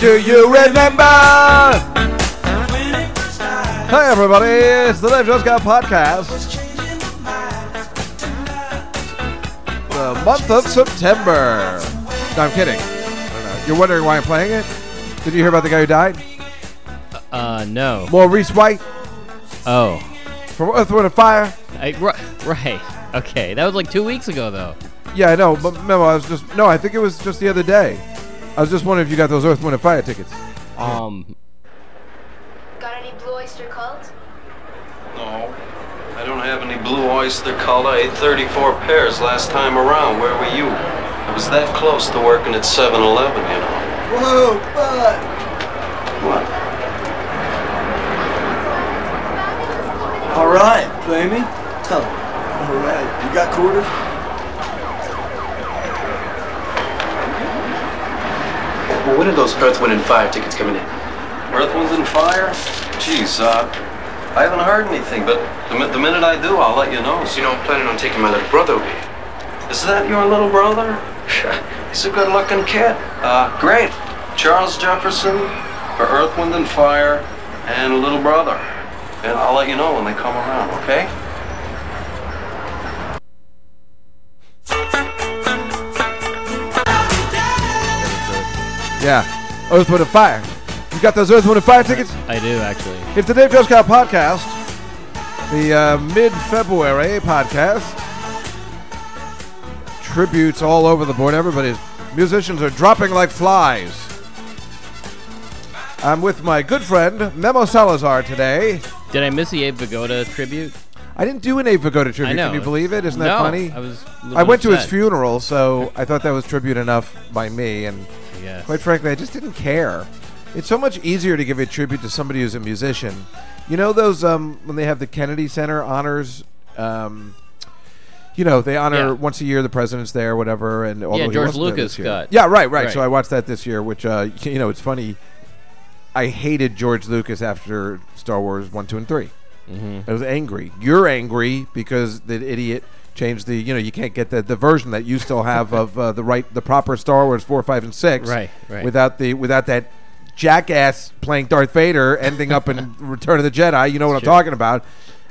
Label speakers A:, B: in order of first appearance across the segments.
A: Do you remember? Hey everybody, it's the Dave Joska podcast. The month of September. No, I'm kidding. I don't know. You're wondering why I'm playing it? Did you hear about the guy who died?
B: Uh, no.
A: Maurice White
B: Oh.
A: from Earth, Wind, and Fire.
B: I, ri- right. Okay. That was like two weeks ago, though.
A: Yeah, I know, but remember, I was just no. I think it was just the other day. I was just wondering if you got those Earth, Wind, and Fire tickets.
B: Um,
C: Got any Blue Oyster Cult?
D: No, I don't have any Blue Oyster Cult. I ate 34 pairs last time around. Where were you? I was that close to working at 7 Eleven, you know.
A: Whoa, bud!
D: What?
E: All right, baby. Tell him. All right. You got quarters?
F: Well, when are those Earth, Wind, and Fire tickets coming in?
D: Earth, Wind, and Fire? Jeez, uh, I haven't heard anything, but the, mi- the minute I do, I'll let you know.
F: You know, I'm planning on taking my little brother over here.
D: Is that your little brother? He's a good looking kid. Uh, great. Charles Jefferson for Earth, Wind, and Fire, and a little brother. And I'll let you know when they come around, okay?
A: Yeah, Earth, Wind, and Fire. You got those Earth, Wind, and Fire tickets?
B: I do actually.
A: It's the Dave Joskow podcast, the uh, mid-February podcast. Tributes all over the board. Everybody's musicians are dropping like flies. I'm with my good friend Memo Salazar today.
B: Did I miss the Abe Vigoda tribute?
A: I didn't do an Abe Vigoda tribute.
B: I know.
A: Can you believe it? Isn't that
B: No,
A: funny?
B: I was. a little
A: I went to his
B: upset.
A: funeral, so I thought that was tribute enough by me. And
B: Yes.
A: quite frankly, I just didn't care. It's so much easier to give a tribute to somebody who's a musician. You know those um, when they have the Kennedy Center honors. Um, you know they honor
B: Yeah.
A: once a year the president's there, whatever, and although he
B: George
A: wasn't there
B: Lucas
A: this year.
B: got-
A: Yeah, right, right,
B: right.
A: So I watched that this year, which uh, you know it's funny. I hated George Lucas after Star Wars one, two, and 3 I was angry. You're angry because the idiot changed the. You know, you can't get the, the version that you still have of uh, the right, the proper Star Wars four, five, and six.
B: Right, right.
A: Without the without that jackass playing Darth Vader, ending up in Return of the Jedi. You know what I'm talking about.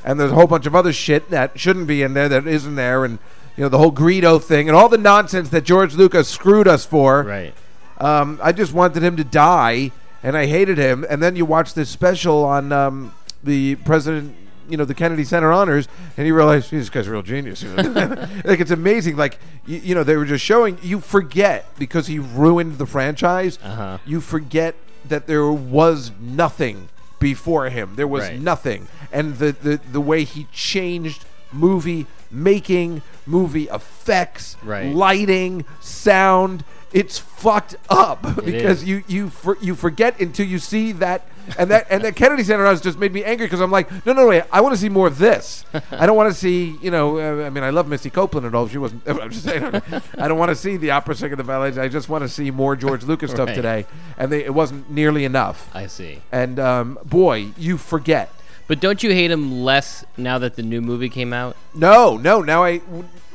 A: And there's a whole bunch of other shit that shouldn't be in there that isn't there, and you know the whole Greedo thing and all the nonsense that George Lucas screwed us for.
B: Right.
A: Um, I just wanted him to die, and I hated him. And then you watch this special on um, the president, you know, the Kennedy Center honors, and you realize "Geez, this guy's a real genius. you know? like it's amazing. Like you, you know, they were just showing you forget because he ruined the franchise.
B: Uh-huh.
A: You forget that there was nothing before him. There was
B: Right.
A: nothing, and the, the the way he changed movie making, movie effects,
B: Right.
A: lighting, sound. It's fucked up because
B: is.
A: you you for, you forget until you see that and that and that Kennedy Center House just made me angry because I'm like no no wait I want to see more of this I don't want to see you know uh, I mean I love Missy Copeland and all she wasn't I'm just saying I don't want to see the opera singer the ballet I just want to see more George Lucas stuff
B: Right.
A: today and they, it wasn't nearly enough
B: I see.
A: and um, boy you forget
B: But don't you hate him less now that the new movie came out?
A: no no now I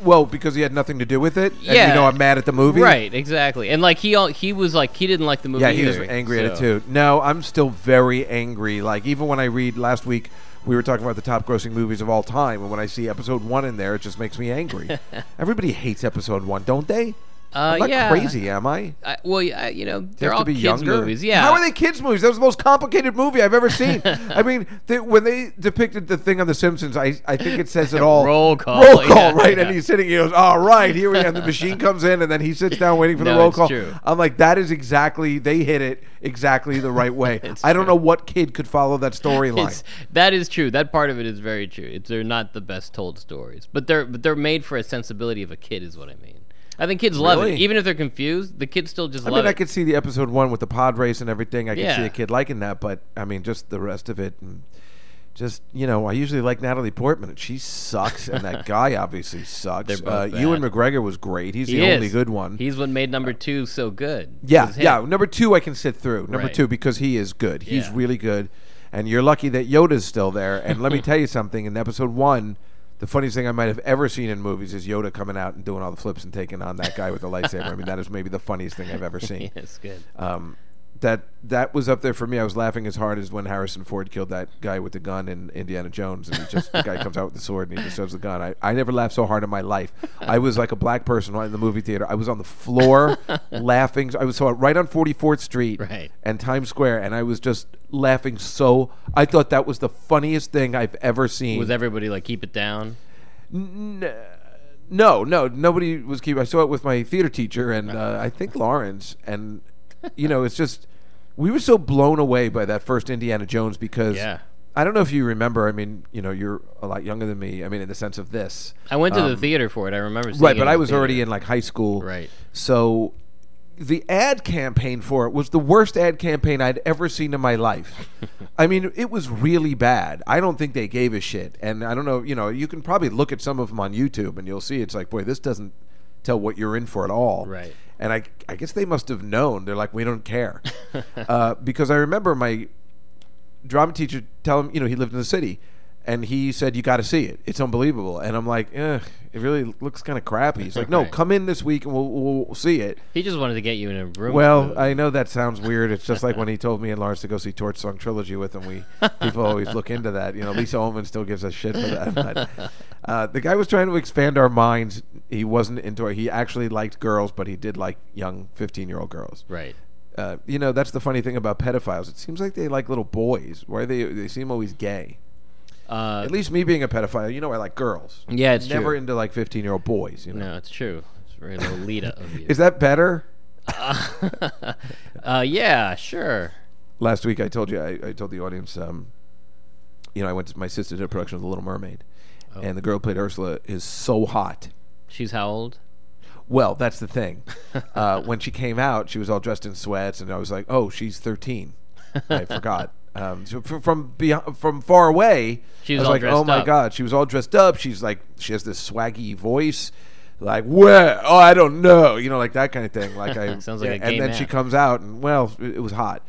A: well because he had nothing to do with it and you
B: Yeah.
A: know I'm mad at the movie
B: Right. Exactly. And like he all, he was like he didn't like the movie.
A: Yeah, he was
B: either,
A: angry at it
B: so-
A: too. No, I'm still very angry. Like even when I read last week, we were talking about the top grossing movies of all time, and when I see episode one in there, it just makes me angry. Everybody hates episode one, don't they?
B: Uh,
A: I'm not
B: yeah.
A: crazy, am I?
B: I, well, yeah, you know
A: They
B: they're
A: have
B: all
A: to be
B: kids
A: younger.
B: movies. Yeah.
A: How are they kids movies? That was the most complicated movie I've ever seen. I mean, they, when they depicted the thing on The Simpsons, I, I think it says it all.
B: Roll call,
A: Roll call,
B: yeah,
A: right?
B: yeah.
A: And he's sitting. He goes, "All right, here we are." And the machine comes in, and then he sits down waiting for the
B: No,
A: roll
B: it's
A: call.
B: true.
A: I'm like, that is exactly. They hit it exactly the right way.
B: It's
A: I don't
B: true.
A: know what kid could follow that
B: It's,
A: storyline.
B: that is true. That part of it is very true. It's, they're not the best told stories, but they're but they're made for a sensibility of a kid, is what I mean. I think kids love it,
A: Really?
B: even if they're confused. The kids still just
A: I
B: love
A: mean, I
B: it.
A: could see the episode one with the pod race and everything. I could see
B: Yeah.
A: a kid liking that, but I mean, just the rest of it, and just you know, I usually like Natalie Portman, and she sucks, and that guy obviously sucks.
B: They're both
A: uh,
B: bad.
A: Ewan McGregor was great; he's
B: He
A: the
B: is.
A: only good one.
B: He's what made number two so good.
A: yeah,
B: Was him.
A: yeah. Number two, I can sit through. Number
B: Right.
A: two because he is good; he's
B: Yeah.
A: really good, and you're lucky that Yoda's still there. And let me tell you something: in episode one. The funniest thing I might have ever seen in movies is Yoda coming out and doing all the flips and taking on that guy with the lightsaber. I mean, that is maybe the funniest thing I've ever seen.
B: it's good.
A: Um, that that was up there for me. I was laughing as hard as when Harrison Ford killed that guy with the gun in Indiana Jones, and he just the guy comes out with the sword and he just shows the gun. I, I never laughed so hard in my life. I was like a black person in the movie theater. I was on the floor laughing. I was so right on 44th Street
B: Right.
A: and Times Square, and I was just laughing so. I thought that was the funniest thing I've ever seen.
B: Was everybody like keep it down?
A: No, no, nobody was keeping. I saw it with my theater teacher and uh, I think Lawrence, and you know, it's just we were so blown away by that first Indiana Jones because
B: Yeah.
A: I don't know if you remember. I mean, you know, you're a lot younger than me. I mean, in the sense of this,
B: I went to the
A: Um,
B: theater for it. I remember. Seeing
A: right?
B: it in
A: But
B: the
A: I was
B: theater.
A: already in like high school,
B: Right.
A: So the ad campaign for it was the worst ad campaign I'd ever seen in my life. I mean, it was really bad. I don't think they gave a shit. And I don't know, you know, you can probably look at some of them on YouTube and you'll see it's like, boy, this doesn't tell what you're in for at all.
B: Right.
A: And I, I guess they must have known. They're like, we don't care. uh, because I remember my drama teacher tell him, you know, he lived in the city, and he said, "You got to see it. It's unbelievable." And I'm like, "Ugh, it really looks kind of crappy." He's like, "No,
B: Right.
A: come in this week and we'll, we'll, we'll see it."
B: He just wanted to get you in a room.
A: Well,
B: with
A: I know that sounds weird. It's just like when he told me and Lawrence to go see Torch Song Trilogy with him. We people always look into that. You know, Lisa Ullman still gives us shit for that. But, uh, the guy was trying to expand our minds. He wasn't into it. He actually liked girls, but he did like young fifteen-year-old girls
B: right.
A: uh, you know that's the funny thing about pedophiles. It seems like they like little boys. Why they they seem always gay.
B: Uh,
A: At least me being a pedophile, you know I like girls.
B: yeah, it's
A: Never
B: true.
A: into like fifteen year old boys. You know,
B: no, it's true. It's very Lolita of you.
A: is that better?
B: uh, yeah, sure.
A: Last week I told you I, I told the audience, um, you know I went to my sister did a production of The Little Mermaid,
B: Oh.
A: and the girl who played Ursula is so hot.
B: She's how old?
A: Well, that's the thing. Uh, when she came out, she was all dressed in sweats, and I was like, "Oh, she's 13." I forgot. Um, so f- from beyond, from far away,
B: She
A: I
B: was
A: was
B: all
A: like,
B: dressed
A: "Oh my
B: up."
A: god!" She was all dressed up. She's like, she has this swaggy voice, like, "Well, oh, I don't know," you know, like that kind of thing. Like, I
B: Sounds like a
A: and
B: gay
A: then
B: man.
A: she comes out, and well, it, it was hot.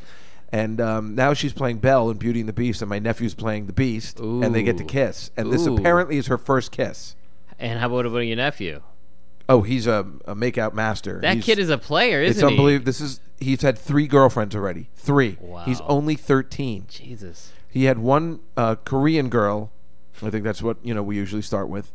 A: And um, now she's playing Belle in Beauty and the Beast, and my nephew's playing the Beast, and they get to
B: Ooh.
A: kiss. And this
B: Ooh.
A: apparently is her first kiss.
B: And how about about your nephew?
A: Oh, he's a, a makeout master.
B: That
A: He's-
B: kid is a player, isn't
A: it's
B: he?
A: unbelievable. This is he's had three girlfriends already. Three. He's
B: Wow.
A: only thirteen.
B: Jesus.
A: He had one uh, Korean girl. I think that's what you know we usually start with,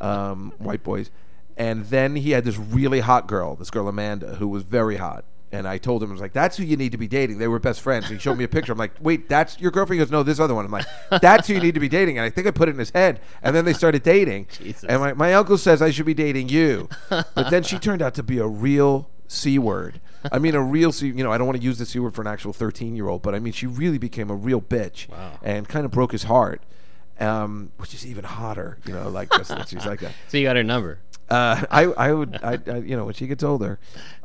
A: um, white boys, and then he had this really hot girl, this girl Amanda, who was very hot. And I told him, I was like, "That's who you need to be dating." They were best friends. He showed me a picture. I'm like, "Wait, that's your girlfriend?" He goes, "No, this other one." I'm like, "That's who you need to be dating." And I think I put it in his head. And then they started dating.
B: Jesus.
A: And my, my uncle says I should be dating you, but then she turned out to be a real c word. I mean, a real c. You know, I don't want to use the c word for an actual 13 year old, but I mean, she really became a real bitch
B: Wow.
A: and kind of broke his heart, um, which is even hotter, you know, like this, that she's like that.
B: So you got her number.
A: Uh, I, I would, I, I, you know, when she gets older.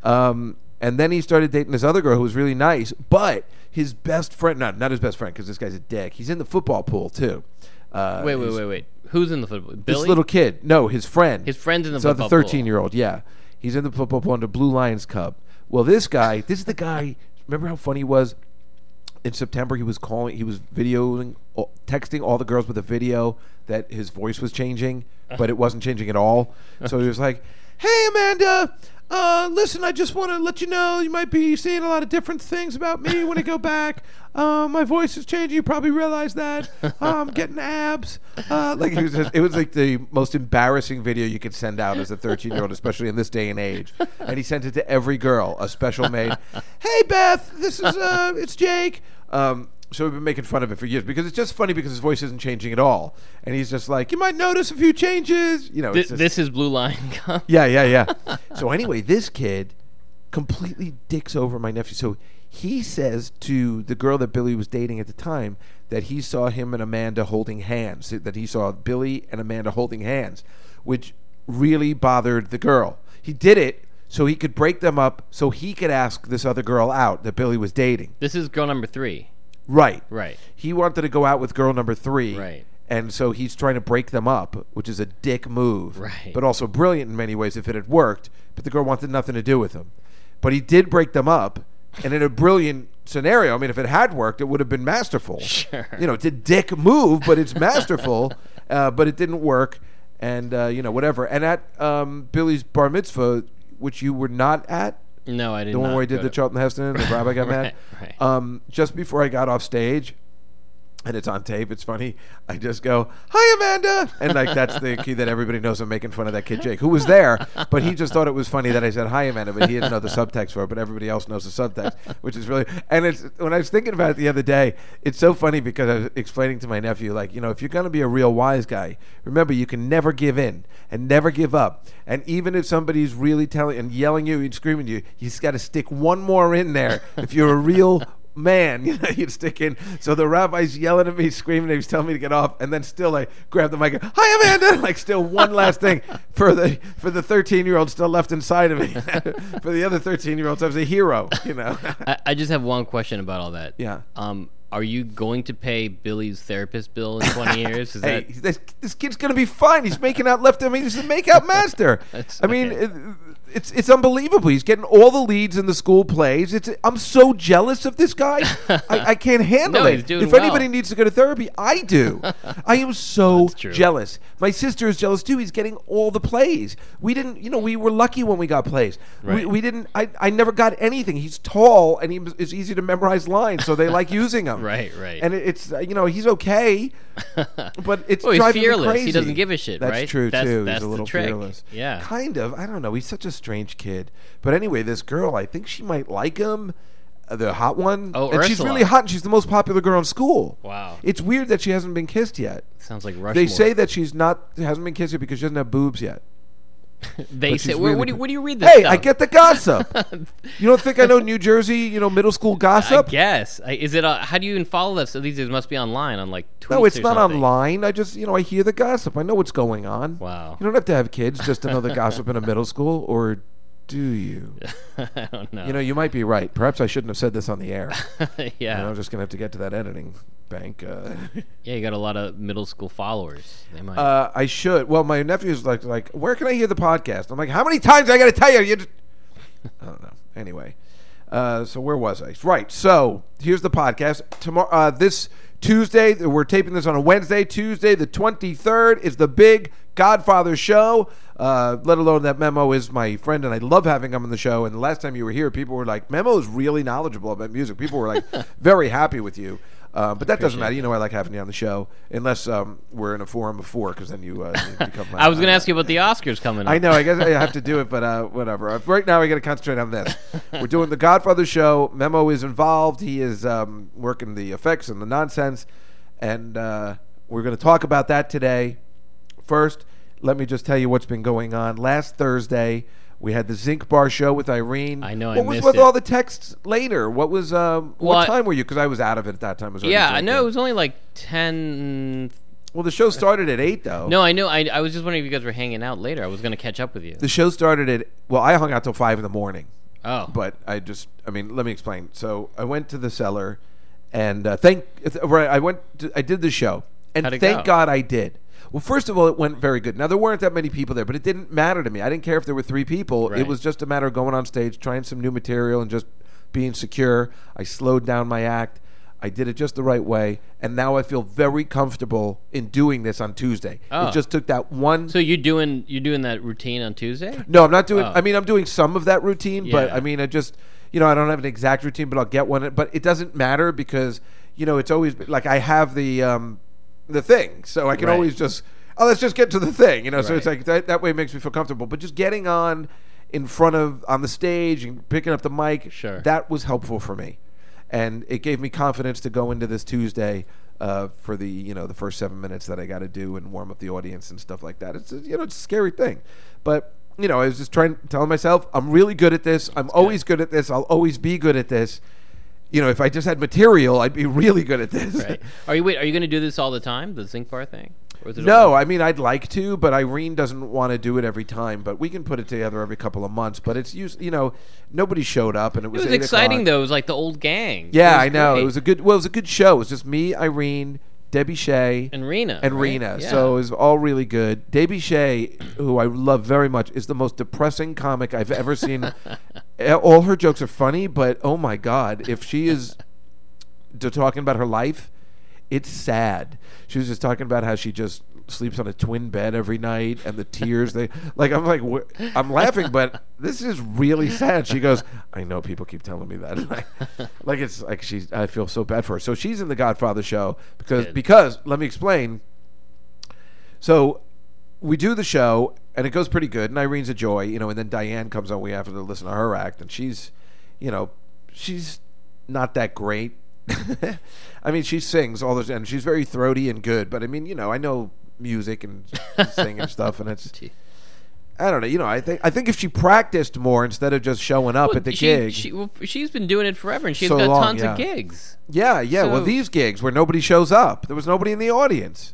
A: Um, and then he started dating this other girl who was really nice, but his best friend, not, not his best friend, because this guy's a dick. He's in the football pool, too. Uh,
B: Wait,
A: his-
B: wait, wait, wait. Who's in the football? Billy.
A: This little kid. No, his friend.
B: His friend's in the
A: so
B: football
A: the
B: pool.
A: 13 year old, yeah. He's in the football pool under Blue Lions Cub. Well, this guy, this is the guy, remember how funny he was? in September he was calling he was videoing all- texting all the girls with a video that his voice was changing
B: Uh-huh.
A: but it wasn't changing at all so he was like hey Amanda uh, listen I just want to let you know you might be seeing a lot of different things about me when I go back uh, my voice is changing you probably realize that uh, I'm getting abs uh, like he was just, it was like the most embarrassing video you could send out as a 13 year old especially in this day and age and he sent it to every girl a special maid hey Beth this is uh, it's Jake um, so we've been making fun of it for years because it's just funny because his voice isn't changing at all, and he's just like, you might notice a few changes, you know.
B: Th-
A: it's just-
B: this is Blue Lion Cup.
A: yeah, yeah, yeah. so anyway, this kid completely dicks over my nephew. So he says to the girl that Billy was dating at the time that he saw him and Amanda holding hands, that he saw Billy and Amanda holding hands, which really bothered the girl. He did it so he could break them up so he could ask this other girl out that Billy was dating.
B: This is girl number three.
A: Right.
B: Right.
A: He wanted to go out with girl number three.
B: Right.
A: And so he's trying to break them up, which is a dick move.
B: Right.
A: But also brilliant in many ways if it had worked. But the girl wanted nothing to do with him. But he did break them up. And in a brilliant scenario, I mean, if it had worked, it would have been masterful. Sure. You know, it's a dick move, but it's masterful. uh, but it didn't work. And, uh, you know, whatever. And at um, Billy's bar mitzvah, which you were not at,
B: No, I didn't.
A: The one where he did the Charlton Heston and the rabbi got mad.
B: Right, right.
A: Um, just before I got off stage, and it's on tape. It's funny. I just go, "Hi, Amanda," and like that's the key that everybody knows. I'm making fun of that kid Jake, who was there, but he just thought it was funny that I said "Hi, Amanda," but he didn't know the subtext for it. But everybody else knows the subtext, which is really. And it's when I was thinking about it the other day, it's so funny because I was explaining to my nephew, like you know, if you're gonna be a real wise guy, remember you can never give in and never give up. And even if somebody's really telling and yelling you and screaming you, you just got to stick one more in there. If you're a real man, you know, you'd stick in. So the rabbi's yelling at me, screaming, he was telling me to get off, and then still I grab the mic, and, "Hi, Amanda!" like still one last thing for the for the thirteen year old still left inside of me. for the other thirteen year olds, I was a hero, you know.
B: I, I just have one question about all that.
A: Yeah.
B: Um, are you going to pay Billy's therapist bill in 20 years? Is
A: Hey,
B: that
A: this, this kid's gonna be fine. He's making out left. I mean, he's a makeout master.
B: That's-
A: I mean,
B: okay.
A: it, it's it's unbelievable. He's getting all the leads in the school plays. It's I'm so jealous of this guy. I, I can't handle
B: No,
A: it.
B: he's doing
A: if
B: well.
A: anybody needs to go to therapy, I do. I am so
B: true.
A: jealous. My sister is jealous too. He's getting all the plays. We didn't, you know, we were lucky when we got plays. We,
B: Right.
A: we didn't. I, I never got anything. He's tall and he was- it's easy to memorize lines, so they like using him.
B: Right, right.
A: And it, it's uh, you know he's okay, but it's
B: Well, Oh, he's
A: driving me
B: fearless. He
A: crazy.
B: doesn't give a shit,
A: That's
B: right?
A: true
B: That's-
A: too.
B: that's
A: he's a
B: the
A: little
B: trick.
A: fearless.
B: Yeah.
A: kind of. I don't know. He's such a strange kid. But anyway, this girl, I think she might like him. uh, The hot one.
B: Oh,
A: and she's
B: Ursula.
A: really hot. and She's the most popular girl in school.
B: Wow.
A: It's weird that she hasn't been kissed yet.
B: sounds like Rushmore?
A: They say that she's not hasn't been kissed yet because she doesn't have boobs yet.
B: They
A: but
B: say.
A: she's
B: Where,
A: really
B: what, do you,
A: good.
B: what do you read this?
A: Hey,
B: stuff?
A: I get the gossip. you don't think I know New Jersey, you know, middle school
B: I
A: gossip?
B: guess. I, is it? A, how do you even follow that? So these things must be online on like tweets.
A: No, it's
B: or
A: not
B: something.
A: online. I just, you know, I hear the gossip. I know what's going on.
B: Wow.
A: You don't have to have kids just to know the gossip in a middle school, or do you?
B: I don't know.
A: You know, you might be right. Perhaps I shouldn't have said this on the air.
B: yeah.
A: You know, I'm just going to have to get to that editing bank. Uh,
B: yeah. You got a lot of middle school followers. They might.
A: uh, I should. Well, my nephew's like, like, where can I hear the podcast? I'm like, how many times I got to tell you? you just... I don't know. Anyway, uh, so where was I? Right. So here's the podcast tomorrow. Uh, this Tuesday, we're taping this on a Wednesday. Tuesday, the 23rd is the big Godfather show. Uh, let alone that Memo is my friend, and I love having him on the show. And the last time you were here, people were like, "Memo is really knowledgeable about music." People were like, very happy with you. Uh, but that doesn't matter. You know, I like having you on the show, unless um, we're in a forum before, because then you, uh, you become. My,
B: I was going to
A: uh,
B: ask you about the Oscars coming up.
A: I know. I guess I have to do it, but uh, whatever. Uh, Right now, I got to concentrate on this. We're doing the Godfather show. Memo is involved. He is um, working the effects and the nonsense, and uh, we're going to talk about that today. First, let me just tell you what's been going on. Last Thursday, we had the Zinc Bar show with Irene.
B: I know, I
A: What was
B: missed
A: with
B: it.
A: all the texts later? What was um,
B: Well, I-
A: what time were you? Because I was out of it at that time. It was already
B: Yeah, I
A: Zinc
B: know.
A: Bar.
B: It was only like ten.
A: Well, the show started at eight though.
B: No, I know. I, I was just wondering if you guys were hanging out later. I was going to catch up with you.
A: the show started at well, I hung out till five in the morning.
B: Oh,
A: but I just, I mean, let me explain. So I went to the cellar, and uh, thank, th- right, I went, to, I did the show, and
B: How'd it
A: thank
B: go?
A: God I did. Well, first of all, it went very good. Now there weren't that many people there, but it didn't matter to me. I didn't care if there were three people. It
B: Right.
A: was just a matter of going on stage, trying some new material, and just being secure. I slowed down my act. I did it just the right way, and now I feel very comfortable in doing this on Tuesday.
B: Oh.
A: It just took that one
B: so you're doing you're doing that routine on Tuesday?
A: no, I'm not doing.
B: Oh.
A: I mean, I'm doing some of that routine, but
B: Yeah.
A: I mean, I just, you know, I don't have an exact routine, but I'll get one. But it doesn't matter because you know it's always been- like I have the um, the thing, so I can
B: Right.
A: always just oh, let's just get to the thing, you know. So it's
B: Right.
A: like that, that way it makes me feel comfortable. But just getting on in front of on the stage and picking up the mic,
B: Sure.
A: that was helpful for me, and it gave me confidence to go into this Tuesday. Uh, for the you know the first seven minutes that I got to do and warm up the audience and stuff like that. It's a, you know it's a scary thing, but you know I was just trying telling myself I'm really good at this. I'm always good at this. I'll always be good at this. You know if I just had material, I'd be really good at this.
B: Right. Are you wait? Are you going to do this all the time? The zinc bar thing? Or is it
A: No,
B: only-
A: I mean I'd like to, but Irene doesn't want to do it every time. But we can put it together every couple of months. But it's used, you know, nobody showed up, and it
B: it
A: was,
B: was
A: 8
B: exciting
A: o'clock.
B: though. It was like the old gang.
A: Yeah,
B: It
A: I know
B: great.
A: it was a good. Well, it was a good show. It was just me, Irene, Debbie Shea,
B: and Rena
A: and
B: right?
A: Rena.
B: Yeah.
A: So it was all really good. Debbie Shea, who I love very much, is the most depressing comic I've ever seen. Eh, all her jokes are funny, but oh my god, if she is d- talking about her life, it's sad. She was just talking about how she just sleeps on a twin bed every night, and the tears they like. I'm like, wh- I'm laughing, but this is really sad. She goes, I know people keep telling me that, like, like it's like she's. I feel so bad for her. So she's in the Godfather show because
B: Good.
A: because let me explain. So we do the show and it goes pretty good and Irene's a joy, you know, and then Diane comes on, we have to listen to her act and she's you know, she's not that great. I mean, she sings all those and she's very throaty and good, but I mean, you know, I know music and singing and stuff and it's
B: Gee.
A: I don't know, you know, I think I think if she practiced more instead of just showing up
B: Well,
A: at the
B: she,
A: gig.
B: She, well, she's been doing it forever, and she's
A: So
B: got
A: long,
B: tons of
A: yeah.
B: gigs.
A: yeah, yeah, well
B: So-
A: these gigs where nobody shows up. There was nobody in the audience.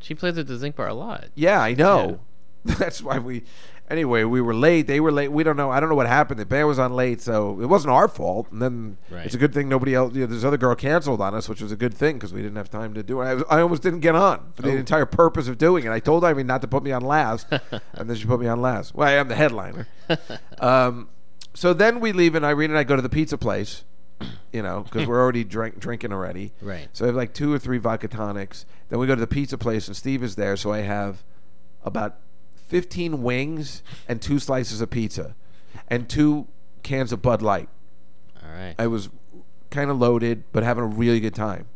B: She plays at the Zinc Bar a lot.
A: Yeah, I know. That's why we. Anyway, we were late. They were late. We don't know. I don't know what happened. The band was on late, so it wasn't our fault. And then
B: Right.
A: it's a good thing nobody else. You know, this other girl canceled on us, which was a good thing because we didn't have time to do it. I, was- I almost didn't get on for the entire purpose of doing it. I told Irene not to put me on last, and then she put me on last. Well, I am the headliner. um, so then we leave, and Irene and I go to the pizza place. You know, because we're already drink, drinking already.
B: Right.
A: So I have like two or three vodka tonics. Then we go to the pizza place, and Steve is there. So I have about 15 wings and two slices of pizza and two cans of Bud Light.
B: All right.
A: I was kind of loaded, but having a really good time.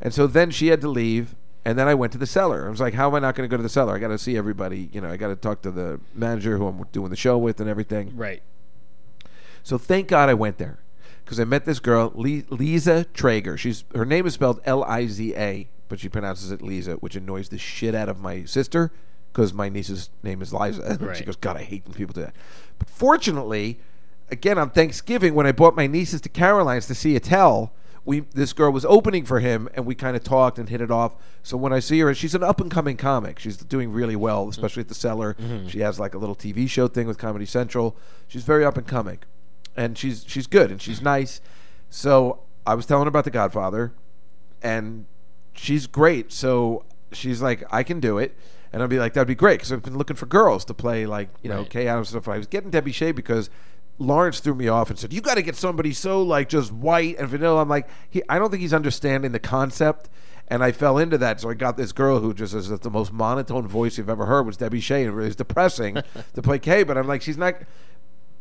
A: And so then she had to leave, and then I went to the cellar. I was like, how am I not going to go to the cellar? I got to see everybody. You know, I got to talk to the manager who I'm doing the show with and everything.
B: right.
A: So thank God I went there because I met this girl, Li- Lisa Traeger. She's her name is spelled L I Z A, but she pronounces it Lisa, which annoys the shit out of my sister because my niece's name is Liza. she
B: Right.
A: goes, God, I hate when people do that. But fortunately, again on Thanksgiving when I brought my nieces to Caroline's to see Attell. We, this girl was opening for him, and we kind of talked and hit it off. So when I see her, she's an up and coming comic. She's doing really well, especially at the cellar. She has like a little TV show thing with Comedy Central. She's very up and coming and she's she's good and she's nice. So I was telling her about The Godfather, and she's great. So she's like, I can do it, and I'll be like, that'd be great because I've been looking for girls to play like you know
B: Right.
A: Kay Adams stuff. I was getting Debbie Shea because. Lawrence threw me off and said, "You got to get somebody so like just white and vanilla." I'm like, he, I don't think he's understanding the concept, and I fell into that. So I got this girl who just is the most monotone voice you've ever heard was Debbie Shea, and it was depressing to play Kay. But I'm like, she's not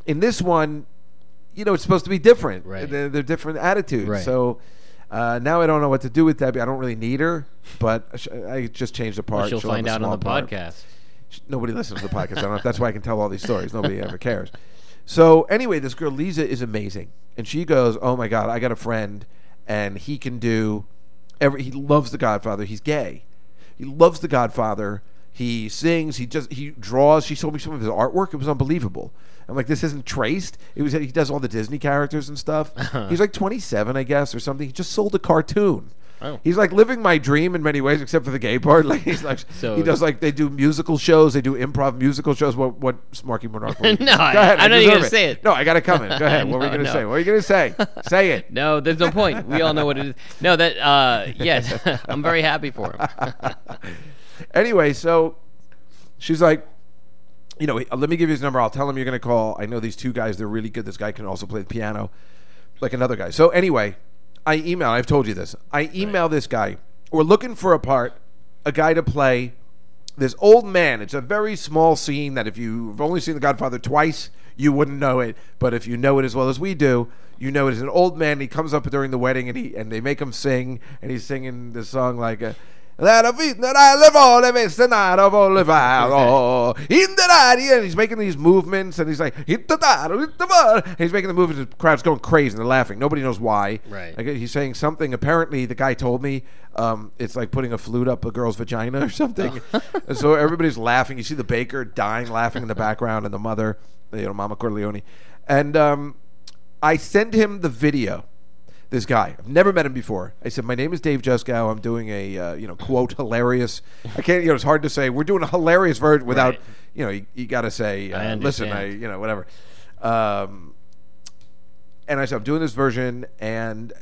A: in this one, you know, it's supposed to be different.
B: Right.
A: They're, they're different attitudes.
B: Right.
A: So uh, now I don't know what to do with Debbie. I don't really need her, but I sh- I just changed the part.
B: She'll
A: have
B: find
A: a
B: out on
A: small
B: the
A: part.
B: podcast.
A: Sh- Nobody listens to the podcast. I don't know if that's why I can tell all these stories. Nobody ever cares. So anyway, this girl Lisa is amazing, and she goes, "Oh my god, I got a friend, and he can do every. He loves The Godfather. He's gay. He loves The Godfather. He sings. He just he draws. She showed me some of his artwork. It was unbelievable. I'm like, this isn't traced. It was he does all the Disney characters and stuff.
B: Uh-huh.
A: He's like 27, I guess, or something. He just sold a cartoon.
B: Oh.
A: He's like living my dream in many ways, except for the gay part. Like he's like
B: So-
A: he does like they do musical shows, they do improv musical shows. What what Smarky Monarch?
B: No, I- I know you're
A: deserve
B: gonna say it.
A: No, I gotta come in. Go ahead. What were you
B: No,
A: gonna
B: no.
A: say? What are you gonna say? say it.
B: No, there's no point. We all know what it is. No, that uh yes, I'm very happy for him.
A: Anyway, so she's like, you know, let me give you his number. I'll tell him you're gonna call. I know these two guys. They're really good. This guy can also play the piano, like another guy. So anyway, I email. I've told you this. I email this guy. We're looking for a part, a guy to play this old man. It's a very small scene that if you've only seen The Godfather twice, you wouldn't know it. But if you know it as well as we do, you know it is an old man. He comes up during the wedding and he and they make him sing, and he's singing this song like uh, a. That of it that I live on, if it's the night of Olivaro. In the night, yeah, and he's making these movements, and he's like, hit the night, hit the bar. he's making the movements. The crowd's going crazy, and they're laughing. Nobody knows why.
B: Right.
A: I guess he's saying something. Apparently, the guy told me um, it's like putting a flute up a girl's vagina or something.
B: Oh.
A: and so everybody's laughing. You see the baker dying laughing in the background, and the mother, you know, Mama Corleone. And um, I send him the video. This guy, I've never met him before. I said, "My name is Dave Juskow. I'm doing a, uh, you know, quote hilarious. I can't, you know, it's hard to say. We're doing a hilarious version without,
B: Right.
A: you know, you, you got to say,
B: I
A: uh, listen, I,
B: understand.
A: you know, whatever." Um, and I said, I'm doing this version, and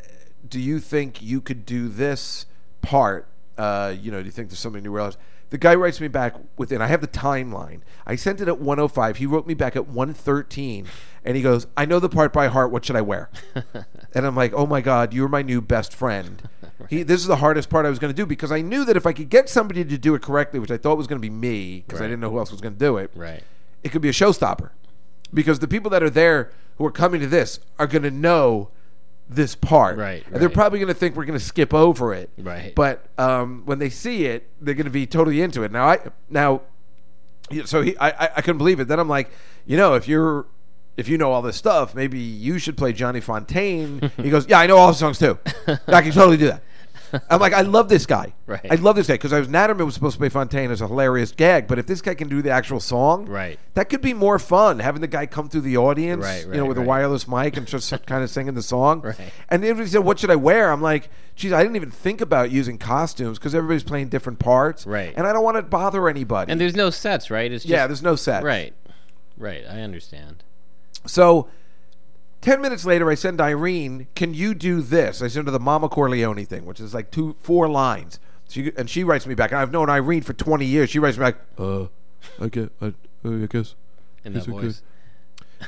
A: do you think you could do this part? Uh, you know, do you think there's something new else? The guy writes me back within, I have the timeline. I sent it at 105. He wrote me back at 113, and he goes, I know the part by heart. What should I wear? and I'm like, oh my God, you're my new best friend. He, this is the hardest part I was going to do because I knew that if I could get somebody to do it correctly, which I thought was going to be me because I
B: Right.
A: didn't know who else was going to do it,
B: Right.
A: it could be a showstopper because the people that are there who are coming to this are going to know this part.
B: Right,
A: And they're
B: right.
A: probably going to think we're going to skip over it.
B: Right.
A: But um, when they see it, they're going to be totally into it. Now, I now, yeah, so he, I, I, I couldn't believe it. Then I'm like, you know, if you're if you know all this stuff, maybe you should play Johnny Fontaine. he goes, yeah, I know all the songs too. I can totally do that. I'm like, I love this guy.
B: Right.
A: I love this guy because I was Natterman was supposed to play Fontaine as a hilarious gag, but if this guy can do the actual song,
B: Right.
A: that could be more fun having the guy come through the audience,
B: Right,
A: you know,
B: right,
A: with a
B: right.
A: wireless mic and just kind of singing the song.
B: Right.
A: And then he said, "What should I wear?" I'm like, "Geez, I didn't even think about using costumes because everybody's playing different parts,
B: Right.
A: And I don't want to bother anybody.
B: And there's no sets, right? It's just,
A: yeah, there's no set,
B: right, right. I understand.
A: So, ten minutes later, I send Irene, "Can you do this?" I send her the Mama Corleone thing, which is like two, four lines. She and she writes me back. And I've known Irene for twenty years. She writes me back, "Uh, I get, I, uh, I guess."
B: In that
A: It's okay.
B: voice.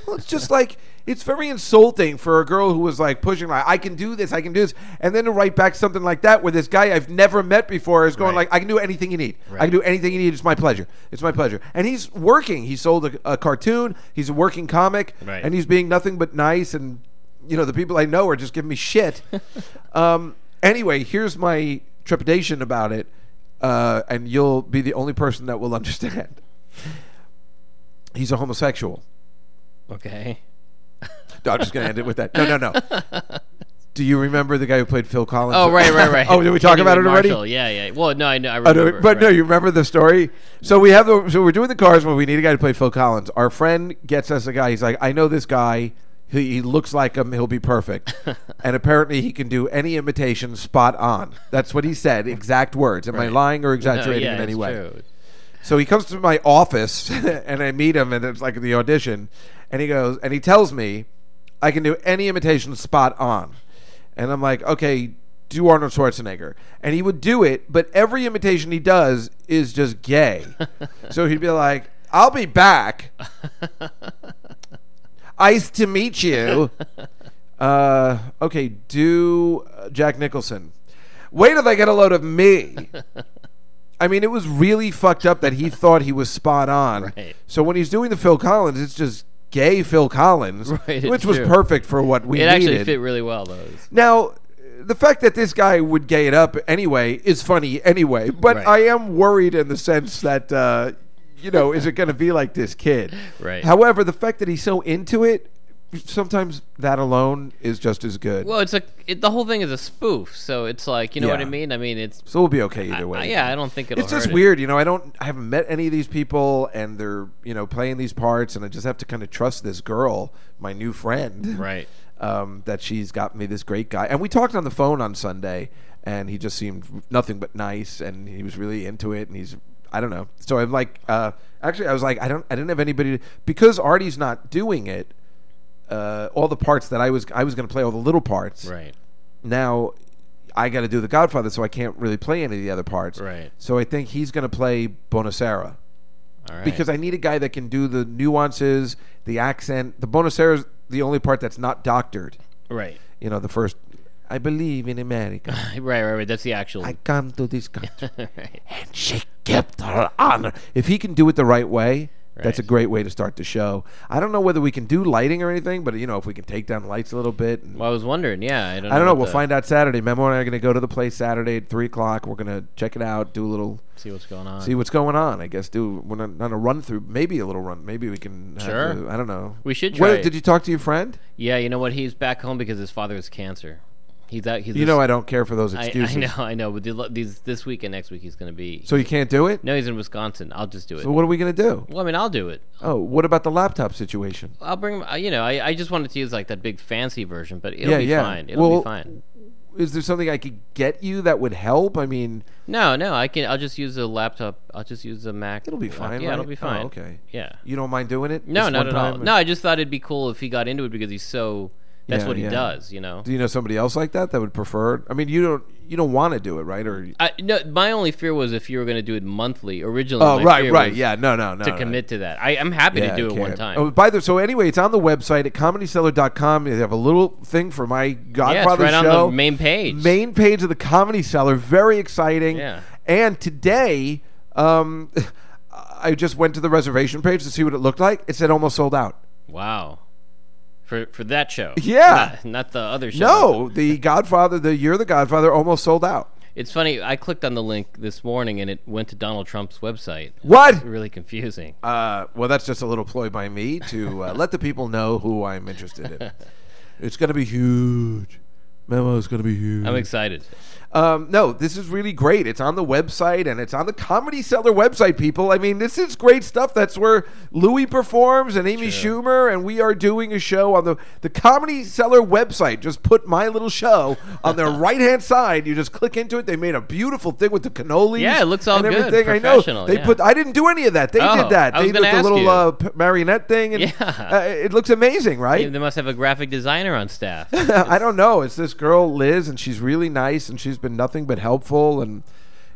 A: Well, it's just like it's very insulting for a girl who was like pushing like I can do this, I can do this, and then to write back something like that where this guy I've never met before is going
B: Right.
A: like I can do anything you need, I
B: Right.
A: can do anything you need. It's my pleasure. It's my pleasure. And he's working. He sold a, a cartoon. He's a working comic,
B: Right.
A: and he's being nothing but nice. And you know the people I know are just giving me shit. um, anyway, here's my trepidation about it, uh, and you'll be the only person that will understand. He's a homosexual.
B: Okay.
A: No, I'm just going to end it with that. No, no, no. Do you remember the guy who played Phil Collins?
B: Oh, right, right, right.
A: oh, did we talk
B: Kenny
A: about it already?
B: Marshall. Yeah, yeah. Well, no, I know. I
A: Oh, no,
B: remember,
A: but no,
B: right.
A: you remember the story. So we have the so we're doing the cars when we need a guy to play Phil Collins. Our friend gets us a guy. He's like, I know this guy. He, he looks like him. He'll be perfect. and apparently, he can do any imitation spot on. That's what he said. Exact words. Am I
B: Right.
A: lying or
B: No,
A: exaggerating
B: yeah,
A: in any
B: it's
A: way?
B: true.
A: So he comes to my office and I meet him and it's like the audition and he goes and he tells me I can do any imitation spot on. And I'm like, okay, do Arnold Schwarzenegger. And he would do it, but every imitation he does is just gay. so he'd be like, I'll be back. Nice to meet you. Uh, okay, do uh, Jack Nicholson. Wait till they get a load of me. I mean, it was really fucked up that he thought he was spot on.
B: Right.
A: So when he's doing the Phil Collins, it's just gay Phil Collins,
B: Right, it's
A: which was
B: true.
A: perfect for what we
B: It
A: needed.
B: actually fit really well, though. It's-
A: Now, the fact that this guy would gay it up anyway is funny anyway, but
B: Right.
A: I am worried in the sense that, uh, you know, is it going to be like this kid?
B: Right.
A: However, the fact that he's so into it, sometimes that alone is just as good.
B: Well, it's a it, the whole thing is a spoof, so it's like you know what I
A: Yeah.
B: mean. I mean, it's
A: so we'll be okay either
B: I-
A: way.
B: I- yeah, I don't think it'll
A: It's just
B: hurt it.
A: weird, you know. I don't, I haven't met any of these people, and they're, you know, playing these parts, and I just have to kind of trust this girl, my new friend,
B: right.
A: um, that she's got me this great guy. And we talked on the phone on Sunday, and he just seemed nothing but nice, and he was really into it, and he's I don't know. So I'm like, uh, actually, I was like, I don't, I didn't have anybody to, because Artie's not doing it. Uh, all the parts that I was, I was going to play all the little parts.
B: Right.
A: Now, I got to do the Godfather, so I can't really play any of the other parts.
B: Right.
A: So I think he's going to play Bonacera
B: All right.
A: because I need a guy that can do the nuances, the accent. The Bonacera is the only part that's not doctored
B: right.
A: you know, the first, I believe in America.
B: Right. Right. Right. That's the actual.
A: I come to this country.
B: right.
A: and she kept her honor. If he can do it the right way, that's a
B: Right.
A: great way to start the show. I don't know whether we can do lighting or anything, but, you know, if we can take down lights a little bit. And,
B: Well, I was wondering. Yeah, I don't.
A: I don't know.
B: what
A: We'll
B: the-
A: find out Saturday. Memo and I are going to go to the place Saturday at 3 o'clock. We're going to check it out, do a little.
B: See what's going on.
A: See what's going on. I guess do we're not, not a run through. Maybe a little run. Maybe we can. have
B: Sure.
A: the- I don't know.
B: We should
A: What-
B: try it.
A: did you talk to your friend?
B: yeah, you know what? He's back home because his father has cancer. He's out. He's
A: You
B: a-
A: know I don't care for those
B: I,
A: excuses.
B: I know. I know. But the- these this week and next week he's going to be.
A: So you can't do it.
B: no, he's in Wisconsin. I'll just do it.
A: So what are we going to do?
B: well, I mean, I'll do it.
A: Oh, what about the laptop situation?
B: I'll bring. uh, You know, I, I just wanted to use like that big fancy version, but it'll
A: Yeah,
B: be
A: yeah.
B: fine. It'll
A: Well-
B: be fine.
A: Is there something I could get you that would help? I mean,
B: No, no, I can. I'll just use a laptop. I'll just use a Mac.
A: it'll be
B: uh,
A: fine.
B: Yeah,
A: right?
B: it'll be
A: Oh,
B: fine.
A: okay.
B: Yeah.
A: You don't mind doing it?
B: No,
A: Just
B: not
A: one
B: at all.
A: time?
B: No, I just thought it'd be cool if he got into it because he's so. That's
A: Yeah,
B: what he
A: yeah.
B: does. You know.
A: Do you know somebody else like that that would prefer? I mean, you don't. you don't want to do it, right? Or
B: I, no, my only fear was if you were going to do it monthly. Originally,
A: oh,
B: my
A: right,
B: fear
A: right,
B: was
A: yeah, no, no, no,
B: To
A: no.
B: commit to that, I, I'm happy to do it
A: I
B: one
A: can't.
B: time.
A: Oh, by the so anyway, it's on the website at comedyseller.com. They have a little thing for my
B: yeah,
A: Godfather
B: it's right
A: show.
B: on the main page.
A: Main page of the Comedy Cellar. Very exciting.
B: Yeah.
A: And today, um, I just went to the reservation page to see what it looked like. It said almost sold out.
B: Wow, for for that show.
A: Yeah.
B: not, not the other show.
A: No, the Godfather, the year of the Godfather, almost sold out.
B: it's funny. I clicked on the link this morning and it went to Donald Trump's website.
A: What?
B: Really confusing.
A: Uh, well, that's just a little ploy by me to uh, let the people know who I'm interested in. It's going to be huge. Memo is going to be huge.
B: I'm excited.
A: Um, no, this is really great. It's on the website and it's on the Comedy Cellar website, people. I mean, this is great stuff. That's where Louis performs and Amy Schumer, and we are doing a show on the, the Comedy Cellar website. Just put my little show on their right hand side. You just click into it. They made a beautiful thing with the cannolis.
B: Yeah, it looks all
A: and
B: good,
A: everything. I know.
B: professional,
A: They
B: yeah.
A: put. I didn't do any of that. They did
B: Oh,
A: that.
B: I was
A: They did
B: gonna
A: the
B: ask
A: little
B: you.
A: uh, p- marionette thing, and
B: Yeah.
A: uh, it looks amazing, right?
B: They must have a graphic designer on staff.
A: I don't know. It's this girl Liz, and she's really nice, and she's been nothing but helpful. And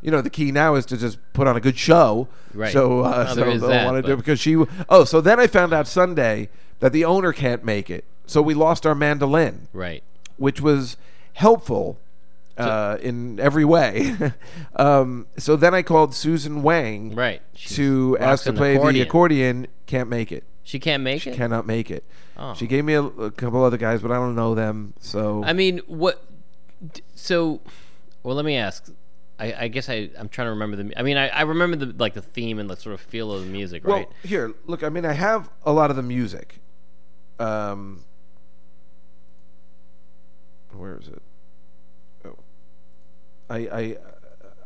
A: you know, the key now is to just put on a good show.
B: Right.
A: So, uh,
B: Well,
A: so
B: there
A: they
B: is
A: don't
B: that,
A: want to do it
B: but-
A: because she. Oh, so then I found out Sunday that the owner can't make it, so we lost our mandolin,
B: right.
A: which was helpful. Uh, in every way. um, so then I called Susan Wang
B: Right. She's
A: to ask to
B: rocking the
A: play the
B: accordion.
A: accordion. Can't make it.
B: She can't make it.
A: Cannot make it.
B: Oh.
A: She gave me a, a couple other guys, but I don't know them. So
B: I mean, what? d- So, well, let me ask. I, I guess I I'm trying to remember the. mu- I mean, I, I remember the like the theme and the sort of feel of the music,
A: Well,
B: right?
A: here, look. I mean, I have a lot of the music. Um, where is it? Oh, I I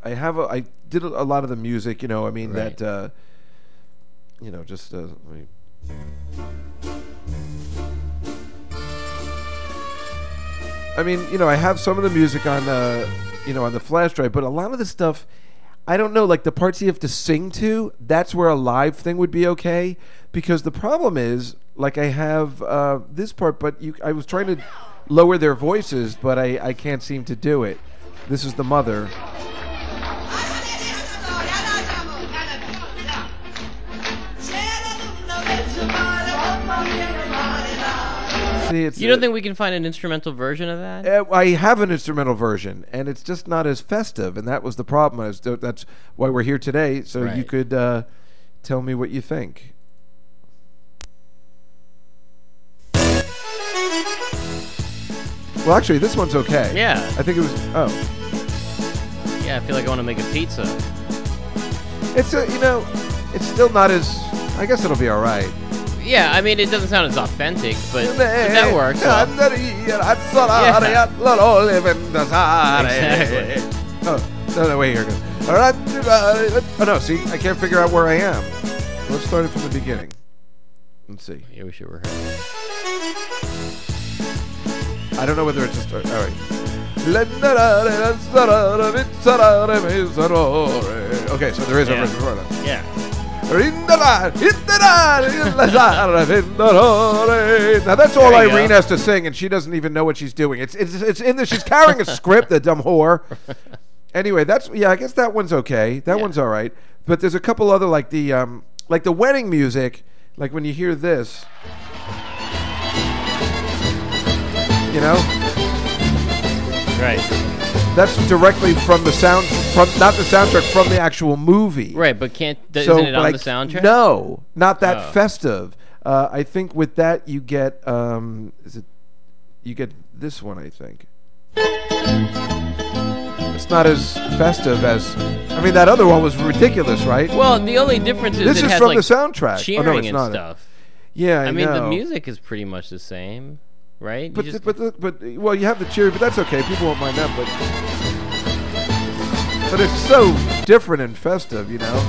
A: I have a, I did a lot of the music. You know, I mean
B: Right.
A: that. Uh, you know, just uh, let me- I mean, you know, I have some of the music on, uh, you know, on the flash drive, but a lot of the stuff, I don't know, like the parts you have to sing to. That's where a live thing would be okay, because the problem is, like, I have uh, this part, but you, I was trying to lower their voices, but I, I can't seem to do it. This is the mother. See, it's
B: You don't think we can find an instrumental version of that?
A: Uh, I have an instrumental version, and it's just not as festive, and that was the problem. I was- That's why we're here today, so you
B: Right.
A: could uh, tell me what you think. Well, actually, this one's okay.
B: Yeah.
A: I think it was. Oh,
B: Yeah, I feel like I want to make a pizza.
A: it's a, you know, it's still not as. I guess it'll be all right.
B: Yeah, I mean, it doesn't sound as authentic, but, but that works.
A: I'm not- I'm sorry,
B: Yeah.
A: I'm not living the sorry.
B: Exactly.
A: Oh, no, no, wait, here it goes. All right, uh, Oh, no, see, I can't figure out where I am. Let's start it from the beginning. Let's see.
B: Yeah, we should rehearse.
A: I don't know whether it's just. All right. Okay, so there is
B: Yeah.
A: a verse.
B: Yeah.
A: Now that's all
B: There you
A: Irene
B: go.
A: has to sing, and she doesn't even know what she's doing. It's it's it's in there. She's carrying a script, the dumb whore. Anyway, that's yeah. I guess that one's okay. That one's all right. But there's a couple other like the um like the wedding music. Like when you hear this, you know.
B: Right.
A: That's directly from the sound, from not the soundtrack, from the actual movie.
B: Right, but can't. th-
A: So,
B: isn't it
A: but
B: on
A: I-
B: the soundtrack?
A: No, not that
B: Oh.
A: festive. Uh, I think with that you get, um, is it? You get this one, I think. It's not as festive as. I mean, that other one was ridiculous, right?
B: Well, the only difference is
A: This
B: it
A: is
B: has,
A: from
B: like,
A: the soundtrack. Oh,
B: cheering
A: no, it's
B: and
A: not.
B: stuff.
A: yeah, I,
B: I mean, the
A: know.
B: music is pretty much the same, right? You
A: But,
B: just-
A: but, the, but well, you have the cheery, but that's okay. People won't mind that. But but it's so different and festive, you know.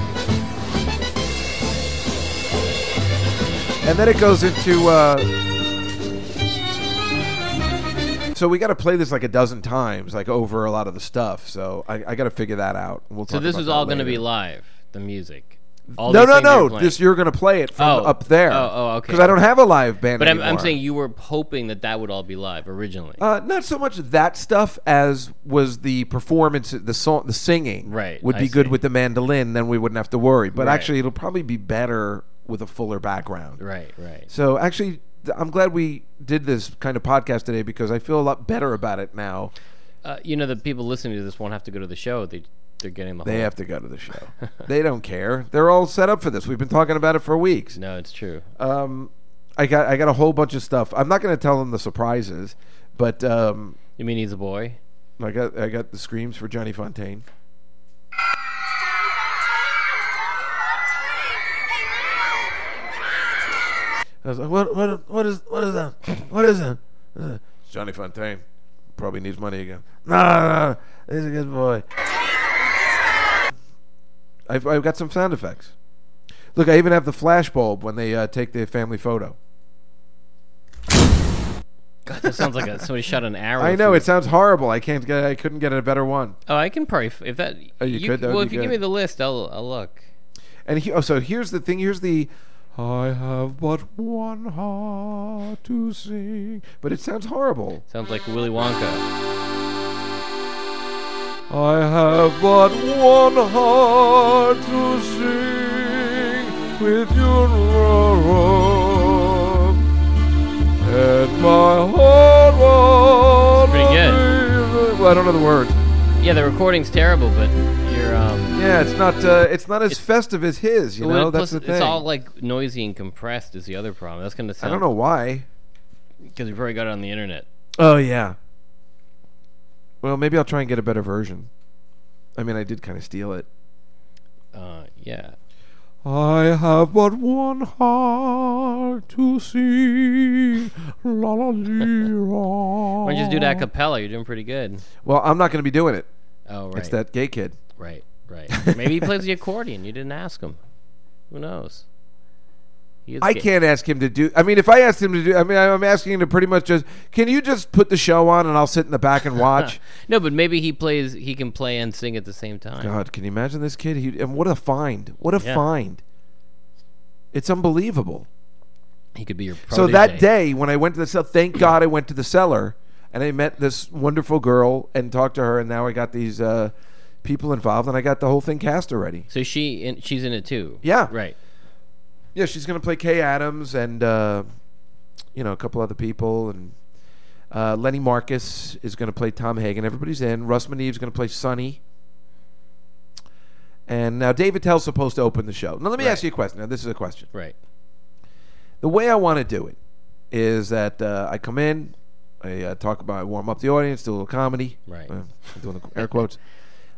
A: And then it goes into. Uh, so we got to play this like a dozen times, like over a lot of the stuff. So I, I got to figure that out. We'll
B: so
A: talk
B: this
A: about
B: was
A: that
B: all going to be
A: later.
B: live, the music. All
A: no,
B: these
A: no,
B: things you're
A: no.
B: playing.
A: This you're gonna play it from
B: Oh.
A: up there.
B: Oh, oh, okay.
A: Because I don't have a live band.
B: But I'm, I'm
A: anymore.
B: saying you were hoping that that would all be live originally.
A: Uh, not so much that stuff as was the performance, the song, the singing.
B: Right,
A: would
B: I
A: be good
B: see.
A: with the mandolin. Then we wouldn't have to worry. But
B: Right.
A: actually, it'll probably be better with a fuller background.
B: right, right.
A: So actually, th- I'm glad we did this kind of podcast today because I feel a lot better about it now.
B: Uh, you know, the people listening to this won't have to go to the show. They they're getting the
A: They
B: whole.
A: have to go to the show. they don't care. They're all set up for this. We've been talking about it for weeks.
B: No, it's true.
A: Um, I got I got a whole bunch of stuff. I'm not going to tell them the surprises, but um,
B: you mean he's a boy?
A: I got I got the screams for Johnny Fontaine. I was like, what, what, what is, what is that? What is that? Uh, Johnny Fontaine probably needs money again. No, no, no, he's a good boy. I've, I've got some sound effects. Look, I even have the flash bulb when they uh, take the family photo.
B: God, that sounds like a, somebody shot an arrow.
A: I know
B: through-
A: it sounds horrible. I can't get, I couldn't get a better one.
B: Oh, I can probably f- if that.
A: Oh, you could, that would
B: Well,
A: be
B: if you
A: good.
B: give me the list, I'll I'll look.
A: And he, oh, so here's the thing. Here's the. I have but one heart to sing, but it sounds horrible.
B: Sounds like Willy Wonka.
A: I have but one heart to sing with you, Aurora. and my heart will
B: Pretty
A: be- Well, I don't know the words.
B: Yeah, the recording's terrible, but you're um.
A: Yeah, it's not. Uh, it's not as festive as his. You know,
B: well,
A: that's
B: plus
A: the thing.
B: It's all like noisy and compressed is the other problem. That's gonna
A: I
B: sound.
A: don't know why.
B: because you probably got it on the internet.
A: Oh yeah. Well, maybe I'll try and get a better version. I mean, I did kind of steal it.
B: Uh, yeah.
A: I have but one heart to sing. La la
B: Why don't you just do that a cappella? You're doing pretty good.
A: Well, I'm not going to be doing it.
B: Oh, right.
A: It's that gay kid.
B: Right, right. Maybe he plays the accordion. You didn't ask him. Who knows? He is
A: I
B: gay.
A: can't ask him to do. I mean, if I asked him to do, I mean, I'm asking him to pretty much just. Can you just put the show on and I'll sit in the back and watch?
B: No, but maybe he plays. He can play and sing at the same time.
A: God, can you imagine this kid? He and what a find! What a
B: Yeah.
A: find! It's unbelievable.
B: He could be your.
A: So
B: protege.
A: that day when I went to the cellar, thank God I went to the cellar and I met this wonderful girl and talked to her, and now I got these uh, people involved, and I got the whole thing cast already.
B: So she in, she's in it too.
A: Yeah.
B: Right.
A: Yeah, she's gonna play Kay Adams and uh, you know a couple other people, and uh, Lenny Marcus is gonna play Tom Hagen. Everybody's in. Russ Maneve's gonna play Sonny. And now David Tell's supposed to open the show. Now let me ask you a question. Now this is a question.
B: Right.
A: the way I want to do it is that uh, I come in, I uh, talk about, I warm up the audience, do a little comedy,
B: Right.
A: Uh, I'm doing the air quotes,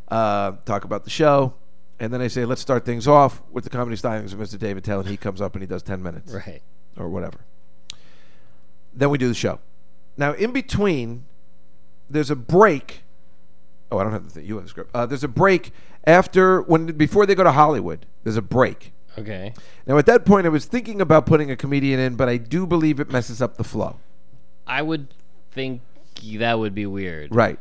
A: uh, talk about the show, and then I say, let's start things off with the comedy stylings of Mr. David Tell, and he comes up and he does ten minutes
B: Right.
A: or whatever. Then we do the show. Now, in between, there's a break. Oh, I don't have the thing. You have the script. Uh, there's a break after when before they go to Hollywood. There's a break.
B: Okay.
A: Now, at that point, I was thinking about putting a comedian in, but I do believe it messes up the flow.
B: I would think that would be weird.
A: Right.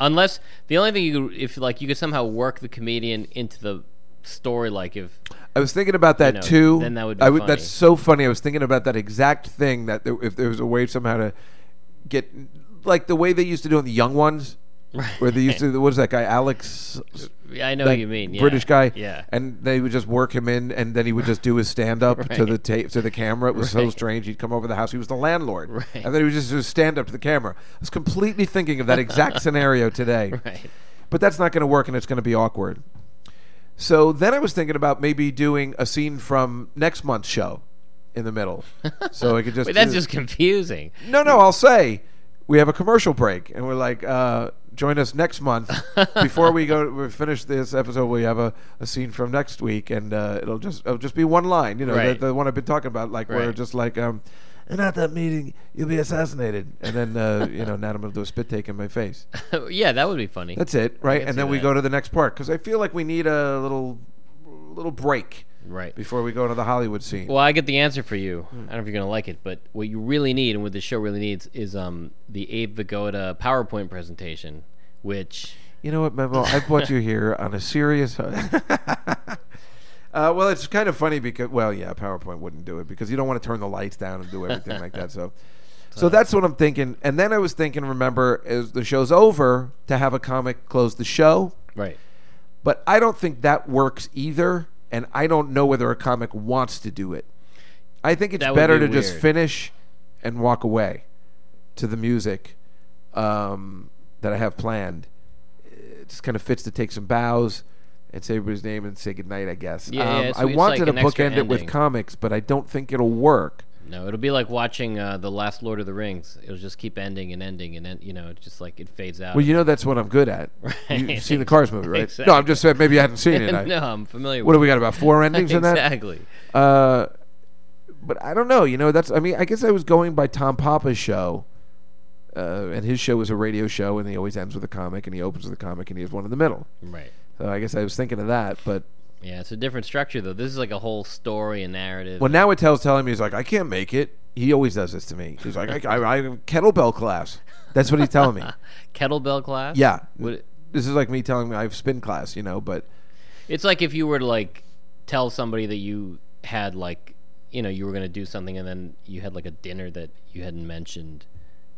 B: Unless the only thing you could, if like you could somehow work the comedian into the story, like if
A: I was thinking about that
B: know,
A: too.
B: then that would be
A: I
B: funny.
A: That's so funny. I was thinking about that exact thing. That there, if there was a way somehow to get, like the way they used to do in the young ones, where they used to. What was that guy, Alex?
B: I know
A: that
B: what you mean yeah.
A: British guy.
B: Yeah.
A: And they would just work him in, and then he would just do his stand up to the
B: Right.
A: tape to the camera. It was so
B: Right.
A: strange. He'd come over the house. He was the landlord,
B: Right.
A: and then he would just do stand up to the camera. I was completely thinking of that exact scenario today.
B: right.
A: but that's not going to work and it's going to be awkward. So then I was thinking about maybe doing a scene from next month's show in the middle. So I could just.
B: Wait, that's
A: do-
B: just confusing.
A: No, no, I'll say we have a commercial break and we're like, uh, join us next month. Before we go, we finish this episode, we have a, a scene from next week and uh, it'll just it'll just be one line, you know,
B: Right.
A: the, the one I've been talking about, like where
B: Right.
A: just like. Um, and at that meeting, you'll be assassinated. And then, uh, you know, Nadam will do a spit take in my face.
B: yeah, that would be funny.
A: That's it, right?
B: can
A: And
B: see
A: then we
B: that.
A: go to the next part because I feel like we need a little, little break
B: right.
A: before we go into the Hollywood scene.
B: Well, I get the answer for you.
A: Hmm.
B: I don't know if you're gonna like it, but what you really need and what this show really needs is um the Abe Vigoda PowerPoint presentation, which
A: you know what, Memo? I brought you here on a serious. I Uh, well, it's kind of funny because, well, yeah, PowerPoint wouldn't do it because you don't want to turn the lights down and do everything like that. So, so that's what I'm thinking. And then I was thinking, remember, as the show's over, to have a comic close the show.
B: Right.
A: But I don't think that works either. And I don't know whether a comic wants to do it. I think it's
B: That would
A: better to
B: be
A: just
B: weird.
A: finish and walk away to the music um, that I have planned. It just kind of fits to take some bows and say everybody's name and say goodnight, I guess.
B: Yeah,
A: um,
B: yeah, it's-
A: I
B: it's
A: wanted
B: like
A: to
B: an extra
A: bookend it with
B: ending.
A: comics, but I don't think it'll work.
B: No, it'll be like watching uh, the last Lord of the Rings. It'll just keep ending and ending and en- you know, it's just like it fades out.
A: Well, you know that's what I'm good at. You've
B: Right.
A: seen the Cars movie, right?
B: Exactly.
A: No, I'm just saying maybe you hadn't seen it. I-
B: no, I'm familiar.
A: What
B: with
A: do we got about four endings in that?
B: exactly.
A: Uh, but I don't know. You know, that's. I mean, I guess I was going by Tom Papa's show, uh, and his show was a radio show, and he always ends with a comic, and he opens with a comic, and he has one in the middle.
B: Right.
A: So I guess I was thinking of that. But
B: Yeah, it's a different structure though. This is like a whole story and narrative.
A: well, now it tells telling me he's like, I can't make it. He always does this to me. He's like, I, I, I have kettlebell class. That's what he's telling me.
B: Kettlebell class.
A: Yeah.
B: Would it-
A: This is like me telling me I have spin class, you know, but
B: It's like if you were to like tell somebody that you had like you know you were going to do something and then you had like a dinner that you hadn't mentioned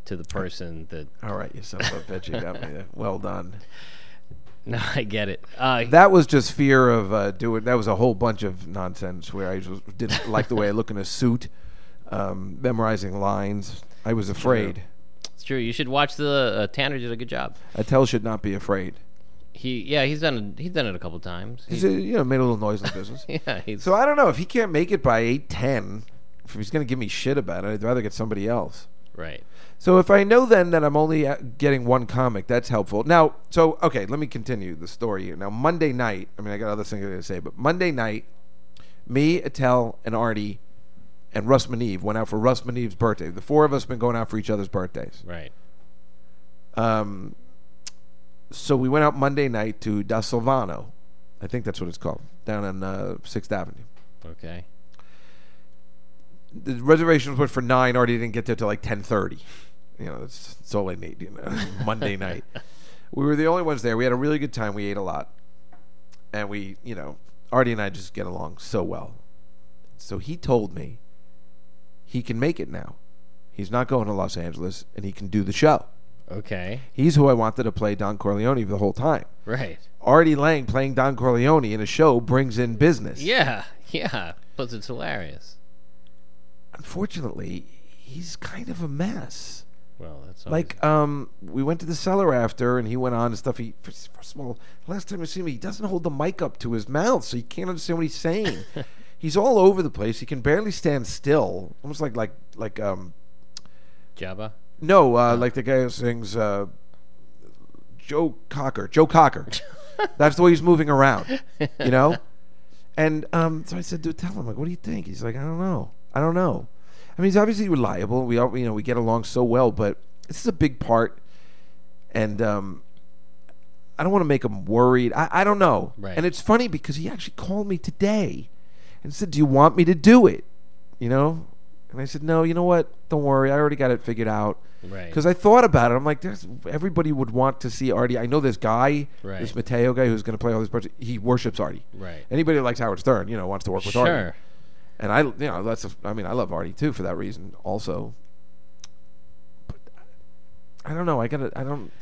B: to the person that
A: all right, you son of a bitch, you got me there. Well done.
B: no i get it uh,
A: That was just fear of uh, doing. That was a whole bunch of nonsense where I just didn't like the way I look in a suit, um, memorizing lines. I was afraid.
B: it's true you should watch the uh, tanner did a good job
A: Attell should not be afraid.
B: he yeah he's done he's done it a couple times
A: He's,
B: He-
A: uh, you know, made a little noise in the business.
B: yeah he's
A: So I don't know if he can't make it by eight ten. If he's going to give me shit about it, I'd rather get somebody else.
B: right
A: So if I know then that I'm only uh, getting one comic, that's helpful. Now, so okay, let me continue the story here. Now Monday night, I mean I got other things I gotta say, but Monday night, me, Attell, and Artie, and Russ Maneve went out for Russ Maneve's birthday. The four of us been going out for each other's birthdays.
B: right
A: Um, so we went out Monday night to Da Silvano, I think that's what it's called, down on uh, Sixth Avenue.
B: okay
A: the reservations were for nine. Already didn't get there till like ten thirty. You know, that's, that's all I need. You know, Monday night. We were the only ones there. We had a really good time. We ate a lot, and we, you know, Artie and I just get along so well. So he told me he can make it now. He's not going to Los Angeles, and he can do the show.
B: okay
A: He's who I wanted to play Don Corleone the whole time.
B: right
A: Artie Lang playing Don Corleone in a show brings in business.
B: yeah yeah plus it's hilarious
A: Unfortunately, he's kind of a mess.
B: well that's always-
A: Like, um, we went to the cellar after, and he went on and stuff. He first, first of all, last time you see me, he doesn't hold the mic up to his mouth, so you can't understand what he's saying. he's all over the place. He can barely stand still, almost like like like um
B: jabba
A: no uh, like the guy who sings uh, Joe Cocker. Joe Cocker. That's the way he's moving around, you know. And um, so I said, "Dude, tell him like, what do you think?" He's like, "I don't know. I don't know." I mean, he's obviously reliable. We all, you know, we get along so well, but this is a big part, and um, I don't want to make him worried. I, I don't know.
B: Right.
A: And it's funny because he actually called me today and said, "Do you want me to do it?" You know. And I said, "No, you know what? Don't worry. I already got it figured out."
B: Right.
A: Because I thought about it. I'm like, there's everybody would want to see Artie. I know this guy,
B: Right.
A: this Mateo guy who's going to play all these parts. He worships Artie.
B: Right.
A: Anybody who likes Howard Stern, you know, wants to work with Artie.
B: sure
A: And I, you know, that's a, I mean, I love Artie too for that reason. Also, but I don't know. I gotta. I don't.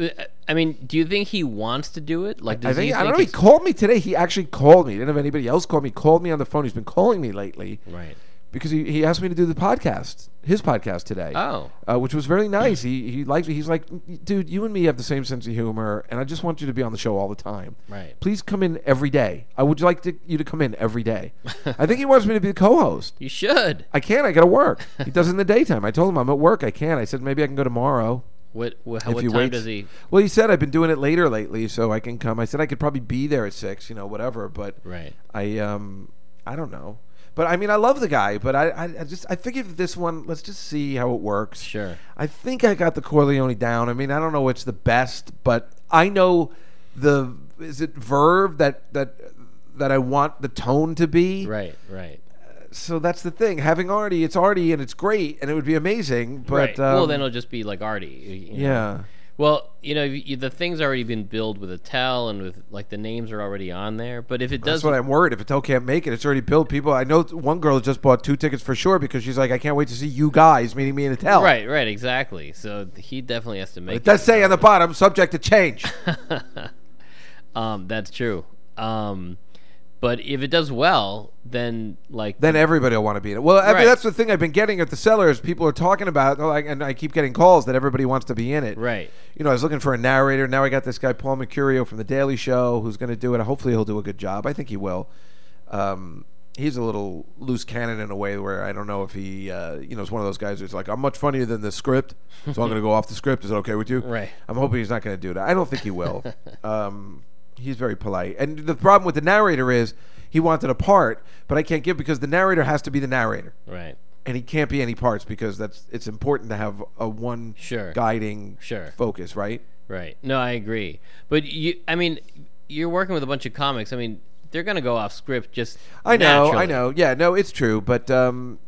B: Uh, I mean, do you think he wants to do it? Like, does
A: I think,
B: he
A: I don't know. He
B: think
A: called me today. He actually called me. He didn't have anybody else call me. He Called me on the phone. He's been calling me lately
B: it's- right?
A: because he, he asked me to do the podcast, his podcast today.
B: Oh.
A: uh, which was very nice. he he liked me. He's like, dude, you and me have the same sense of humor, and I just want you to be on the show all the time.
B: Right.
A: Please come in every day. I would like to, you to come in every day. I think he wants me to be the co-host.
B: You should.
A: I can't. I got to work. He does it in the daytime. I told him I'm at work. I can't. I said maybe I can go tomorrow.
B: What? What,
A: If
B: what
A: he
B: time
A: waits.
B: does he?
A: Well, he said I've been doing it later lately, so I can come. I said I could probably be there at six, you know, whatever. But
B: Right.
A: I um I don't know. But I mean, I love the guy, but I, I, I just I figured this one. Let's just see how it works.
B: Sure.
A: I think I got the Corleone down. I mean, I don't know what's the best, but I know the is it verve that that that I want the tone to be.
B: Right. Right.
A: So that's the thing. Having Artie, it's Artie, and it's great, and it would be amazing. But
B: right. well,
A: um,
B: then it'll just be like Artie. you know.
A: yeah,
B: Well, you know, you, the thing's already been billed with a tell and with like the names are already on there. But if it
A: That's
B: does,
A: what I'm worried. If Attell can't make it, it's already billed. People, I know one girl just bought two tickets for sure because she's like, I can't wait to see you guys meeting me in Attell.
B: right, right, exactly. So he definitely has to make
A: Oh. It does say on the bottom, subject to change.
B: Um, that's true. Um, but if it does well, then like
A: then everybody will want to be in it. Well, I
B: Right.
A: mean, that's the thing I've been getting at the sellers. People are talking about, like, and I keep getting calls that everybody wants to be in it.
B: right,
A: You know, I was looking for a narrator. Now I got this guy Paul Mercurio from the Daily Show who's going to do it. Hopefully, he'll do a good job. I think he will. Um, he's a little loose cannon in a way where I don't know if he, uh, you know, is one of those guys who's like, I'm much funnier than the script, so I'm going to go off the script. Is it okay with you?
B: Right.
A: I'm hoping he's not going to do that. I don't think he will. um, he's very polite, and the problem with the narrator is he wanted a part, but I can't give because the narrator has to be the narrator
B: right,
A: and he can't be any parts because that's it's important to have a one
B: Sure.
A: guiding
B: Sure.
A: focus, right?
B: right. No, I agree. But you, I mean, you're working with a bunch of comics. I mean, they're gonna go off script. Just
A: I know, I
B: naturally.
A: know. Yeah, no, it's true, but um,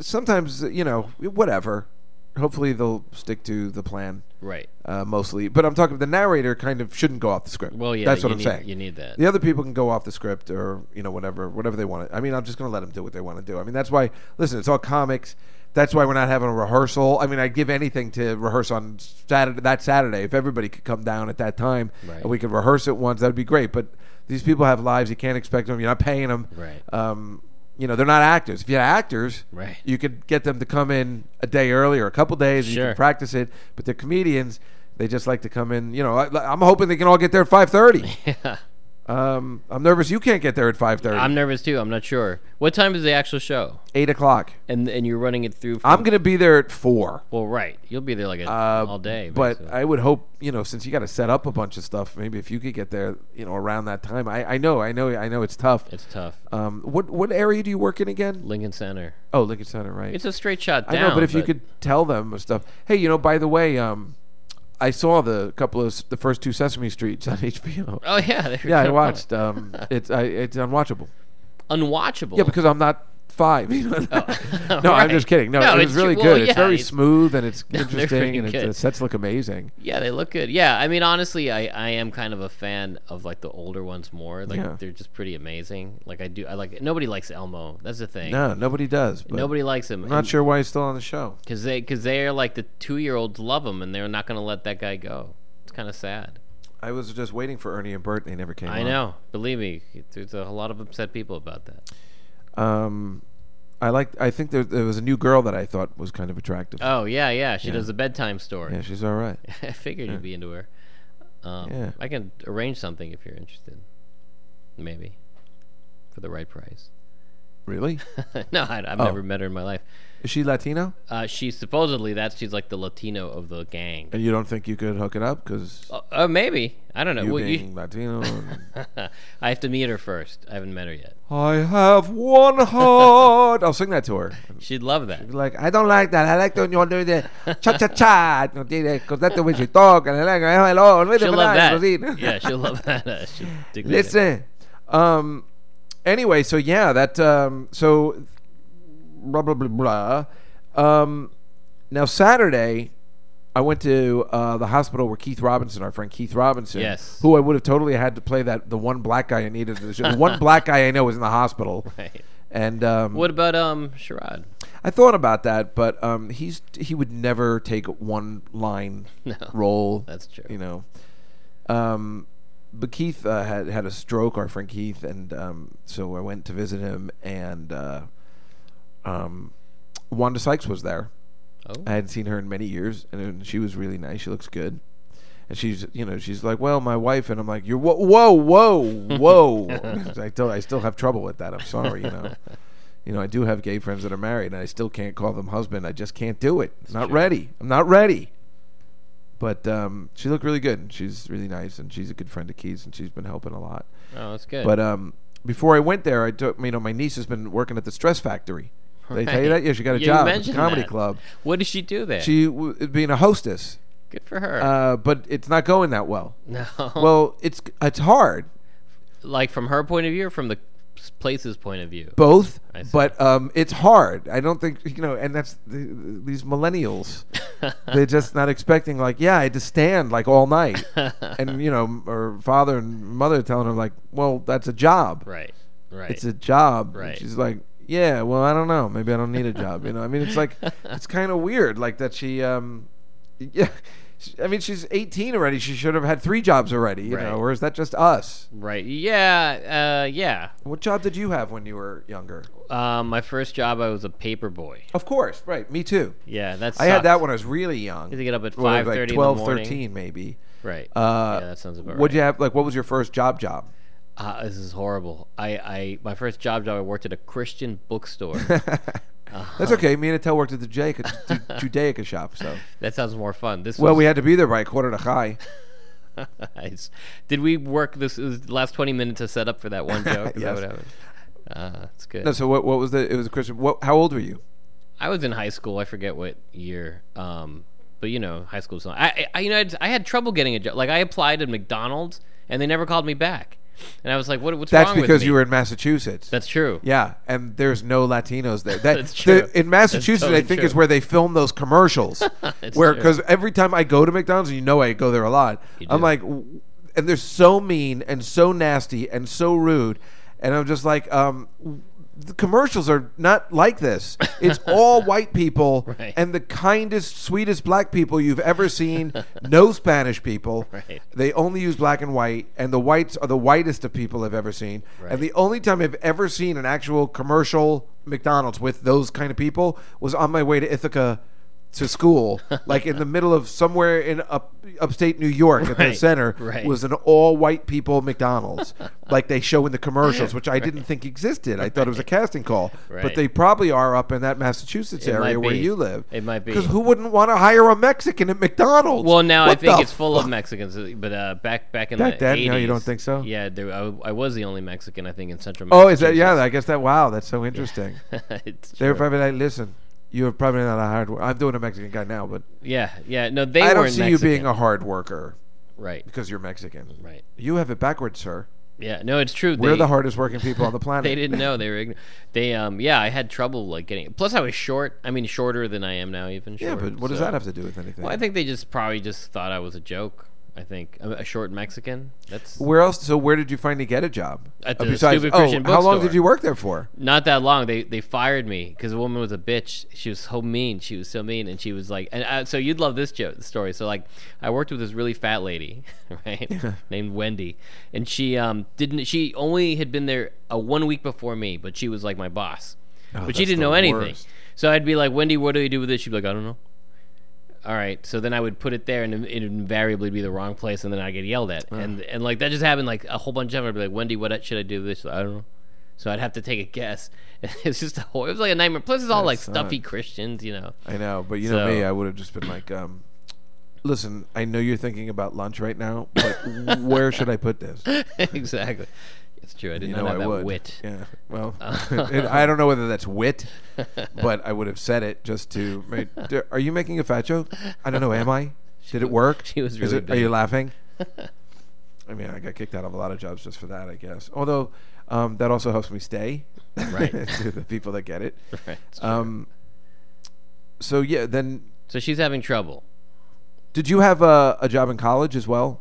A: sometimes you know, whatever. Hopefully they'll stick to the plan
B: Right.
A: uh, mostly. But I'm talking the narrator kind of shouldn't go off the script.
B: Well, yeah.
A: that's what
B: you
A: I'm
B: need-
A: saying.
B: You need that.
A: The other people can go off the script or you know whatever whatever they want. to. I mean, I'm just going to let them do what they want to do. I mean, that's why. Listen, it's all comics. That's why we're not having a rehearsal. I mean, I'd give anything to rehearse on Saturday that Saturday if everybody could come down at that time
B: Right.
A: and we could rehearse it once. That'd be great. But these people have lives. You can't expect them. You're not paying them.
B: Right.
A: Um, you know, they're not actors. If you had actors,
B: Right.
A: you could get them to come in a day early or a couple days. and You
B: Sure.
A: can practice it. But they're comedians. They just like to come in. You know, I, I'm hoping they can all get there at 5:30. Um, I'm nervous. You can't get there at five thirty.
B: I'm nervous too. I'm not sure. What time is the actual show?
A: Eight o'clock.
B: And and you're running it through. From,
A: I'm gonna be there at four.
B: Well, right. You'll be there like a, all day.
A: But
B: basically.
A: I would hope you know since you got to set up a bunch of stuff. Maybe if you could get there, you know, around that time. I, I know, I know, I know it's tough.
B: it's tough.
A: um, what what area do you work in again?
B: Lincoln Center.
A: Oh, Lincoln Center, right?
B: It's a straight shot
A: I
B: down.
A: know, but if you could tell them stuff. Hey, you know, by the way, um, I saw the couple of s- the first two Sesame Streets on HBO.
B: Oh yeah. there we
A: yeah, I
B: go.
A: watched. Um, it's I, it's unwatchable.
B: Unwatchable.
A: Yeah, because I'm not five. no, I'm
B: Oh. Right.
A: just kidding. No,
B: No,
A: it was
B: it's
A: really
B: true.
A: good.
B: Well,
A: it's
B: yeah,
A: very
B: it's-
A: smooth and it's
B: they're
A: interesting
B: pretty
A: and it's,
B: good.
A: the sets look amazing.
B: Yeah, they look good. Yeah, I mean, honestly, I, I am kind of a fan of like the older ones more. Like
A: Yeah.
B: they're just pretty amazing. Like I do, I like nobody likes Elmo. That's the thing.
A: No, nobody does. But
B: nobody likes him.
A: I'm not sure why he's still on the show.
B: because they because they are like the two year olds love him and they're not gonna let that guy go. It's kind of sad.
A: I was just waiting for Ernie and Bert. They never came.
B: I
A: on.
B: know. Believe me, there's a lot of upset people about that.
A: Um, I like. I think there, there was a new girl that I thought was kind of attractive.
B: Oh yeah, yeah. She does a bedtime story.
A: yeah, she's all right.
B: I figured you'd be into her. Um,
A: Yeah.
B: I can arrange something if you're interested. Maybe for the right price.
A: Really?
B: no, I, I've
A: Oh.
B: never met her in my life.
A: Is she Latino?
B: Uh, she's supposedly that she's like the Latino of the gang.
A: And you don't think you could hook it up because
B: Uh, uh, maybe I don't know.
A: you
B: Well,
A: being
B: you-
A: Latino? and-
B: I have to meet her first. I haven't met her yet.
A: I have one heart. I'll sing that to her.
B: She'd love that.
A: Like I don't like that. I like the you do the cha cha cha. No tiene because that's the way she talk. And I like oh, hello. no te
B: She'll love
A: pases,
B: that.
A: così.
B: yeah, she'll love that. Uh, she'll dig that in.
A: Listen. Um. Anyway, so yeah, that um. So blah blah blah blah. Um. Now Saturday. I went to uh, the hospital where Keith Robinson, our friend Keith Robinson,
B: Yes.
A: who I would have totally had to play that the one black guy I needed. in The show. The one black guy I know is in the hospital,
B: Right.
A: and um,
B: What about um Sherrod?
A: I thought about that, but um, he's he would never take one line role.
B: that's true.
A: You know, um, but Keith uh, had had a stroke. Our friend Keith, and um, so I went to visit him, and uh, um, Wanda Sykes was there.
B: Oh.
A: I hadn't seen her in many years, and, and she was really nice. She looks good. And she's, you know, she's like, well, my wife, and I'm like, you're, whoa, whoa, whoa, whoa. I still, I still have trouble with that. I'm sorry, you know, you know, I do have gay friends that are married, and I still can't call them husband. I just can't do it. I'm not ready. I'm not ready. But um, she looked really good. And she's really nice, and she's a good friend of Keys, and she's been helping a lot.
B: Oh, that's good.
A: But um, before I went there, I took, you know, my niece has been working at the Stress Factory. Did I tell you
B: Right.
A: that? Yeah, she got a
B: Yeah, you
A: job at the
B: mentioned
A: comedy
B: that.
A: club.
B: what does she do there?
A: She w- being a hostess,
B: good for her.
A: uh, but it's not going that well.
B: no,
A: Well, it's it's hard
B: like from her point of view, or from the place's point of view.
A: both,
B: see.
A: but um, it's hard. I don't think you know, and that's the, these millennials They're just not expecting. Like, yeah, I had to stand like all night, and you know, her father and mother telling her like, well, that's a job.
B: right, right.
A: It's a job. And
B: Right.
A: she's like, yeah, well, I don't know. Maybe I don't need a job. You know, I mean, it's like it's kind of weird, like that she, um, yeah. she- I mean, she's 18 already. She should have had three jobs already, you
B: Right.
A: know, or is that just us?
B: right. Yeah, uh, yeah.
A: What job did you have when you were younger?
B: Um, my first job, I was a paper boy.
A: Of course, right. Me too.
B: Yeah, that's.
A: I had that when I was really young.
B: Did you get up at
A: Well, I was
B: 5:30 in
A: like
B: the
A: 12,
B: morning?
A: 13 maybe.
B: Right.
A: Uh,
B: yeah, that sounds about
A: What'd
B: right.
A: you have? Like, what was your first job? Job?
B: Ah, this is horrible. I, I, my first job job, I worked at a Christian bookstore.
A: That's okay. Me and Atel worked at the Judaica, Ju- Judaica shop. So,
B: that sounds more fun. This
A: well,
B: was,
A: we had to be there by quarter to high.
B: Nice. Did we work this it was the last twenty minutes to set up for that one joke? Is that
A: Yes.
B: what happened? Uh, that's good.
A: No, so what? What was the? It was a Christian. What, how old were you?
B: I was in high school. I forget what year. Um, but you know, high school's not. I, I, you know, I had, I had trouble getting a job. Like I applied at McDonald's and they never called me back. And I was like, what, what's
A: That's
B: wrong with
A: because
B: me?
A: you were in Massachusetts.
B: That's true.
A: yeah, and there's no Latinos there. That,
B: That's true.
A: the- in Massachusetts,
B: That's totally
A: I think
B: true.
A: is where they film those commercials.
B: It's
A: where
B: true.
A: because every time I go to McDonald's, and you know I go there a lot, I'm
B: do.
A: like, w- and they're so mean and so nasty and so rude, and I'm just like, um, w- the commercials are not like this. It's all white people
B: Right.
A: and the kindest, sweetest black people you've ever seen. no Spanish people.
B: Right.
A: They only use black and white, and the whites are the whitest of people I've ever seen.
B: Right.
A: And the only time I've ever seen an actual commercial McDonald's with those kind of people was on my way to Ithaca to school, like in the middle of somewhere in up, upstate New York at the
B: Right,
A: center
B: right.
A: was an all white people McDonald's, like they show in the commercials, which I didn't think existed. I thought it was a casting call, but
B: Right.
A: they probably are up in that Massachusetts
B: It might
A: area where
B: be.
A: you live.
B: It might be.
A: because who wouldn't want to hire a Mexican at McDonald's?
B: Well, now I
A: What
B: think
A: the
B: it's full
A: fuck?
B: of Mexicans, but uh, back back in
A: Back
B: the
A: then?
B: 80s,
A: No, you don't think so?
B: Yeah, there, I, I was the only Mexican I think in Central.
A: Oh, is that yeah?
B: Massachusetts.
A: I guess that. Wow, that's so interesting.
B: it's
A: They were
B: true.
A: probably like, "Listen, you're probably not a hard. worker. I'm doing a Mexican guy now, but
B: yeah, yeah. No, they
A: I don't
B: weren't
A: see you
B: Mexican.
A: being a hard worker
B: right,
A: because you're Mexican.
B: right.
A: You have it backwards, sir.
B: Yeah, no, it's true.
A: We're
B: they,
A: the hardest working people on the planet.
B: They didn't know they were. ign- They um yeah, I had trouble like getting. Plus, I was short. I mean, shorter than I am now, even.
A: Yeah,
B: short,
A: but what does
B: so-
A: that have to do with anything?
B: Well, I think they just probably just thought I was a joke. I think a, a short Mexican. That's
A: where else? So where did you finally get a job?
B: At
A: Uh,
B: the stupid
A: oh,
B: Christian
A: how long
B: bookstore.
A: did you work there for?
B: not that long. They they fired me because the woman was a bitch. She was so mean. She was so mean, and she was like, and uh so you'd love this jo- story. So like, I worked with this really fat lady, right, named Wendy, and she um didn't. She only had been there uh, one week before me, but she was like my boss, but she
A: Oh, that's
B: didn't
A: the
B: know anything.
A: worst.
B: So I'd be like, Wendy, what do we do with this? She'd be like, I don't know. All right, so then I would put it there, and it would invariably be the wrong place, and then I get yelled at, and and like that just happened like a whole bunch of times. I'd be like, Wendy, what uh, should I do with this? She's like, I don't know. So I'd have to take a guess. It's just a whole, it was like a nightmare. Plus, it's all like stuffy Christians, you know.
A: I know, but you know
B: know
A: me,
B: me,
A: I would have just been like, um, "Listen, I know you're thinking about lunch right now, but where should I put this?"
B: exactly. It's true. I did
A: You
B: not
A: know,
B: have
A: I
B: that
A: would.
B: wit.
A: Yeah. Well, it- I don't know whether that's wit, but I would have said it just to. make- d- Are you making a fat joke? I don't know. Am I? Did it work?
B: she was
A: Is
B: really
A: it- Are you
B: big.
A: laughing? I mean, I got kicked out of a lot of jobs just for that, I guess. Although um, that also helps me stay.
B: Right.
A: to the people that get it.
B: Right.
A: Um, so yeah, then
B: So she's having trouble.
A: did you have a, a job in college as well?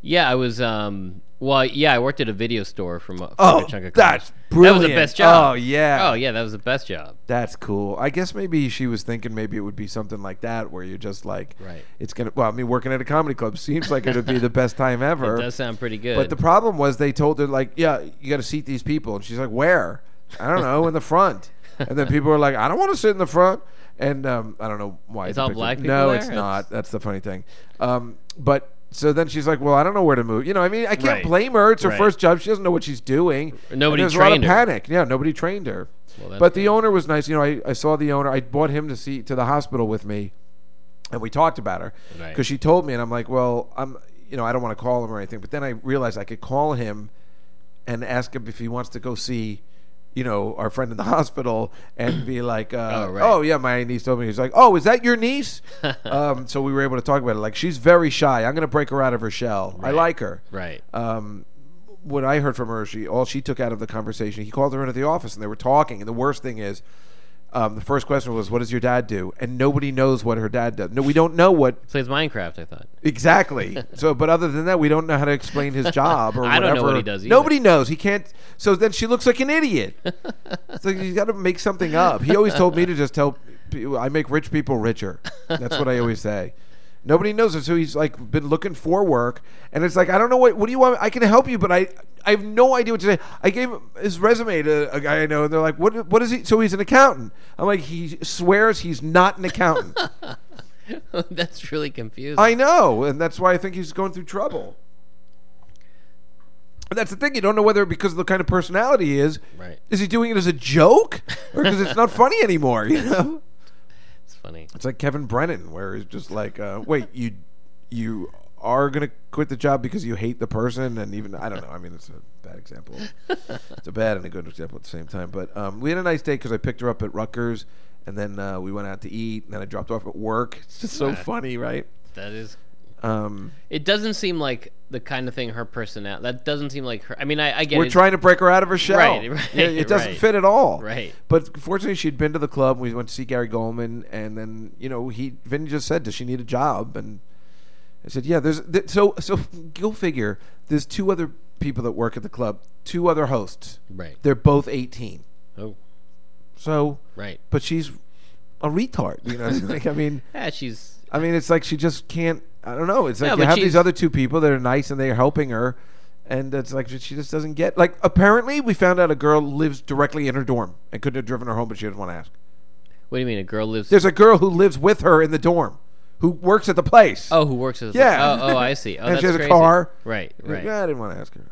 B: Yeah, I was. um Well, yeah, I worked at a video store for, mo- for
A: Oh,
B: a chunk of college.
A: that's
B: That was
A: brilliant.
B: the best job.
A: Oh, yeah.
B: Oh yeah, that was the best job.
A: That's cool. I guess maybe she was thinking maybe it would be something like that where you're just like,
B: Right.
A: It's gonna. Well, I mean, working at a comedy club seems like it would be the best time ever.
B: It does sound pretty good.
A: but the problem was they told her like, yeah, you got to seat these people, and she's like, where? I don't know, in the front. And then people were like, I don't want to sit in the front. And um, I don't know why.
B: It's
A: they
B: all
A: picked
B: black
A: it.
B: people
A: No,
B: there?
A: it's
B: It's-
A: not. That's the funny thing. Um, but so then she's like, well, I don't know where to move. You know, I mean, I can't
B: Right.
A: blame her. It's her
B: Right.
A: first job. She doesn't know what she's doing.
B: Nobody
A: and there's
B: trained
A: a
B: her.
A: lot of panic. Yeah, nobody trained her.
B: Well, that's
A: but the owner was nice. You know, I, I saw the owner. I brought him to see to the hospital with me, and we talked about her because
B: Right.
A: she told me, and I'm like, well, I'm you know I don't want to call him or anything, but then I realized I could call him and ask him if he wants to go see. You know, our friend in the hospital, and be like, uh,
B: Oh,
A: oh,
B: right.
A: yeah, my niece told me. He's like, oh, is that your niece? um, so we were able to talk about it. Like, she's very shy. I'm going to break her out of her shell. I like her
B: right.
A: um, what I heard from her, she all she took out of the conversation. He called her into the office, and they were talking. And the worst thing is, um, the first question was, "What does your dad do?" And nobody knows what her dad does. No, we don't know what
B: Plays Minecraft, I thought.
A: Exactly. So, but other than that, we don't know how to explain his job or
B: I
A: whatever.
B: don't know what he does either.
A: Nobody knows. He can't. So then she looks like an idiot. so you got to make something up. He always told me to just tell. people- I make rich people richer. That's what I always say. Nobody knows it, so he's like been looking for work, and it's like I don't know what. What do you want? I can help you, but I I have no idea what to say. I gave his resume to a guy I know, and they're like, "What? What is he?" So he's an accountant. I'm like, he swears he's not an accountant.
B: That's really confusing.
A: I know, and that's why I think he's going through trouble. And that's the thing. You don't know whether because of the kind of personality he is,
B: Right.
A: is he doing it as a joke or because it's not funny anymore? You know,
B: it's funny.
A: it's like Kevin Brennan, where he's just like, uh, "Wait, you, you are gonna quit the job because you hate the person?" And even I don't know. I mean, it's a bad example. it's a bad and a good example at the same time. But um, we had a nice day because I picked her up at Rutgers, and then uh, we went out to eat, and then I dropped her off at work. It's just so funny, right?
B: That is.
A: Um,
B: It doesn't seem like the kind of thing her personality. That doesn't seem like her. I mean, I, I get
A: We're
B: it.
A: trying to break her out of her shell.
B: Right, right,
A: Yeah, it doesn't
B: right.
A: fit at all.
B: Right.
A: But fortunately, she'd been to the club. We went to see Gary Goldman, and then you know he Vinny just said, "Does she need a job?" And I said, "Yeah." There's th- so so go figure. There's two other people that work at the club. Two other hosts.
B: Right.
A: They're both 18.
B: Oh,
A: So,
B: right.
A: but she's a retard. You know, like I mean,
B: Yeah, she's.
A: I mean, it's like she just can't. I don't know. It's like
B: No,
A: you
B: but
A: have
B: she's-
A: these other two people that are nice and they're helping her, and it's like she just doesn't get. Like apparently, we found out a girl lives directly in her dorm and couldn't have driven her home, but she didn't want to ask.
B: What do you mean? A girl lives.
A: There's a girl who lives with her in the dorm, who works at the place.
B: oh, who works as.
A: Yeah.
B: oh, oh, I see. Oh,
A: And
B: that's
A: she has a
B: crazy.
A: car.
B: Right. Right.
A: Yeah, I didn't want to ask her.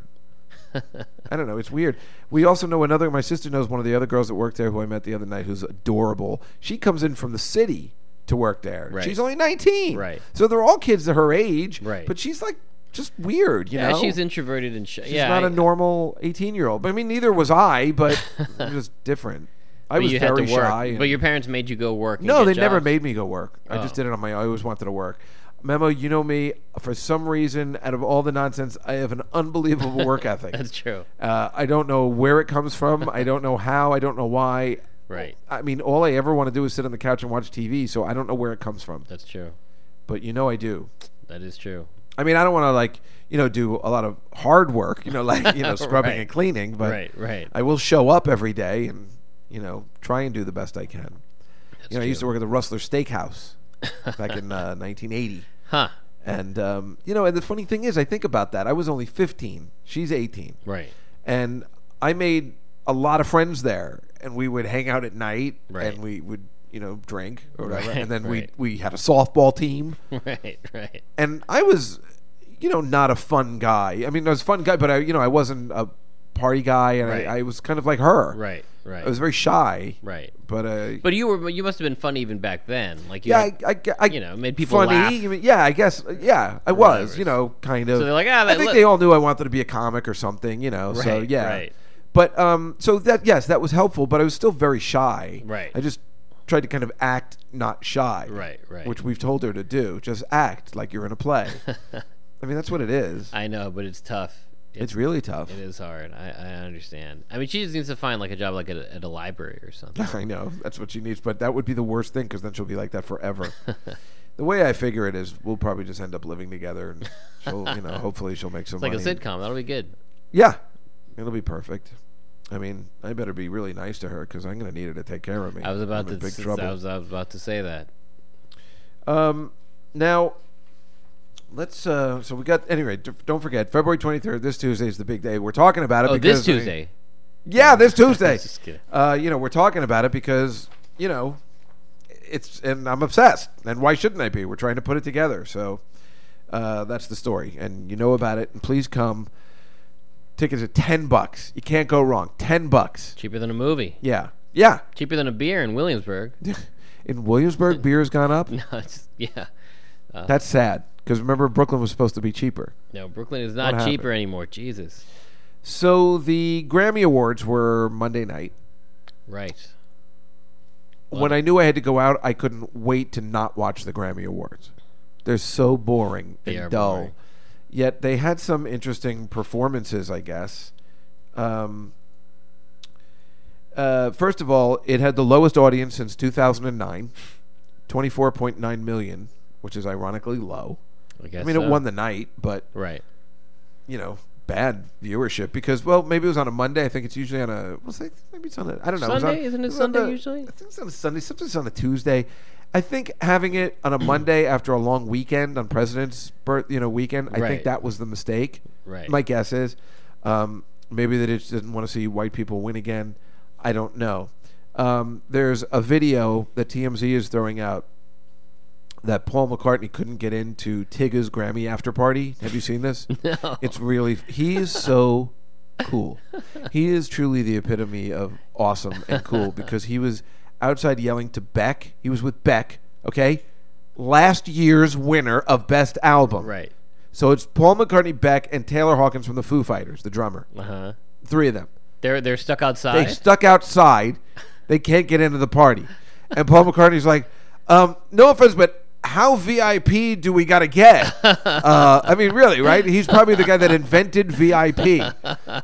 A: I don't know. It's weird. We also know another. My sister knows one of the other girls that worked there who I met the other night, who's adorable. She comes in from the city to work there.
B: Right.
A: She's only nineteen.
B: Right.
A: So they're all kids to her age.
B: Right.
A: But she's like just weird. You
B: Yeah,
A: know.
B: she's introverted and shy.
A: She's
B: yeah,
A: not a
B: I-
A: normal 18 year old. But I mean, neither was I, but I'm just different. I
B: but
A: was
B: you had
A: very
B: to work.
A: shy. and-
B: But your parents made you go work. and
A: no,
B: get
A: they never
B: jobs.
A: made me go work. I just
B: Oh.
A: did it on my own. I always wanted to work. Memo, you know me. For some reason, out of all the nonsense, I have an unbelievable work ethic.
B: That's true.
A: Uh, I don't know where it comes from. I don't know how. I don't know why.
B: Right.
A: I mean, all I ever want to do is sit on the couch and watch TV, so I don't know where it comes from.
B: That's true.
A: But you know I do.
B: That is true.
A: I mean, I don't want to like you know do a lot of hard work, you know, like you know scrubbing
B: Right.
A: and cleaning, but
B: Right, right.
A: I will show up every day and you know try and do the best I can. you know, I used to work at the Rustler Steakhouse back in uh, 1980,
B: Huh.
A: and um, you know, and the funny thing is, I think about that. I was only 15; she's 18,
B: Right.
A: and I made a lot of friends there, and we would hang out at night,
B: Right.
A: and we would you know drink or whatever,
B: Right,
A: and then
B: right.
A: we we had a softball team
B: Right. Right.
A: and I was, you know, not a fun guy. I mean, I was a fun guy, but I, you know, I wasn't a party guy, and
B: Right.
A: I, I was kind of like her.
B: Right. Right.
A: I was very shy.
B: right.
A: But uh,
B: But you were. You must have been funny even back then. Like you
A: yeah,
B: had-
A: I, I, I,
B: you know, made people
A: funny.
B: laugh.
A: I mean, Yeah, I guess. uh, Yeah, I was.
B: whatever.
A: You know, kind of.
B: So they're like, ah,
A: I
B: that
A: think
B: look-
A: they all knew I wanted to be a comic or something. You know, so
B: Right,
A: yeah.
B: right.
A: But um, so that yes, that was helpful, but I was still very shy.
B: Right.
A: I just tried to kind of act not shy.
B: Right, right.
A: Which we've told her to do. Just act like you're in a play. I mean, that's what it is.
B: I know, but it's tough.
A: It's really tough.
B: It is hard. I, I understand. I mean, she just needs to find like a job, like at a, at a library or something.
A: I know that's what she needs, but that would be the worst thing because then she'll be like that forever. the way I figure it is, we'll probably just end up living together, and she'll, you know, hopefully she'll make some
B: Like a
A: money.
B: sitcom. That'll be good.
A: Yeah, it'll be perfect. I mean, I better be really nice to her because I'm going to need her to take care of me.
B: I was about
A: I'm in
B: to.
A: big
B: s-
A: trouble.
B: I was, I was about to say that.
A: Um, now, let's. Uh, so we got anyway. d- Don't forget, February 23rd. This Tuesday is the big day. We're talking about it.
B: Oh,
A: because
B: this Tuesday.
A: Yeah, this Tuesday.
B: Just kidding.
A: Uh, you know, we're talking about it because you know it's, and I'm obsessed. And why shouldn't I be? We're trying to put it together. So uh, that's the story, and you know about it. And please come. Tickets are ten bucks. You can't go wrong. Ten bucks.
B: Cheaper than a movie.
A: Yeah, yeah.
B: Cheaper than a beer in Williamsburg.
A: In Williamsburg, beer has gone up.
B: no, it's, yeah.
A: That's sad because remember Brooklyn was supposed to be cheaper.
B: No, Brooklyn is
A: What
B: not
A: happened?
B: cheaper anymore. Jesus.
A: So the Grammy Awards were Monday night.
B: Right.
A: when I knew I had to go out, I couldn't wait to not watch the Grammy Awards. They're so boring
B: They
A: and
B: are
A: dull.
B: boring.
A: Yet they had some interesting performances, I guess. Um, Uh, first of all, it had the lowest audience since 2009, 24.9 million, which is ironically low.
B: I guess.
A: I mean,
B: so.
A: it won the night, but
B: Right.
A: you know, bad viewership because well, maybe it was on a Monday. I think it's usually on a well, say- maybe it's on a I don't know. was
B: Sunday?
A: on-
B: Isn't it
A: was on
B: Sunday
A: the-
B: usually?
A: I think it's on a Sunday. Sometimes it's on a Tuesday. I think having it on a Monday after a long weekend on President's birth, you know, weekend. I think
B: Right.
A: that was the mistake.
B: Right.
A: My guess is um, maybe they just didn't want to see white people win again. I don't know. Um, there's a video that TMZ is throwing out that Paul McCartney couldn't get into Tigger's Grammy after party. Have you seen this? no. It's really he is so cool. He is truly the epitome of awesome and cool because he was outside yelling to Beck. He was with Beck, okay? Last year's winner of best album.
B: Right.
A: So it's Paul McCartney, Beck, and Taylor Hawkins from the Foo Fighters, the drummer.
B: Uh huh.
A: Three of them.
B: They're they're stuck
A: Uh-huh. They
B: outside.
A: stuck outside. They can't get into the party. And Paul McCartney's like, um, no offense, but how VIP do we got to get? Uh, I mean, really, right? He's probably the guy that invented VIP. And,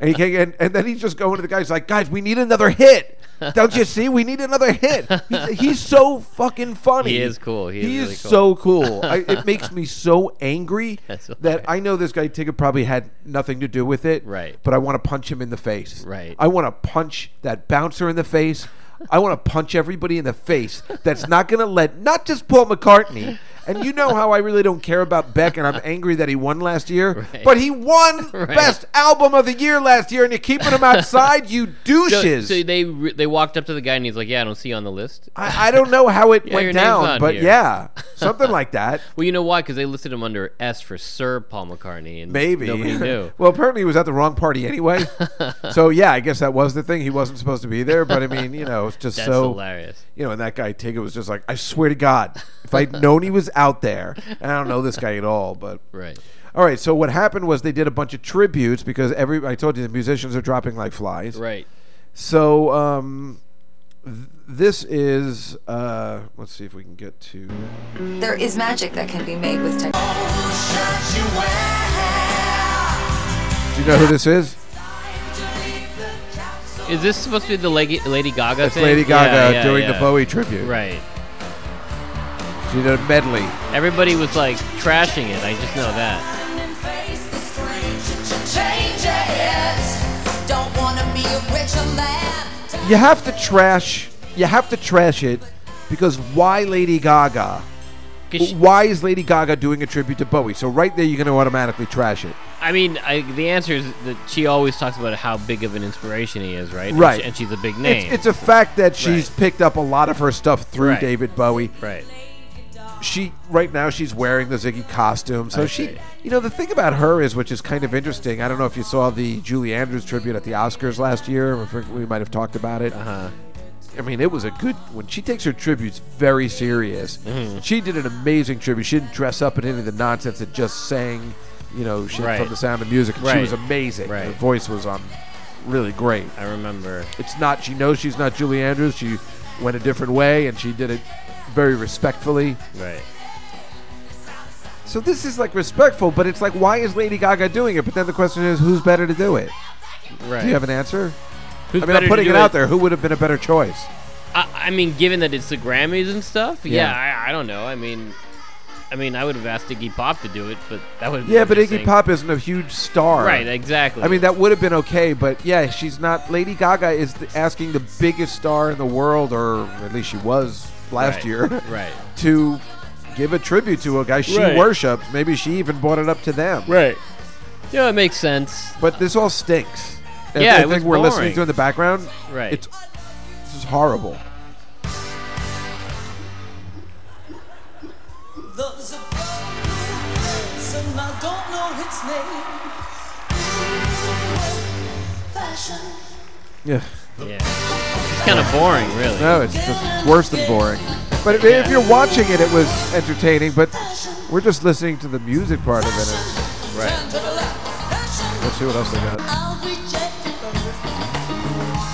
A: he can't get, and then he's just going to the guys like, guys, we need another hit. Don't you see? We need another hit. He's, he's so fucking funny.
B: He is cool. He is really cool.
A: so cool. I, it makes me so angry
B: That's all
A: that
B: right.
A: I know this guy Tigger probably had nothing to do with it.
B: Right.
A: But I want to punch him in the face.
B: Right.
A: I want to punch that bouncer in the face. I want to punch everybody in the face that's not going to let, not just Paul McCartney. And you know how I really don't care about Beck, and I'm angry that he won last year.
B: Right.
A: But he won
B: Right.
A: Best Album of the Year last year, and you're keeping him outside, you
B: so,
A: douches.
B: so they re- they walked up to the guy and he's like, "Yeah, I don't see you on the list."
A: I, I don't know how it
B: Yeah, your
A: went
B: name's
A: down,
B: on
A: but
B: here.
A: yeah, something like that.
B: Well, you know why? Because they listed him under S for Sir Paul McCartney, and
A: Maybe.
B: nobody knew.
A: well, apparently he was at the wrong party anyway. so yeah, I guess that was the thing. He wasn't supposed to be there, but I mean, you know, it's just
B: That's
A: so
B: hilarious.
A: you know, and that guy Tigger was just like, I swear to God, if I'd known he was out there, and I don't know this guy at all, but
B: Right.
A: all right. So what happened was they did a bunch of tributes because every I told you the musicians are dropping like flies.
B: Right.
A: So um, th- this is uh, let's see if we can get to.
G: There is magic that can be made with technology.
A: Do you know who this is?
B: Is this supposed to be the Lady, Lady Gaga
A: It's
B: thing?
A: Lady Gaga
B: Yeah, yeah,
A: doing the
B: yeah.
A: Bowie tribute.
B: Right.
A: She did a medley.
B: Everybody was like trashing it. I just know that.
A: You have to trash. You have to trash it because why Lady Gaga?
B: 'Cause she-
A: Why is Lady Gaga doing a tribute to Bowie? So right there, you're going to automatically trash it.
B: I mean, I, the answer is that she always talks about how big of an inspiration he is, right? And
A: Right.
B: she- And, she's a big name.
A: It's, it's a fact that she's
B: Right.
A: picked up a lot of her stuff through
B: Right.
A: David Bowie.
B: right.
A: She right now she's wearing the Ziggy costume. So
B: I
A: she,
B: see.
A: you know, the thing about her is, which is kind of interesting. I don't know if you saw the Julie Andrews tribute at the Oscars last year. I think we might have talked about it.
B: Uh,
A: I mean, it was a good when she takes her tributes very serious.
B: Mm-hmm.
A: She did an amazing tribute. She didn't dress up in any of the nonsense. It just sang, you know, shit
B: Right.
A: from the Sound of Music. And She
B: Right.
A: was amazing.
B: Right.
A: Her voice was on really great.
B: I remember.
A: It's not. She knows she's not Julie Andrews. She went a different way, and she did it very respectfully.
B: Right.
A: So this is like respectful, but it's like, why is Lady Gaga doing it? But then the question is, who's better to do it?
B: Right.
A: Do you have an answer? I mean,
B: Who's
A: I'm
B: better to
A: putting
B: do
A: it out there. Who would have been a better choice?
B: I, I mean, given that it's the Grammys and stuff, yeah,
A: Yeah.
B: I, I don't know. I mean, I mean, I would have asked Iggy Pop to do it, but that would
A: Yeah, but Iggy Pop isn't a huge star.
B: Right. Exactly.
A: I mean, that would have been okay, but yeah, she's not. Lady Gaga is the, asking the biggest star in the world, or at least she was last
B: Right,
A: year,
B: right.
A: to give a tribute to a guy she
B: Right.
A: worships. Maybe she even brought it up to them.
B: Right. Yeah, it makes sense.
A: But this all stinks. And
B: Yeah,
A: the
B: it
A: thing
B: was
A: we're listening
B: boring.
A: to in the background,
B: Right.
A: it's this is horrible.
H: There's a place and I don't know its name. Fashion.
A: Yeah,
B: yeah. It's kind of boring, really.
A: no, it's just it's worse than boring. But if, if you're watching it, it was entertaining. But we're just listening to the music part of it.
B: Right.
H: Fashion.
A: Let's see what else they got.
H: I'll reject it.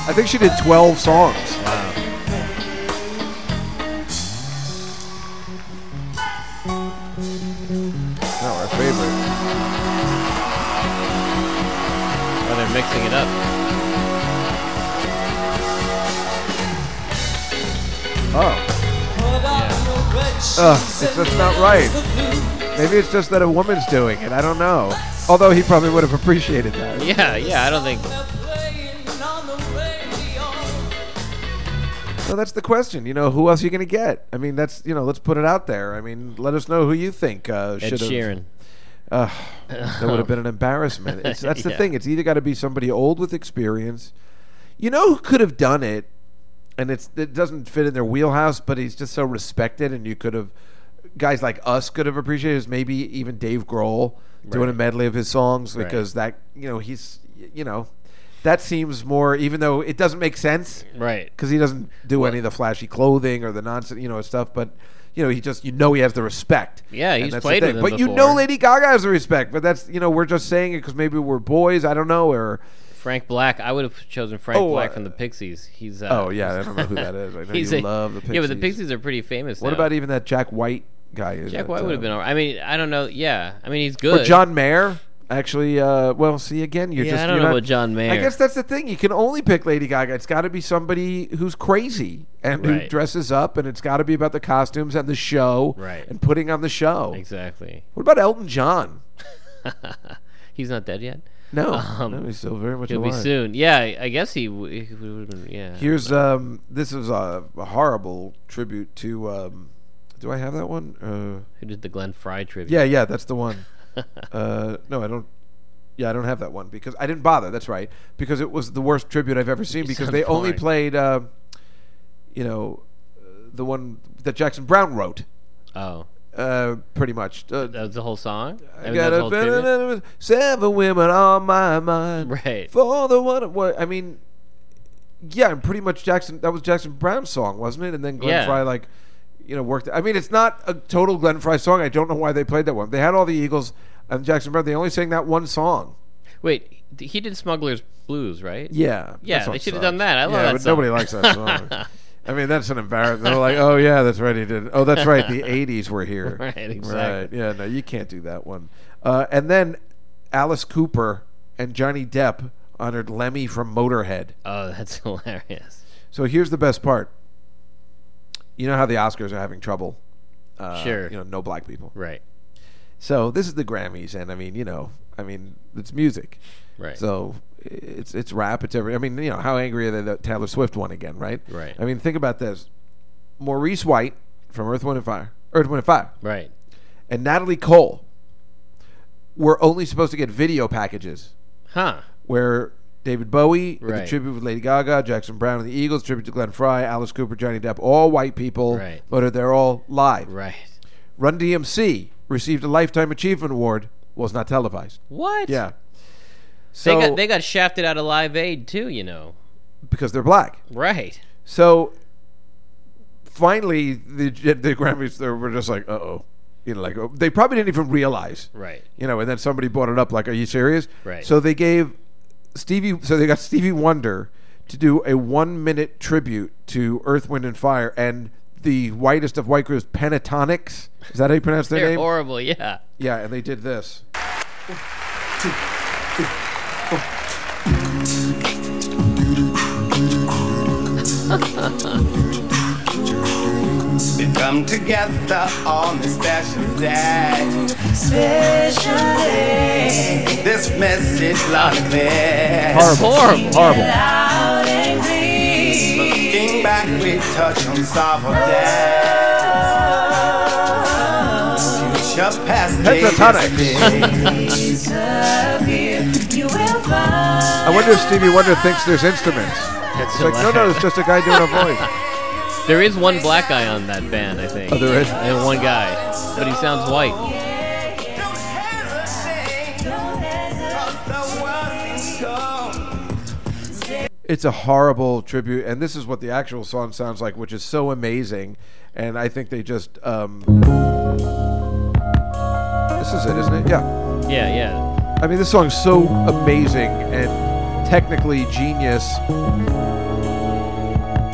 A: I think she did 12 songs. Not our favorite.
B: Or they're mixing it up.
A: Oh,
H: Ugh,
A: it's just not right. maybe it's just that a woman's doing it. I don't know. Although he probably would have appreciated that.
B: Yeah, yeah. I don't think.
A: So that's the question. You know, who else are you going to get? I mean, that's you know, let's put it out there. I mean, let us know who you think uh,
B: Ed
A: should have.
B: Sheeran.
A: Ugh, that would have been an embarrassment. It's, that's the
B: Yeah.
A: thing. It's either got to be somebody old with experience. You know who could have done it, and it's it doesn't fit in their wheelhouse, but he's just so respected, and you could have guys like us could have appreciated is maybe even Dave Grohl doing a
B: Right.
A: medley of his songs because that you know he's you know that seems more even though it doesn't make sense
B: Right.
A: because he doesn't do any of the flashy clothing or the nonsense, you know, stuff. But you know, he just you know he has the respect.
B: Yeah,
A: And
B: he's
A: that's the
B: played with
A: thing.
B: him
A: But you know,
B: before.
A: Lady Gaga has the respect. But that's you know, we're just saying it because maybe we're boys. I don't know. Or
B: Frank Black. I would have chosen Frank
A: Oh,
B: Black
A: uh,
B: from the Pixies. He's. Uh,
A: oh yeah, I don't know who that is. I know you love the Pixies.
B: Yeah, but the Pixies are pretty famous.
A: What
B: now.
A: about even that Jack White guy? is
B: Jack
A: that,
B: White would
A: uh,
B: have been. All right. I mean, I don't know. Yeah, I mean, he's good.
A: Or John Mayer. Actually, uh, well, see again, you're
B: Yeah,
A: just
B: I don't
A: you're
B: know
A: not-
B: about John Mayer.
A: I guess that's the thing. You can only pick Lady Gaga. It's got to be somebody who's crazy and who
B: Right.
A: dresses up, and it's got to be about the costumes and the show,
B: Right.
A: And putting on the show.
B: exactly.
A: What about Elton John?
B: He's not dead yet.
A: No,
B: Um,
A: no, he's still very much
B: He'll
A: alive.
B: be soon. Yeah, I I guess he, w- he would have been. Yeah.
A: Here's um, this is a, a horrible tribute to. Um, do I have that one? Uh,
B: Who did the Glenn Fry tribute?
A: yeah, yeah, that's the one. uh, no, I don't. Yeah, I don't have that one because I didn't bother. That's right, because it was the worst tribute I've ever seen. Because
B: sound
A: they only
B: fine.
A: played, uh, you know, uh, the one that Jackson Brown wrote,
B: Oh,
A: uh, pretty much. Uh,
B: that was the whole song. I
A: I
B: mean,
A: got a
B: that was the whole tribute?
A: feeling it was seven women on my mind.
B: Right.
A: For the one. What, I mean, yeah, and pretty much Jackson. That was Jackson Brown's song, wasn't it? And then Glenn
B: Yeah.
A: Fry, like, you know, worked. I mean, it's not a total Glenn Fry song. I don't know why they played that one. They had all the Eagles and Jackson Brown. They only sang that one song.
B: Wait, d- he did Smuggler's Blues, right?
A: Yeah.
B: Yeah,
A: that song
B: they should've
A: sucks.
B: done that. I love
A: yeah,
B: that
A: but
B: song.
A: nobody likes that song. I mean, that's an embarrassment. They're like, oh yeah, that's right. He did. Oh, that's right. The '80s were here.
B: Right, exactly.
A: Right. Yeah. No, you can't do that one. Uh, and then Alice Cooper and Johnny Depp honored Lemmy from Motorhead.
B: Oh, that's hilarious.
A: So here's the best part. You know how the Oscars are having trouble. Uh,
B: Sure.
A: You know, no black people.
B: Right.
A: So this is the Grammys, and I mean, you know, I mean, it's music.
B: Right.
A: So it's it's rap. It's every. I mean, you know, how angry are they that Taylor Swift won again, right?
B: Right.
A: I mean, think about this: Maurice White from Earth, Wind and Fire, Earth, Wind and Fire,
B: right.
A: and Natalie Cole were only supposed to get video packages
B: Huh.
A: where David Bowie, did the
B: Right.
A: tribute with Lady Gaga, Jackson Brown and the Eagles, tribute to Glenn Fry, Alice Cooper, Johnny Depp, all white people
B: Right.
A: voted they're all live.
B: Right.
A: Run DMC received a Lifetime Achievement Award, was not televised.
B: What?
A: Yeah. So
B: They got they got shafted out of Live Aid too. You know.
A: because they're black.
B: Right.
A: So finally the the Grammys they were just like, "Uh-oh." You know, like oh, they probably didn't even realize.
B: Right.
A: you know, and then somebody brought it up like, "Are you serious?"
B: Right.
A: So they gave Stevie, so they got Stevie Wonder to do a one-minute tribute to Earth, Wind, and Fire, and the whitest of white groups, Pentatonics. Is that how you pronounce their
B: They're
A: name?
B: horrible. Yeah.
A: yeah, and they did this.
I: We come together on this special day. This message loudly.
B: Horrible. Horrible.
I: Looking back, we touch on sovereignty. Future past
A: Pentatonics.
I: days.
A: I wonder if Stevie Wonder thinks there's instruments.
B: That's
A: It's like, no, no, it's just a guy doing a voice.
B: There is one black guy on that band, I think.
A: Oh, there is?
B: And one guy, but he sounds white.
I: Don't hesitate, 'cause the world's gone.
A: It's a horrible tribute, and this is what the actual song sounds like, which is so amazing. And I think they just. Um, this is it, isn't it? Yeah.
B: Yeah, yeah.
A: I mean, this song's so amazing and technically genius.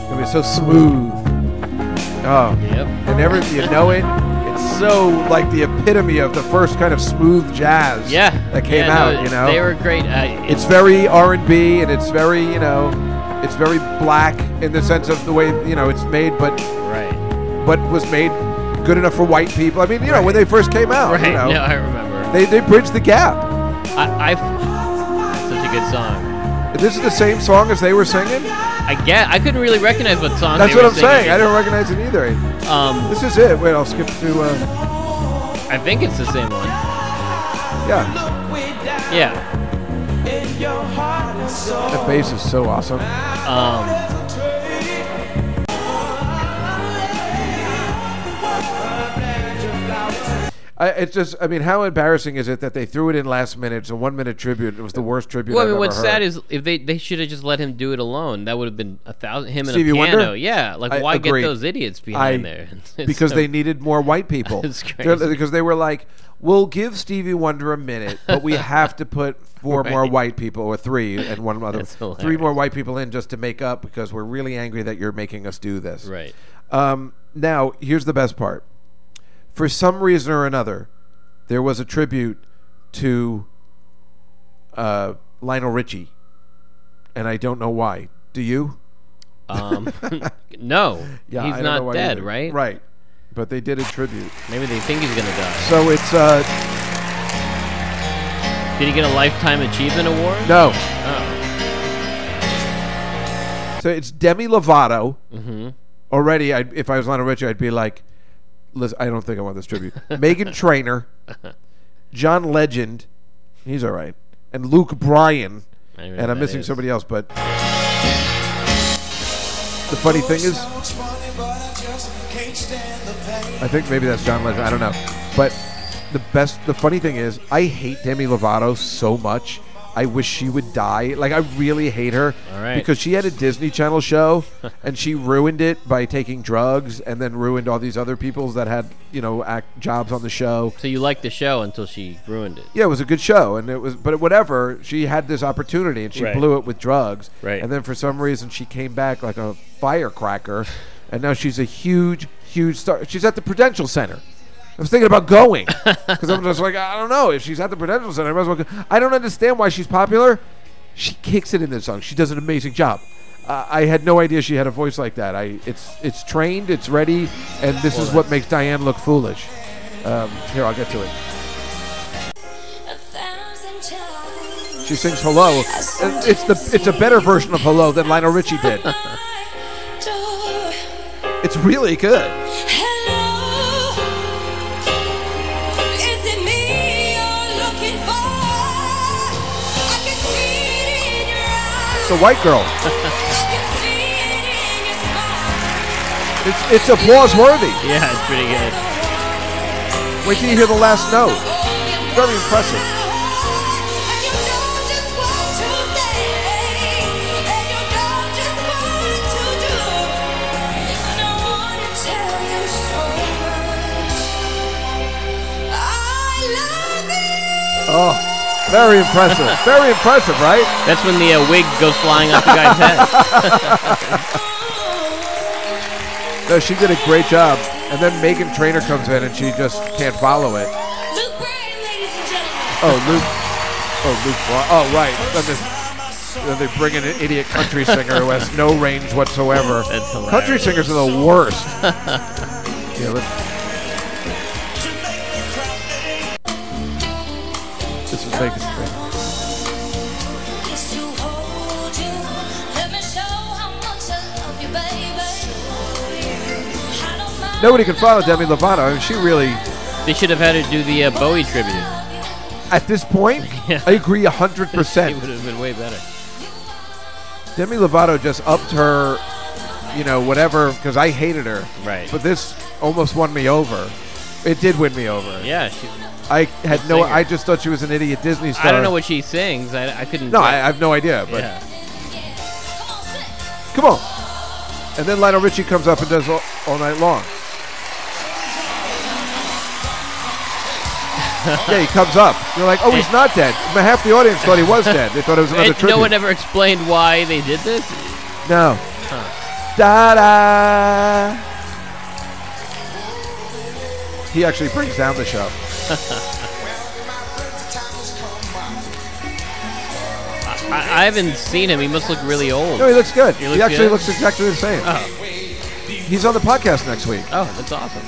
A: I mean, it's so smooth. Oh,
B: Yep.
A: and every you know it, it's so like the epitome of the first kind of smooth jazz.
B: Yeah.
A: that came
B: Yeah, no,
A: out. you know,
B: They were great. Uh,
A: it's very R and B, and it's very you know, It's very black in the sense of the way you know it's made, but
B: Right.
A: but was made good enough for white people. I mean, you know, when they first came out,
B: Right.
A: you know,
B: No, I remember.
A: they they bridged the gap.
B: I, I such a good song.
A: This is the same song as they were singing.
B: I get. I couldn't really recognize what song.
A: That's
B: they
A: what
B: were
A: I'm saying.
B: singing.
A: I don't recognize it either.
B: Um,
A: This is it. Wait, I'll skip to uh,
B: I think it's the same one.
A: yeah.
B: Yeah.
A: That bass is so awesome.
B: Um,
A: I, it's just, I mean, how embarrassing is it that they threw it in last minute? It's a one minute tribute. It was the worst tribute.
B: well, I
A: I've
B: mean,
A: ever
B: what's
A: heard.
B: sad is if they they should have just let him do it alone. That would have been a thousand. Him and
A: Stevie
B: a
A: Wonder?
B: piano. Yeah. Like,
A: I
B: why
A: agree.
B: get those idiots behind
A: I-
B: there? It's
A: because
B: so-
A: they needed more white people.
B: It's
A: They're-
B: crazy.
A: Because they were like, we'll give Stevie Wonder a minute, but we have to put four more
B: Right.
A: white people or three and one other
B: That's
A: three
B: hilarious.
A: more white people in just to make up because we're really angry that you're making us do this.
B: Right.
A: Um, now, here's the best part. For some reason or another, there was a tribute to uh, Lionel Richie, and I don't know why. Do you?
B: Um, no.
A: Yeah, I
B: he's
A: don't know
B: not
A: why
B: dead,
A: either.
B: right?
A: Right. But they did a tribute.
B: Maybe they think he's gonna die.
A: So it's uh
B: Did he get a lifetime achievement award?
A: no.
B: Oh.
A: So it's Demi Lovato.
B: Mm-hmm.
A: Already, I'd, if I was Lionel Richie, I'd be like, Listen, I don't think I want this tribute. Megan Trainer, John Legend, he's all right, and Luke Bryan,
B: I don't even
A: and
B: know who
A: I'm
B: that
A: missing
B: is.
A: somebody else. But the funny thing is, I think maybe that's John Legend. I don't know. But the best, the funny thing is, I hate Demi Lovato so much. I wish she would die. Like I really hate her
B: All right.
A: because she had a Disney Channel show and she ruined it by taking drugs and then ruined all these other people's that had you know act jobs on the show.
B: So you liked the show until she ruined it.
A: Yeah, it was a good show, and it was. But whatever, she had this opportunity, and she
B: Right.
A: blew it with drugs.
B: Right.
A: And then for some reason, she came back like a firecracker, and now she's a huge, huge star. She's at the Prudential Center. I was thinking about going because I'm just like, I don't know if she's at the Prudential Center. I might as well. Go. I don't understand why she's popular. She kicks it in this song. She does an amazing job. Uh, I had no idea she had a voice like that. I it's it's trained, it's ready, and this is what makes Diane look foolish. Um, here, I'll get to it. She sings "Hello." And It's the it's a better version of "Hello" than Lionel Richie did. It's really good. It's a white girl. It's it's applause worthy.
B: Yeah, it's pretty good.
A: Wait till you hear the last note. Very impressive. Oh, very impressive. Very impressive, right?
B: That's when the uh, wig goes flying off the guy's head.
A: No, she did a great job. And then Megan Trainer comes in and she just can't follow it. Oh, Luke. Oh, Luke. Bra- Oh, right. Then this- then they bring in an idiot country singer who has no range whatsoever.
B: That's hilarious.
A: Country singers are the worst. yeah, let's- this is Megan Trainer. Nobody can follow Demi Lovato. I mean, she really,
B: They should have had her do the uh, Bowie tribute.
A: at this point,
B: Yeah.
A: I agree
B: It
A: 100%.
B: would have been way better.
A: Demi Lovato just upped her, you know, whatever, because I hated her.
B: Right.
A: But this almost won me over. It did win me over.
B: Yeah, she,
A: I had
B: Good
A: no.
B: singer.
A: I just thought she was an idiot Disney star.
B: I don't know what she sings. I, I couldn't.
A: No, I, I have no idea. But
B: yeah.
A: come on. And then Lionel Richie comes up and does all, all night long. yeah, he comes up. You're like, oh, he's not dead. But half the audience thought he was dead. They thought it was another
B: And
A: tribute.
B: no one ever explained why they did this.
A: No. Da da. He actually brings down the show.
B: I, I haven't seen him. He must look really old.
A: No, he looks good.
B: He
A: He,
B: looks
A: actually
B: good?
A: looks exactly the same.
B: Oh.
A: He's on the podcast next week.
B: Oh, that's awesome.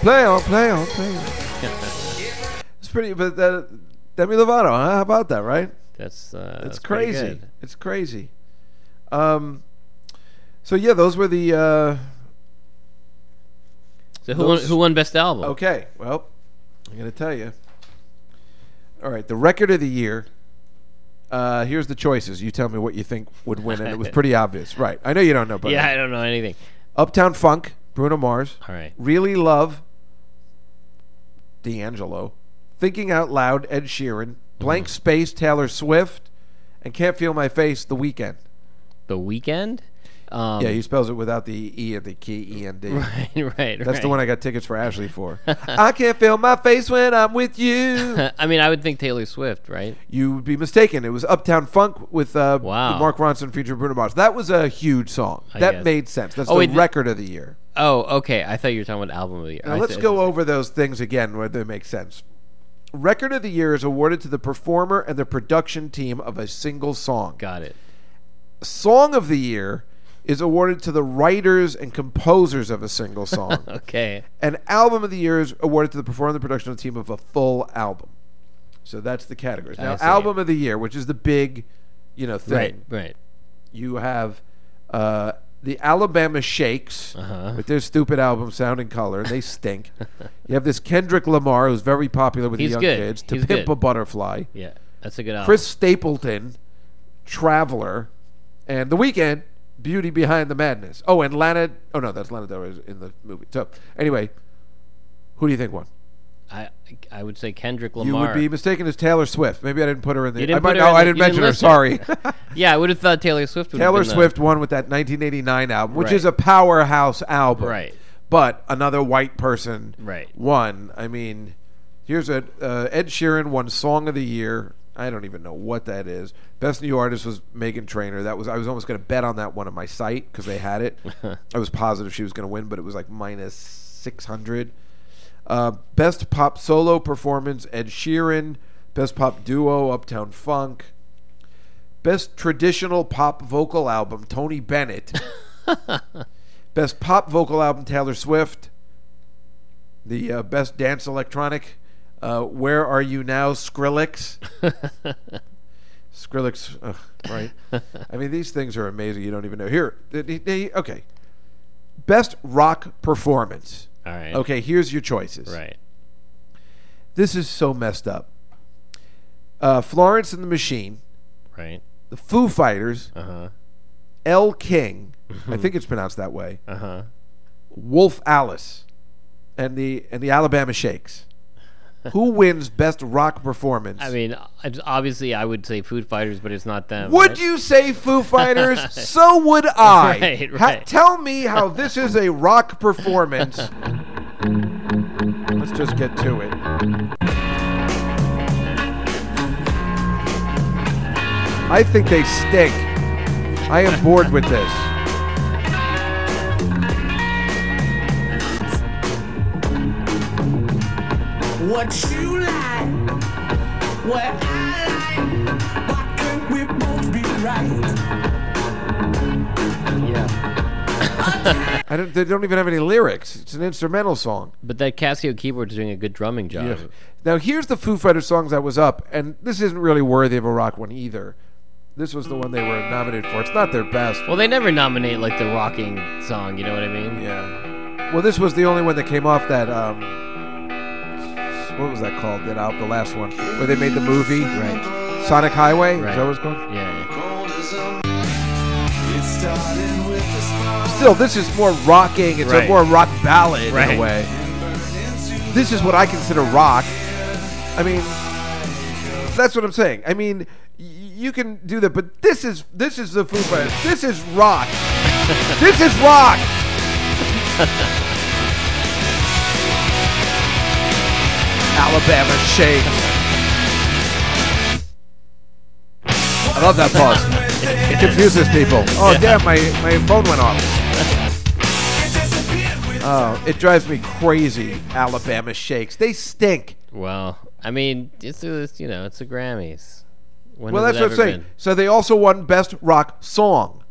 A: Play on, play on, play on. it's pretty, but that, Demi Lovato, huh? How about that, right?
B: That's uh,
A: It's
B: that's pretty
A: crazy.
B: good.
A: It's crazy. Um, so yeah, those were the. Uh,
B: Oh. So who won,
A: Those-
B: who won best album?
A: okay, well, I'm gonna tell you. All right, the record of the year. Uh, here's the choices. You tell me what you think would win, and it was pretty obvious, right? I know you don't know, but
B: Yeah, I don't know anything.
A: Uptown Funk, Bruno Mars.
B: All right.
A: Really Love, D'Angelo. Thinking Out Loud, Ed Sheeran. Blank
B: Mm-hmm.
A: Space, Taylor Swift. And Can't Feel My Face, The Weekend.
B: The weekend. Um,
A: Yeah, he spells it without the E at the key, E and D.
B: right, right.
A: That's the one I got tickets for Ashley for. I can't feel my face when I'm with you.
B: I mean, I would think Taylor Swift, right?
A: You would be mistaken. It was Uptown Funk with uh,
B: Wow.
A: Mark Ronson featuring Bruno Mars. That was a huge song.
B: I
A: that
B: guess.
A: made sense. That's
B: Oh,
A: the
B: wait, th-
A: record of the year.
B: Oh, okay. I thought you were talking about album of the year.
A: Now
B: I
A: let's
B: th-
A: go over those things again where they make sense. Record of the year is awarded to the performer and the production team of a single song.
B: Got it.
A: Song of the year is awarded to the writers and composers of a single song.
B: Okay.
A: and album of the year is awarded to the performer and the production team of a full album. So that's the categories.
B: I
A: Now,
B: see.
A: album of the year, which is the big, you know, thing.
B: Right. Right.
A: You have uh, the Alabama Shakes
B: Uh-huh.
A: with their stupid album Sound and Color. They stink. you have this Kendrick Lamar, who's very popular with
B: He's
A: the young
B: good.
A: kids, To
B: He's
A: Pimp
B: good.
A: a Butterfly.
B: Yeah. That's a good album.
A: Chris Stapleton, Traveler, and The Weeknd, Beauty Behind the Madness. Oh, and Lana. Oh, no, that's Lana Del Rey in the movie. So, anyway, who do you think won?
B: I I would say Kendrick
A: You
B: Lamar.
A: would be mistaken as Taylor Swift. Maybe I didn't put her in the.
B: You didn't
A: I might,
B: put her
A: no,
B: in
A: I
B: the-
A: didn't
B: you didn't
A: mention her.
B: list her.
A: Sorry.
B: yeah, I would have thought Taylor Swift. would have
A: Taylor
B: been the-
A: Swift won with that 1989 album, which
B: Right.
A: is a powerhouse album.
B: Right.
A: But another white person
B: Right.
A: won. I mean, here's a uh, Ed Sheeran won Song of the Year. I don't even know what that is. Best new artist was Megan Trainor. That was I was almost going to bet on that one on my site because they had it. I was positive she was going to win, but it was like minus 600. Uh, best pop solo performance Ed Sheeran. Best pop duo Uptown Funk. Best traditional pop vocal album, Tony Bennett. best pop vocal album, Taylor Swift. The uh, best dance electronic, uh, Where Are You Now, Skrillex. Skrillex, ugh, right? I mean, these things are amazing. You don't even know. Here, they- they- they- okay. Best rock performance.
B: All right.
A: Okay, here's your choices.
B: Right.
A: This is so messed up. Uh, Florence and the Machine,
B: Right.
A: the Foo Fighters,
B: Uh huh.
A: L. King, I think it's pronounced that way.
B: Uh huh.
A: Wolf Alice, and the and the Alabama Shakes. Who wins best rock performance?
B: I mean, it's- obviously, I would say Food Fighters, but it's not them.
A: would
B: right?
A: you say Foo Fighters? so would I.
B: Right,
A: Ha-
B: right.
A: tell me how this is a rock performance. Let's just get to it. I think they stink. I am bored with this.
H: What you like, what I like. Why can't we both be right?
B: Yeah.
A: I don't, they don't even have any lyrics. It's an instrumental song.
B: But that Casio keyboard's doing a good drumming job.
A: Yeah. Now here's the Foo Fighters songs that was up, and this isn't really worthy of a rock one either. This was the one they were nominated for. It's not their best.
B: Well, they never nominate like the rocking song. You know what I mean?
A: Yeah. Well, this was the only one that came off that. Um, what was that called? That out the last one where they made the movie,
B: Right.
A: Sonic Highway. Is
B: Right.
A: that what it's called?
B: Yeah.
I: It started with a spark
A: Still, this is more rocking. It's
B: Right.
A: a more rock ballad in
B: Right.
A: a way.
I: into
A: this is what I consider rock. I mean, that's what I'm saying. I mean, y- you can do that, but this is this is the Foo Fighters. This is rock. this is rock. Alabama shakes. I love that pause. It confuses people. Oh damn, my, my phone went off. Oh, it drives me crazy. Alabama shakes. They stink.
B: Well, I mean, it's, it's you know, it's the Grammys. When
A: Well,
B: has
A: that's
B: it
A: what I'm
B: ever
A: saying.
B: been?
A: So they also won Best Rock Song.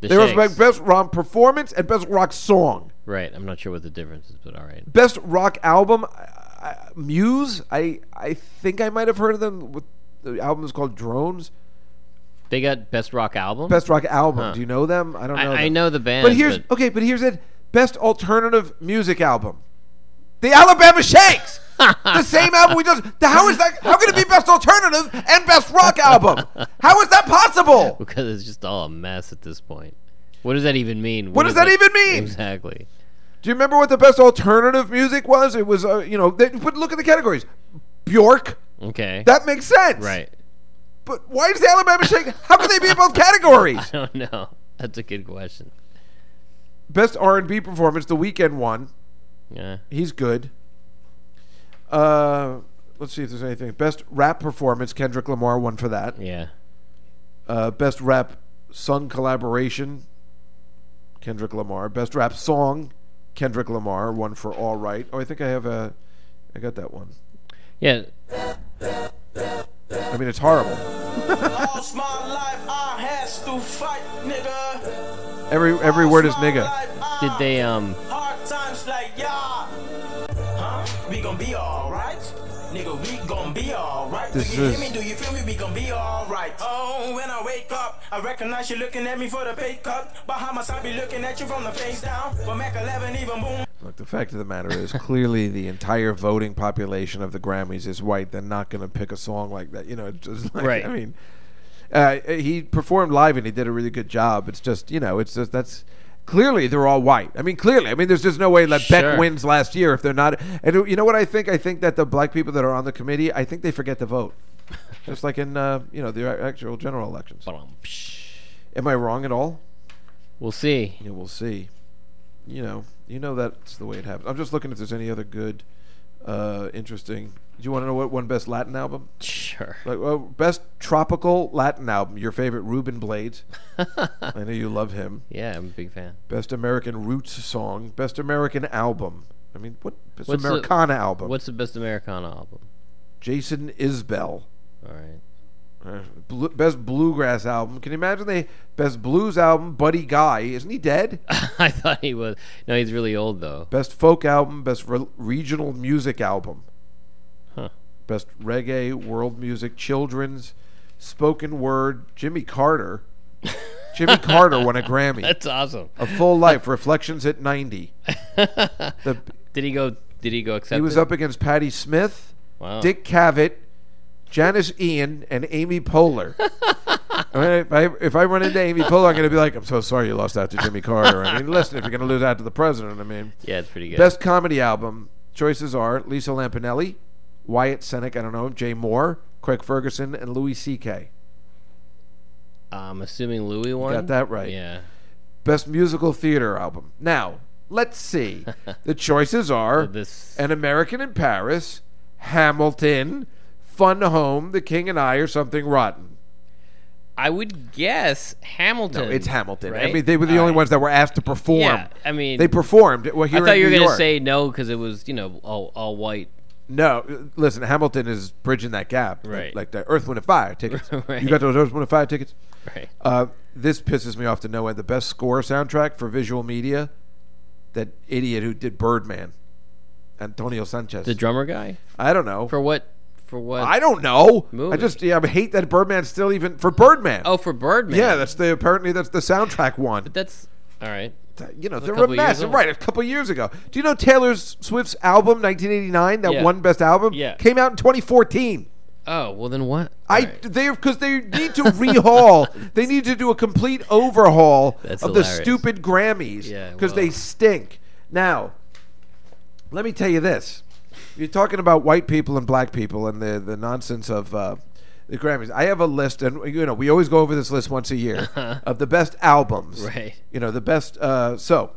B: The
A: They also won
B: Shanks.
A: Best Rock Performance and Best Rock Song.
B: Right. I'm not sure what the difference is, but all right.
A: Best Rock Album, I- I- Muse. I I think I might have heard of them. With, the album is called Drones.
B: They got best rock album.
A: Best Rock Album.
B: Huh.
A: Do you know them? I don't know.
B: I, I
A: them.
B: know the band,
A: But here's okay. But here's it. Best alternative music album. The Alabama Shakes. the same album we just. the- How is that? How can it be best alternative and best rock album? How is that possible?
B: because it's just all a mess at this point. What does that even mean?
A: What
B: is
A: does that even mean?
B: Exactly.
A: Do you remember what the best alternative music was? It was, uh, you know. They, but look at the categories. Bjork.
B: Okay.
A: That makes sense.
B: right.
A: But why does the Alabama Shake? How can they be in both categories?
B: I don't know. Oh, That's a good question.
A: Best R and B performance. The weekend one.
B: Yeah.
A: He's good. Uh, let's see if there's anything. Best rap performance. Kendrick Lamar won for that.
B: Yeah.
A: Uh, best rap song collaboration. Kendrick Lamar. Best rap song. Kendrick Lamar won for All Right. Oh, I think I have a. I got that one.
B: Yeah.
A: I mean, it's horrible.
I: Lost my life, I has to fight, nigga.
A: Every every word is nigga.
B: Did they um?
I: Hard times like yeah. Huh? We gon' be alright. Nigga, we gon' be alright.
A: This
I: do you
A: is-
I: hear me? Do you feel me? We gon' be alright. Oh, when I wake up, I recognize you looking at me for the pay cut. Bahamas, I be looking at you from the face down. But Mac 11 even boom.
A: Look, the fact of the matter is, clearly the entire voting population of the Grammys is white. They're not going to pick a song like that. You know, it's just like,
B: Right.
A: I mean, uh, he performed live and he did a really good job. It's just, you know, it's just that's clearly they're all white. I mean, clearly. I mean, there's just no way that
B: Sure.
A: Beck wins last year if they're not. And you know what I think? I think that the black people that are on the committee, I think they forget to vote. just like in, uh, you know, the actual general elections.
B: bum, psh.
A: Am I wrong at all?
B: We'll see.
A: Yeah, we'll see. You know, you know that's the way it happens. I'm just looking if there's any other good, uh, interesting. Do you want to know what one best Latin album?
B: Sure.
A: Like, well, best tropical Latin album. Your favorite, Ruben Blades. I know you love him.
B: Yeah, I'm a big fan.
A: Best American roots song. Best American album. I mean, what best
B: What's the-
A: Americana album?
B: What's the best Americana album?
A: Jason Isbell.
B: All right.
A: Uh, blu- best bluegrass album. Can you imagine they best blues album? Buddy Guy. Isn't he dead?
B: I thought he was. No, he's really old though.
A: Best folk album, best re- regional music album.
B: Huh.
A: Best reggae, world music, children's, spoken word, Jimmy Carter. Jimmy Carter won a Grammy.
B: That's awesome.
A: A full life, reflections at 90. The,
B: Did he go? Did he go? Accept
A: he was
B: it?
A: up against Patti Smith,
B: Wow.
A: Dick Cavett, Janice Ian, and Amy Poehler. I mean, if, I, if I run into Amy Poehler, I'm going to be like, I'm so sorry you lost out to Jimmy Carter. I mean, listen, if you're going to lose out to the president, I mean.
B: Yeah, it's pretty good.
A: Best comedy album choices are Lisa Lampanelli, Wyatt Cenac, I don't know, Jay Moore, Craig Ferguson, and Louis C.K.
B: I'm assuming Louis won.
A: Got that right.
B: Yeah.
A: Best musical theater album. Now, let's see. the choices are
B: This.
A: An American in Paris, Hamilton, Fun Home, The King and I, or Something Rotten.
B: I would guess Hamilton.
A: It's Hamilton. I
B: right?
A: mean, they were the
B: All
A: only
B: right.
A: ones that were asked to perform.
B: Yeah, I mean-
A: they performed. Well,
B: I
A: here
B: thought
A: in
B: you were
A: New
B: gonna
A: York.
B: say no because it was you know all, all white.
A: No, listen, Hamilton is bridging that gap.
B: Right.
A: Like, like the Earth, Wind, and Fire tickets.
B: Right.
A: You got those Earth, Wind, and Fire tickets?
B: Right.
A: Uh, this pisses me off to no end. The best score soundtrack for visual media, that idiot who did Birdman, Antonio Sanchez.
B: The drummer guy
A: I don't know.
B: for what? For what?
A: I don't know.
B: Movie.
A: I just yeah, I hate that Birdman's still even for Birdman.
B: oh, for Birdman.
A: yeah, that's the apparently that's the soundtrack one.
B: that's all right.
A: you know, they're a
B: couple years
A: mess.
B: old.
A: Right, a couple years ago. Do you know Taylor Swift's album 1989, that
B: Yeah.
A: one best album,
B: Yeah.
A: came out in 2014.
B: Oh well, then what?
A: I
B: All right.
A: they because they need to rehaul. they need to do a complete overhaul
B: That's
A: of
B: hilarious.
A: the stupid Grammys
B: Yeah,
A: because
B: well.
A: they stink. Now, let me tell you this: you're talking about white people and black people and the the nonsense of. Uh, the Grammys. I have a list, and you know we always go over this list once a year of the best albums.
B: Right.
A: You know the best. Uh, so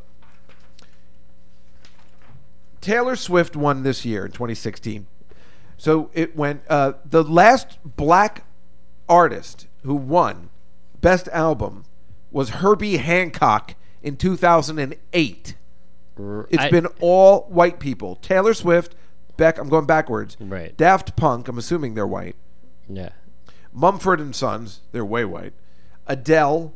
A: Taylor Swift won this year in 2016. So it went. Uh, the last black artist who won best album was Herbie Hancock in 2008.
B: R-
A: It's
B: I-
A: been all white people. Taylor Swift, Beck. I'm going backwards.
B: Right.
A: Daft Punk. I'm assuming they're white.
B: yeah.
A: Mumford and Sons, they're way white. Adele,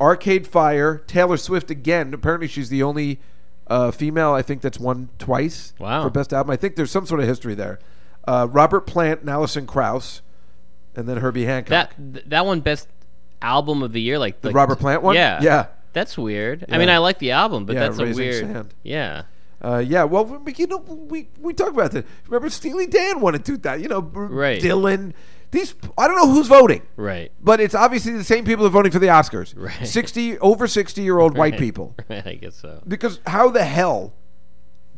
A: Arcade Fire, Taylor Swift again. Apparently, she's the only uh, female I think that's won twice
B: Wow.
A: for best album. I think there's some sort of history there. Uh, Robert Plant and Alison Krauss, and then Herbie Hancock.
B: That th- that one best album of the year, like
A: the Robert Plant one.
B: Yeah,
A: yeah.
B: That's weird. I
A: Yeah.
B: mean, I like the album, but
A: Yeah,
B: that's a
A: Raising
B: weird.
A: Sand.
B: Yeah,
A: Uh, yeah, well, we, you know, we we talk about this. Remember, Steely Dan won in 2000. You know, R-
B: Right.
A: Dylan. These I don't know who's voting,
B: right.
A: but it's obviously the same people that are voting for the Oscars.
B: Right.
A: Sixty over sixty year old white people.
B: I guess so.
A: Because how the hell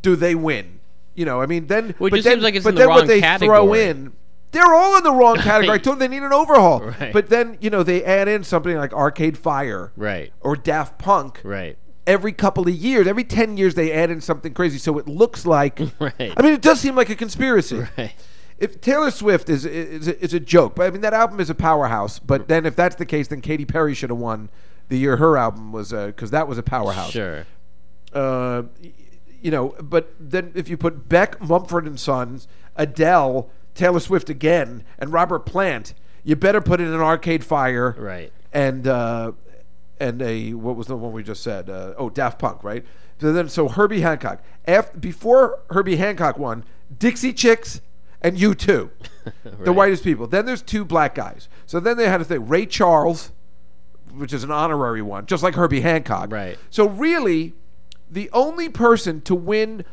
A: do they win? You know, I mean, then
B: Well, it
A: but
B: just
A: then,
B: seems like it's
A: but
B: in the
A: then what
B: wrong
A: they throw
B: category.
A: in. They're all in the wrong category. I
B: Right.
A: told them they need an overhaul.
B: Right.
A: But then, you know, they add in something like Arcade Fire
B: Right,
A: or Daft Punk
B: right.
A: every couple of years, every 10 years, they add in something crazy. So it looks like.
B: Right.
A: I mean, it does seem like a conspiracy.
B: Right.
A: If Taylor Swift is, is, is a joke, but I mean, that album is a powerhouse. But then if that's the case, then Katy Perry should have won the year her album was, because that was a powerhouse.
B: Sure.
A: Uh, y- you know, but then if you put Beck, Mumford and Sons, Adele, Taylor Swift again, and Robert Plant, you better put in an Arcade Fire
B: Right.
A: and uh, and a what was the one we just said? Uh, oh, Daft Punk, right? So then, so Herbie Hancock. After, before Herbie Hancock won, Dixie Chicks and you 2 the whitest people. Then there's two black guys. So then they had a thing. Ray Charles, which is an honorary one, just like Herbie Hancock.
B: Right.
A: So really, the only person to win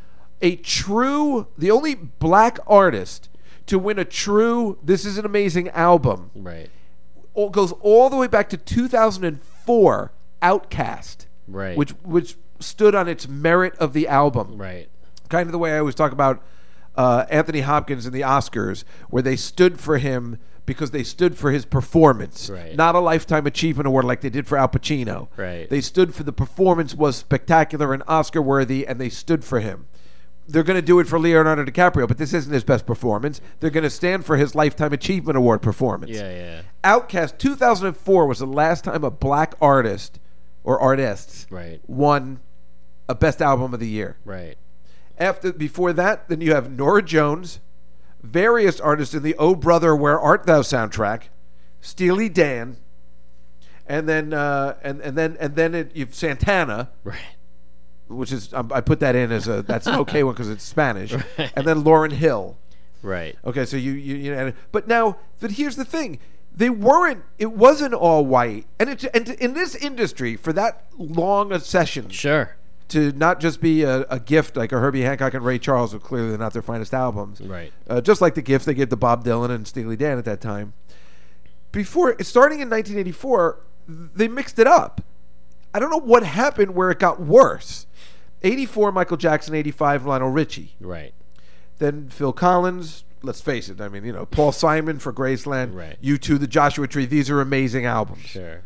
A: a true, the only black artist to win a true, this is an amazing album
B: Right.
A: all, goes all the way back to 2004 Outcast,
B: Right.
A: Which which stood on its merit of the album,
B: Right.
A: kind of the way I always talk about uh, Anthony Hopkins in the Oscars, where they stood for him because they stood for his performance,
B: Right.
A: not a lifetime achievement award like they did for Al Pacino.
B: Right.
A: They stood for the performance was spectacular and Oscar worthy, and they stood for him. They're going to do it for Leonardo DiCaprio, but this isn't his best performance. They're going to stand for his Lifetime Achievement Award performance.
B: Yeah, yeah.
A: Outcast 2004 was the last time a black artist or artists
B: Right.
A: won a best album of the year.
B: Right.
A: After before that, then you have Nora Jones, various artists in the Oh Brother Where Art Thou soundtrack, Steely Dan, and then uh, and and then and then it, you've Santana,
B: Right.
A: which is um, I put that in as a that's an okay one because it's Spanish, and then Lauren Hill.
B: Right.
A: Okay, so you you, you know, but now, but here's the thing: they weren't. It wasn't all white, and it and in this industry for that long a session
B: Sure.
A: to not just be a, a gift like a Herbie Hancock and Ray Charles were clearly not their finest albums,
B: Right.
A: Uh, just like the gift they gave to Bob Dylan and Steely Dan at that time. Before starting in 1984, they mixed it up. I don't know what happened where it got worse. 84 Michael Jackson, 85 Lionel Richie
B: Right.
A: then Phil Collins. Let's face it. I mean, you know, Paul Simon for Graceland,
B: Right.
A: You Two, The Joshua Tree. These are amazing albums.
B: Sure.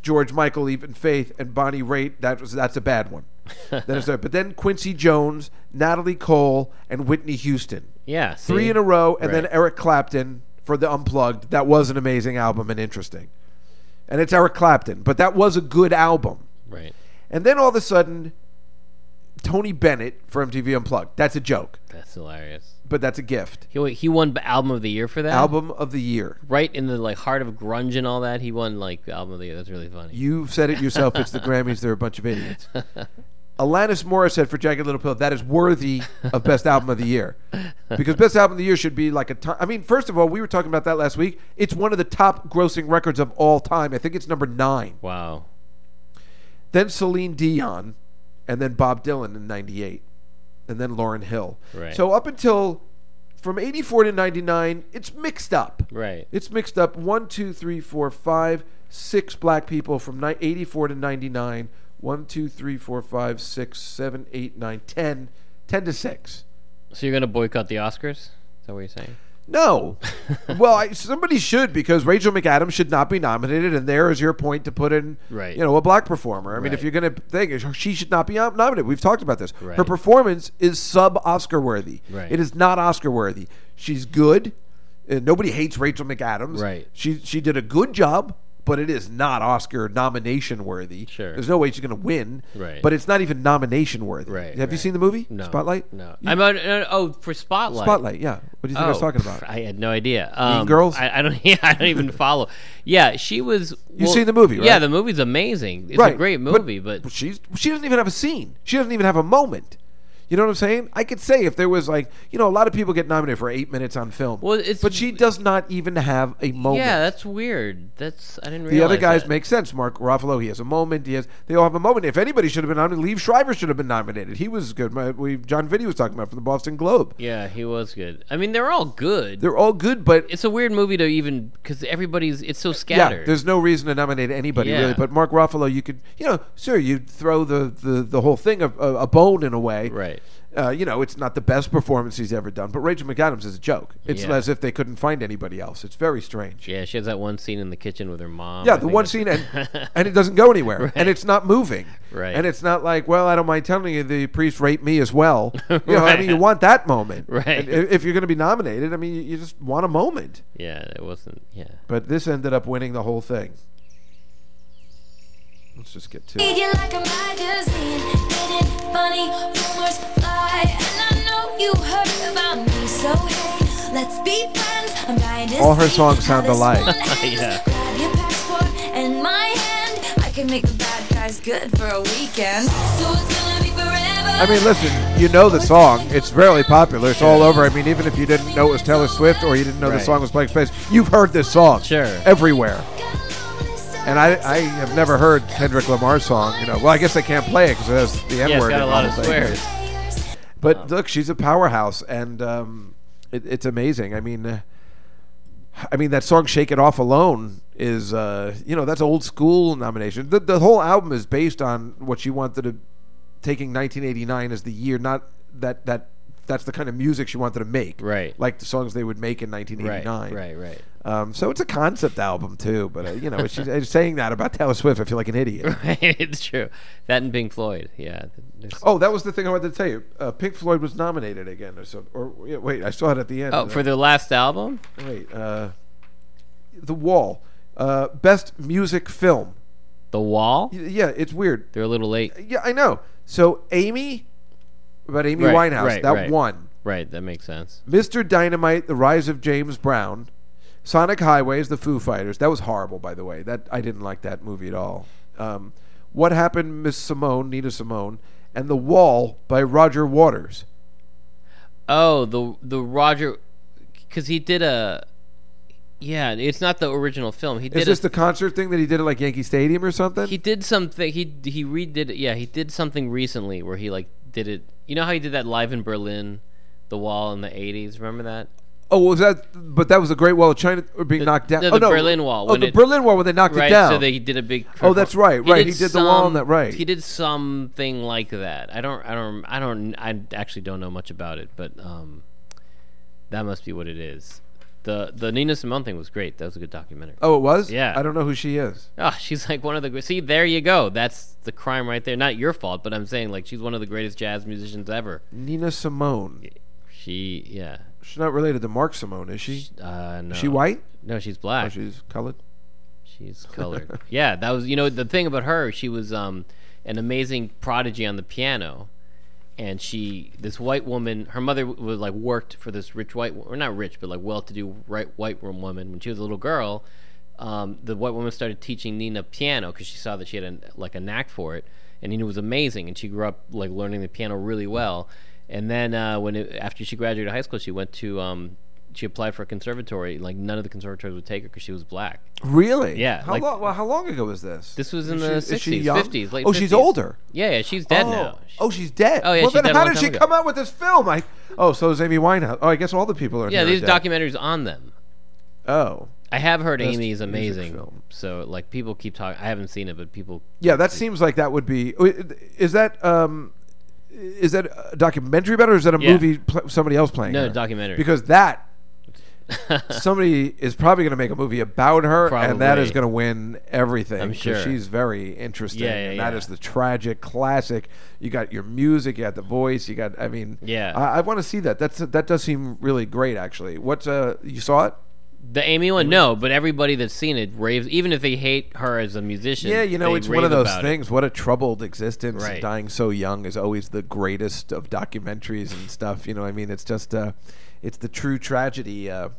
A: George Michael, even Faith, and Bonnie Raitt. That was that's a bad one. then it's there. But then Quincy Jones, Natalie Cole, and Whitney Houston.
B: Yeah. See?
A: Three in a row, and then
B: Right.
A: Eric Clapton for the Unplugged. That was an amazing album and interesting. And it's Eric Clapton, but that was a good album.
B: Right.
A: And then all of a sudden, Tony Bennett for MTV Unplugged. That's a joke,
B: That's hilarious.
A: but that's a gift.
B: He wait, he won b- album of the year for that.
A: album of the year.
B: Right in the like heart of grunge and all that. He won like album of the year. That's really funny.
A: You said it yourself. It's the Grammys. They're a bunch of idiots. Alanis Morissette for Jagged Little Pill. That is worthy of Best Album of the Year, because Best Album of the Year should be like a time. I mean, first of all, we were talking about that last week. It's one of the top grossing records of all time. I think it's number nine.
B: wow.
A: Then Celine Dion, and then Bob Dylan in '98, and then Lauren Hill.
B: Right.
A: So up until from '84 to '99, it's mixed up.
B: Right.
A: It's mixed up one, two, three, four, five, six black people from ni- 84 to 99. One, two, three, four, five, six, seven, eight, nine, 10. 10 to 6.
B: So you're gonna boycott the Oscars? Is that what you're saying?
A: No. well, I, somebody should because Rachel McAdams should not be nominated, and there is your point to put in,
B: Right.
A: you know, a black performer. I mean, if
B: Right.
A: you're going to think she should not be nom- nominated, we've talked about this. Her
B: Right.
A: performance is sub Oscar worthy.
B: Right.
A: It is not Oscar worthy. She's good. Uh, nobody hates Rachel McAdams.
B: Right.
A: She she did a good job. but it is not Oscar nomination worthy.
B: Sure.
A: There's no way she's going to win.
B: Right.
A: But it's not even nomination worthy.
B: Right,
A: Have you
B: right.
A: seen the movie?
B: No.
A: Spotlight?
B: No.
A: You-
B: I'm Oh, on, uh, oh, for Spotlight.
A: Spotlight, yeah. What do you think I was talking about?
B: I had no idea. Um,
A: Girls?
B: I, I don't. Yeah, I don't even follow. Yeah, she was. You've
A: seen the movie,
B: Yeah,
A: right?
B: the movie's amazing. It's
A: right.
B: a great
A: but-
B: movie, but,
A: she's she doesn't even have a scene. She doesn't even have a moment. You know what I'm saying? I could say if there was like, you know, a lot of people get nominated for eight minutes on film.
B: Well, it's-
A: but she does not even have a moment.
B: yeah, that's weird. That's I didn't realize.
A: the other guys
B: that.
A: make sense. Mark Ruffalo, he has a moment. He has. They all have a moment. If anybody should have been nominated, Liev Schreiber should have been nominated. He was good. My, we John Vitti was talking about from the Boston Globe.
B: Yeah, he was good. I mean, they're all good.
A: They're all good, but
B: it's a weird movie to even because everybody's it's so
A: Yeah,
B: scattered.
A: there's no reason to nominate anybody
B: Yeah.
A: really. But Mark Ruffalo, you could, you know, sure, you'd throw the the, the whole thing a, a, a bone in a way,
B: Right.
A: Uh, you know, it's not the best performance he's ever done, but Rachel McAdams is a joke. It's
B: Yeah.
A: as if they couldn't find anybody else. It's very strange.
B: yeah, she has that one scene in the kitchen with her mom. I
A: Yeah, the
B: think
A: one
B: that's-
A: scene, and, and it doesn't go anywhere, and it's not moving,
B: Right.
A: And it's not like, well, I don't mind telling you, the priest raped me as well. You know, I mean, you want that moment,
B: Right.
A: And i- if you're going to be nominated, I mean, you- you just want a moment.
B: Yeah, it wasn't. Yeah,
A: But this ended up winning the whole thing. Let's just get to it.
J: Read you like a magazine. Getting funny rumors fly, and I know you heard about me. So hey, let's be friends. I'm dying to
A: All her
J: see
A: songs
J: how
A: sound
J: this
A: alike.
J: one ends.
B: Yeah.
J: Grab your passport and my hand. I can make the bad guys good for a weekend. So it's gonna be forever.
A: I mean, listen, you know the song. It's fairly popular. It's all over. I mean, even if you didn't know it was Taylor Swift or you didn't know the
B: Right.
A: song was Blank Space, you've heard this song.
B: Sure.
A: Everywhere. And I, I have never heard Kendrick Lamar's song. You know, well, I guess they can't play it because it has the N
B: yeah, it's
A: word.
B: got a lot of swears.
A: But look, she's a powerhouse, and um, it, it's amazing. I mean, uh, I mean that song "Shake It Off" alone is, uh, you know, that's old school nomination. The, the whole album is based on what she wanted to taking 1989 as the year, not that that that's the kind of music she wanted to make,
B: Right.
A: Like the songs they would make in 1989,
B: Right, right, right.
A: Um, so it's a concept album too. But uh, you know, she's uh, saying that about Taylor Swift, I feel like an idiot.
B: it's true. That and Pink Floyd. Yeah. there's-
A: Oh, that was the thing I wanted to tell you. Uh, Pink Floyd was nominated again, or so. Or yeah, wait, I saw it at the end.
B: Oh,
A: Uh,
B: for their last album?
A: Wait, uh, The Wall, uh, best music film.
B: The Wall?
A: Y- Yeah, it's weird.
B: They're a little late.
A: Yeah, I know. So Amy, about Amy
B: Right,
A: Winehouse,
B: right,
A: that
B: right.
A: won.
B: Right, that makes sense.
A: Mr. Dynamite, The Rise of James Brown, Sonic Highways, The Foo Fighters. That was horrible, by the way. That I didn't like that movie at all. Um, what happened, Miss Simone, Nina Simone, and The Wall by Roger Waters.
B: Oh, the the Roger cuz he did a Yeah, it's not the original film. He
A: Is
B: did a,
A: this the concert thing that he did at like Yankee Stadium or something?
B: he did something he he redid it. Yeah, he did something recently where he like did it. You know how he did that live in Berlin, The Wall in the 80s, remember that?
A: Oh, was that? But that was the Great Wall of China being knocked down.
B: no,
A: oh,
B: the Berlin Wall,
A: Oh,
B: when
A: the
B: it-
A: Berlin Wall when they knocked
B: right,
A: it down.
B: so they did a big.
A: Oh, that's right, right, he did the wall on that, right.
B: He did something like that. I don't, I don't, I don't, I actually don't know much about it, but um, that must be what it is. The the Nina Simone thing was great. That was a good documentary. Oh,
A: oh, it was.
B: Yeah.
A: I don't know who she is.
B: she's like one of the. gre- See, there you go. That's the crime right there. Not your fault, but I'm saying like she's one of the greatest jazz musicians ever.
A: Nina Simone.
B: She, yeah,
A: She's not related to Mark Simone, is she?
B: uh, no.
A: Is she white?
B: No, she's black.
A: Oh, she's colored.
B: She's colored. yeah, that was you know the thing about her. She was um, an amazing prodigy on the piano, and she this white woman. Her mother w- was like worked for this rich white wo- or not rich but like well-to-do right white wo- woman when she was a little girl. Um, the white woman started teaching Nina piano because she saw that she had a, like a knack for it, and Nina was amazing, and she grew up like learning the piano really well. And then uh, when it, after she graduated high school, she went to um, she applied for a conservatory. Like none of the conservatories would take her because she was black.
A: Really?
B: Yeah,
A: How
B: like-
A: long? Well, how long ago was this?
B: This was
A: Is
B: in
A: she-
B: the
A: is she
B: sixties,
A: young?
B: fifties, late.
A: Oh, she's
B: 50s.
A: older.
B: Yeah, yeah, she's dead
A: oh.
B: now.
A: oh, she's dead.
B: Oh, yeah,
A: Well,
B: she's
A: then
B: dead a
A: how
B: long
A: did she
B: time ago.
A: come out with this film? I. Oh, so is Amy Winehouse. Oh, I guess all the people are.
B: yeah,
A: here
B: these
A: are dead.
B: documentaries on them.
A: Oh,
B: I have heard
A: Best
B: Amy is
A: music
B: amazing.
A: film.
B: So like people keep talking. I haven't seen it, but people.
A: yeah. That seems like that would be. oh, Is that um, is that a documentary about her? Or is that a
B: Yeah.
A: movie? Pl- somebody else playing?
B: No,
A: her?
B: documentary.
A: Because that somebody is probably going to make a movie about her, and that is
B: Probably.
A: going to win everything.
B: I'm
A: 'cause
B: sure.
A: she's very interesting,
B: Yeah, yeah,
A: and that
B: yeah.
A: is the tragic classic. You got your music, you got the voice, you got. I mean,
B: Yeah.
A: I, I want to see that. That's that does seem really great, actually. What's uh, you saw it?
B: The Amy one, no, but everybody that's seen it raves, even if they hate her as a musician.
A: Yeah, you know,
B: they
A: it's one
B: rave
A: of those
B: about it.
A: things. What a troubled existence. and
B: Right.
A: Dying so young is always the greatest of documentaries and stuff. You know, I mean, it's just, uh, it's the true tragedy. Uh,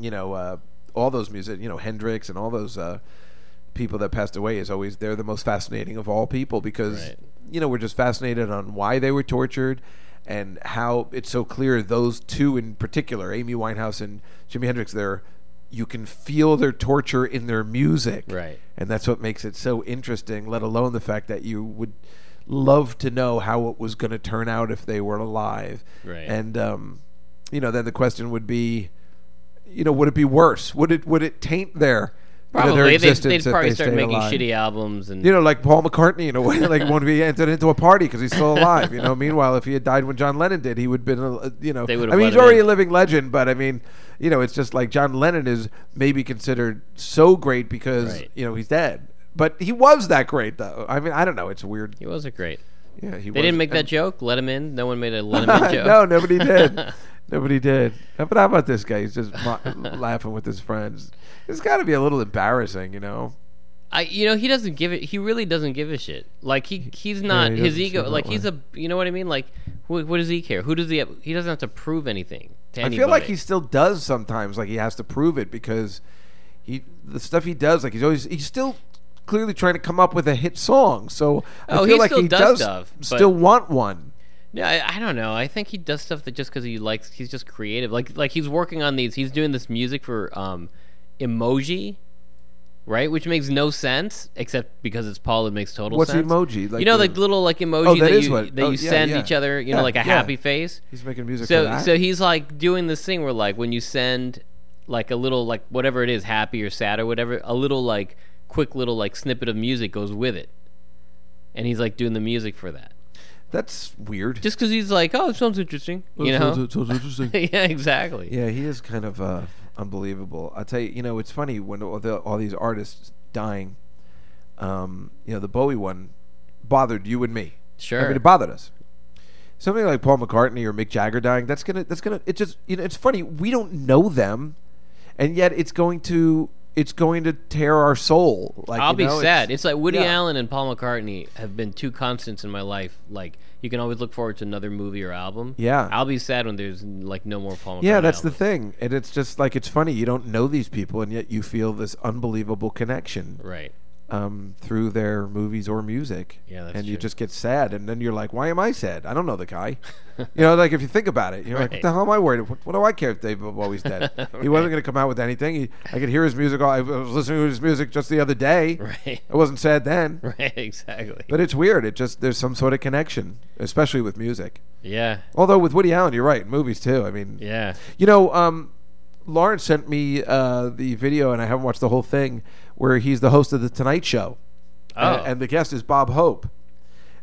A: you know, uh, all those music, you know, Hendrix and all those uh, people that passed away is always they're the most fascinating of all people because
B: Right.
A: you know we're just fascinated on why they were tortured and how it's so clear those two in particular, Amy Winehouse and Jimi Hendrix, they're you can feel their torture in their music
B: Right.
A: and that's what makes it so interesting let alone the fact that you would love to know how it was going to turn out if they were alive
B: Right.
A: and um, you know then the question would be you know would it be worse would it would it taint their you know,
B: Probably
A: their
B: they'd,
A: existence
B: they'd
A: if
B: probably
A: they
B: start
A: stayed
B: making
A: alive?
B: shitty albums and
A: you know like paul mccartney in a way like want to be entered into a party because he's still alive you know meanwhile if he had died when john lennon did he would have been a, uh, you know
B: They would've
A: i mean
B: let
A: he's
B: him
A: already
B: in.
A: a living legend but i mean you know it's just like john lennon is maybe considered so great because
B: Right.
A: you know he's dead but he was that great though i mean i don't know it's weird
B: he wasn't great.
A: yeah he
B: They didn't make that joke. Let him in. No one made a let him in joke.
A: no, nobody did. nobody did. Uh, But how about this guy? He's just mo- laughing with his friends. It's got to be a little embarrassing, you know.
B: I, you know, he doesn't give it. He really doesn't give a shit. Like he, he's not
A: he
B: his
A: doesn't
B: ego.
A: seem
B: Like
A: that
B: he's a, you know what I mean? Like, wh- what does he care? Who does he? Have, he doesn't have to prove anything to
A: I
B: anybody.
A: feel like he still does sometimes. Like he has to prove it because he the stuff he does. Like he's always he's still clearly trying to come up with a hit song. So I
B: Oh,
A: feel
B: he
A: like
B: still
A: he
B: does
A: does
B: stuff, but-
A: still want one.
B: No, I, I don't know. I think he does stuff that just because he likes. He's just creative. Like like he's working on these. He's doing this music for um, emoji, right? Which makes no sense except because it's Paul. It makes total
A: What's
B: sense.
A: emoji? Like
B: you know,
A: the-
B: like little like emoji
A: Oh, that
B: that,
A: is
B: you
A: what-
B: that
A: oh,
B: you
A: yeah,
B: send
A: yeah.
B: each other. You
A: Yeah,
B: know, like a
A: yeah.
B: happy face.
A: He's making music for
B: So
A: that.
B: so he's like doing this thing where like when you send like a little like whatever it is, happy or sad or whatever, a little like quick little like snippet of music goes with it, and he's like doing the music for that.
A: That's weird.
B: Just because he's like, oh, it sounds interesting, you know? yeah, exactly.
A: Yeah, he is kind of uh, unbelievable. I'll tell you, you know, it's funny when all, the, all these artists dying, um, you know, the Bowie one bothered you and me. I
B: Sure.
A: mean, it bothered us. Something like Paul McCartney or Mick Jagger dying, that's gonna, that's gonna, it just, you know, it's funny. We don't know them, and yet it's going to, it's going to tear our soul. Like
B: I'll
A: you
B: be
A: know,
B: sad.
A: It's,
B: It's, like Woody
A: yeah.
B: Allen and Paul McCartney have been two constants in my life. Like you can always look forward to another movie or album.
A: Yeah.
B: I'll be sad when there's like no more Paul McCartney.
A: yeah, that's the
B: albums.
A: thing, and it's just like it's funny. You don't know these people, and yet you feel this unbelievable connection.
B: Right.
A: um, through their movies or music.
B: Yeah, that's
A: and you
B: true.
A: just get sad, and then you're like, "Why am I sad? I don't know the guy." you know, like if you think about it, you're like, "What
B: Right.
A: the hell am I worried? What, what do I care if David Bowie's dead? He wasn't going to come out with anything. He, I could hear his music. All, I was listening to his music just the other day.
B: Right.
A: I wasn't sad then,
B: Right. Exactly.
A: but it's weird. It just there's some sort of connection, especially with music.
B: yeah.
A: Although with Woody Allen, you're right. Movies too. I mean,
B: Yeah.
A: you know, um, Lauren sent me uh, the video, and I haven't watched the whole thing, where he's the host of The Tonight Show.
B: Oh.
A: And, and the guest is Bob Hope.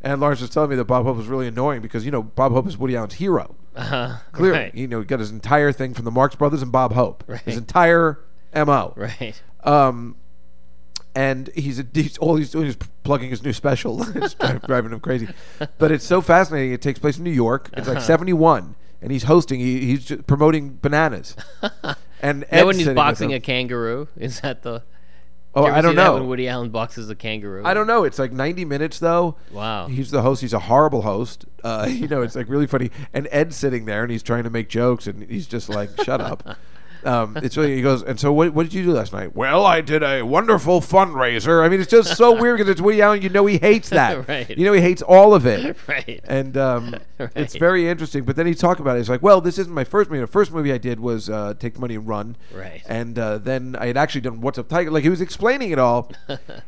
A: And Lawrence was telling me that Bob Hope was really annoying because, you know, Bob Hope is Woody Allen's hero.
B: Uh,
A: Clearly.
B: Right.
A: You know, he got his entire thing from the Marx Brothers and Bob Hope.
B: Right.
A: His entire MO.
B: Right.
A: Um, and he's, a, he's all he's doing is plugging his new special. it's dri- driving him crazy, but it's so fascinating. It takes place in New York. It's
B: Uh-huh.
A: like seventy one, and he's hosting. He, he's ju- promoting bananas. And
B: That
A: Ed's
B: when he's
A: sitting with
B: boxing a
A: him.
B: kangaroo, is that the?
A: oh,
B: Did you ever
A: I don't
B: see that
A: know.
B: when Woody Allen boxes a kangaroo.
A: I don't know. It's like 90 minutes though.
B: Wow.
A: He's the host. He's a horrible host. Uh, you know, it's like really funny. And Ed's sitting there and he's trying to make jokes and he's just like, "Shut up." Um, it's really. He goes, "And so what, what did you do last night?" Well, I did a wonderful fundraiser. I mean, it's just so weird because it's Woody Allen. You know, he hates that.
B: Right.
A: You know, he hates all of it.
B: Right.
A: And um, it's
B: Right.
A: very interesting. But then he talked about it. He's like, "Well, this isn't my first movie. The first movie I did was uh, Take the Money and Run."
B: Right.
A: And uh, then I had actually done What's Up Tiger. Like he was explaining it all.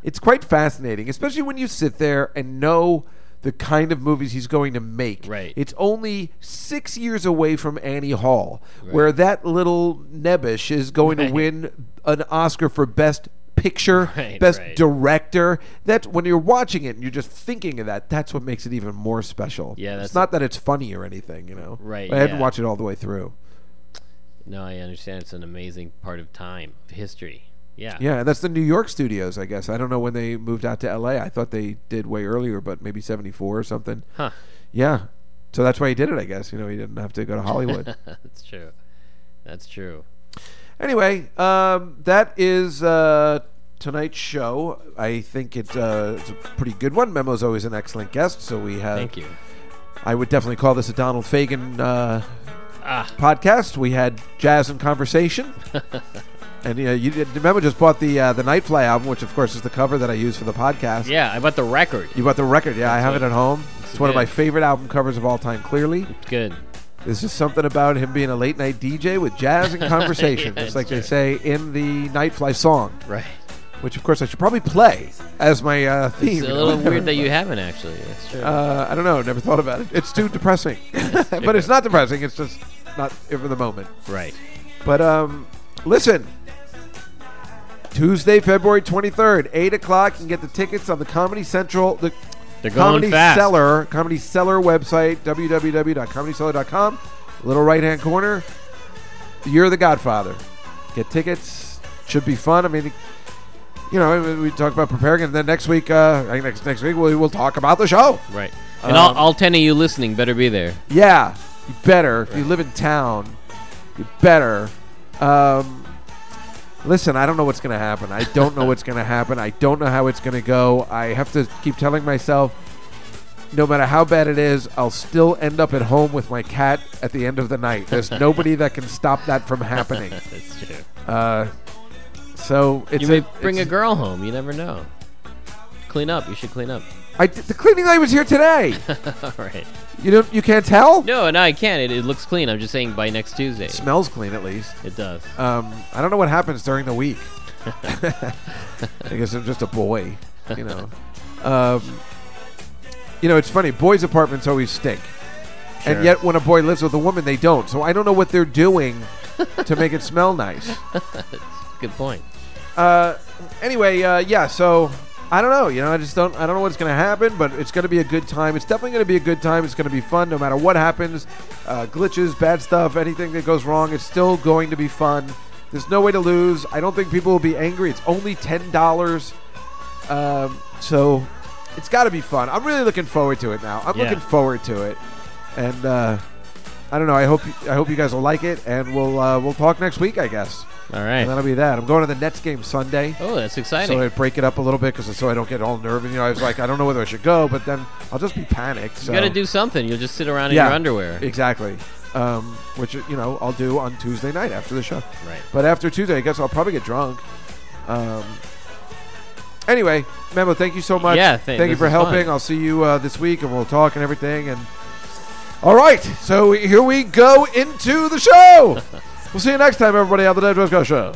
A: it's quite fascinating, especially when you sit there and know the kind of movies he's going to make.
B: Right.
A: It's only six years away from Annie Hall, where that little nebbish is going to
B: Right.
A: win an Oscar for Best Picture,
B: Right,
A: Best
B: right.
A: Director. That's when you're watching it and you're just thinking of that. That's what makes it even more special.
B: Yeah,
A: it's
B: that's-
A: not that it's funny or anything, you know.
B: Right,
A: But I hadn't
B: yeah.
A: watched it all the way through.
B: No, I understand. It's an amazing part of time, of history. Yeah.
A: Yeah, that's the New York studios, I guess. I don't know when they moved out to L.A. I thought they did way earlier, but maybe '74 or something.
B: Huh.
A: Yeah, so that's why he did it, I guess. You know, he didn't have to go to Hollywood.
B: That's true. That's true.
A: Anyway, um, that is uh, tonight's show. I think it's, uh, it's a pretty good one. Memo's always an excellent guest, so we have.
B: Thank you.
A: I would definitely call this a Donald Fagan uh,
B: Ah.
A: podcast. We had jazz and conversation. And you, know, you did- remember just bought the uh, the Nightfly album, which of course is the cover that I use for the podcast.
B: Yeah, I bought the record.
A: You bought the record, yeah. I have it
B: what-
A: at home. It's one of
B: good.
A: my favorite album covers of all time. Clearly,
B: Good.
A: there's just something about him being a late night DJ with jazz and conversation,
B: Yeah,
A: just like they
B: it's
A: say in the Nightfly song,
B: Right.
A: which of course I should probably play as my uh, theme. you
B: It's a
A: know,
B: little
A: whatever.
B: weird that you haven't actually. That's true.
A: Uh, I don't know. Never thought about it. It's too depressing, but it's not depressing. It's just not it for the moment.
B: right.
A: But um, listen, Tuesday, February 23rd, 8 o'clock. You can get the tickets on the Comedy Central, the
B: They're going
A: Comedy
B: fast.
A: Cellar, Comedy Cellar website, www.comedycellar.com. Little right hand corner. You're the Godfather. Get tickets. Should be fun. I mean, you know, we we talk about preparing, and then next week, uh, I think next next week, we will talk about the show.
B: Right. And all,
A: Um,
B: all ten of you listening better be there.
A: Yeah, you better. If you live in town, you better. Um, listen, I don't know what's going to happen. I don't know what's going to happen. I don't know how it's going to go. I have to keep telling myself no matter how bad it is, I'll still end up at home with my cat at the end of the night. There's nobody that can stop that from happening.
B: That's true.
A: Uh, so it's
B: you may
A: a-
B: bring a
A: it's-
B: girl home. You never know. Clean up. You should clean up.
A: I did- the cleaning lady was here today.
B: all right.
A: you don't. You can't tell.
B: No, no, I can't. It, it looks clean. I'm just saying by next Tuesday.
A: It smells clean at least.
B: It does.
A: Um, I don't know what happens during the week. I guess I'm just a boy, you know. Um, you know, it's funny. Boys' apartments always stink,
B: Sure.
A: and yet when a boy lives with a woman, they don't. So I don't know what they're doing to make it smell nice.
B: Good point.
A: Uh, anyway, uh, yeah. So I don't know. You know, I just don't. I don't know what's going to happen, but it's going to be a good time. It's definitely going to be a good time. It's going to be fun, no matter what happens. Uh, glitches, bad stuff, anything that goes wrong, it's still going to be fun. There's no way to lose. I don't think people will be angry. It's only ten dollars, um, so it's got to be fun. I'm really looking forward to it now. I'm
B: Yeah.
A: looking forward to it, and uh, I don't know. I hope I hope you guys will like it, and we'll uh, we'll talk next week, I guess.
B: All
A: And
B: right.
A: that'll be that. I'm going to the Nets game Sunday.
B: Oh, that's exciting.
A: So I break it up a little bit because so I don't get all nervous. You know, I was like, I don't know whether I should go, but then I'll just be panicked. So.
B: you got to do something. You'll just sit around in your underwear.
A: Exactly. Um, which you know I'll do on Tuesday night after the show.
B: Right.
A: But after Tuesday, I guess I'll probably get drunk. Um, anyway, Memo, thank you so much.
B: Yeah, thank-
A: thank you
B: this
A: for
B: was
A: helping.
B: fun.
A: I'll see you uh, this week, and we'll talk and everything. And all right, so here we go into the show. we'll see you next time, everybody, on the Dead Rose Show.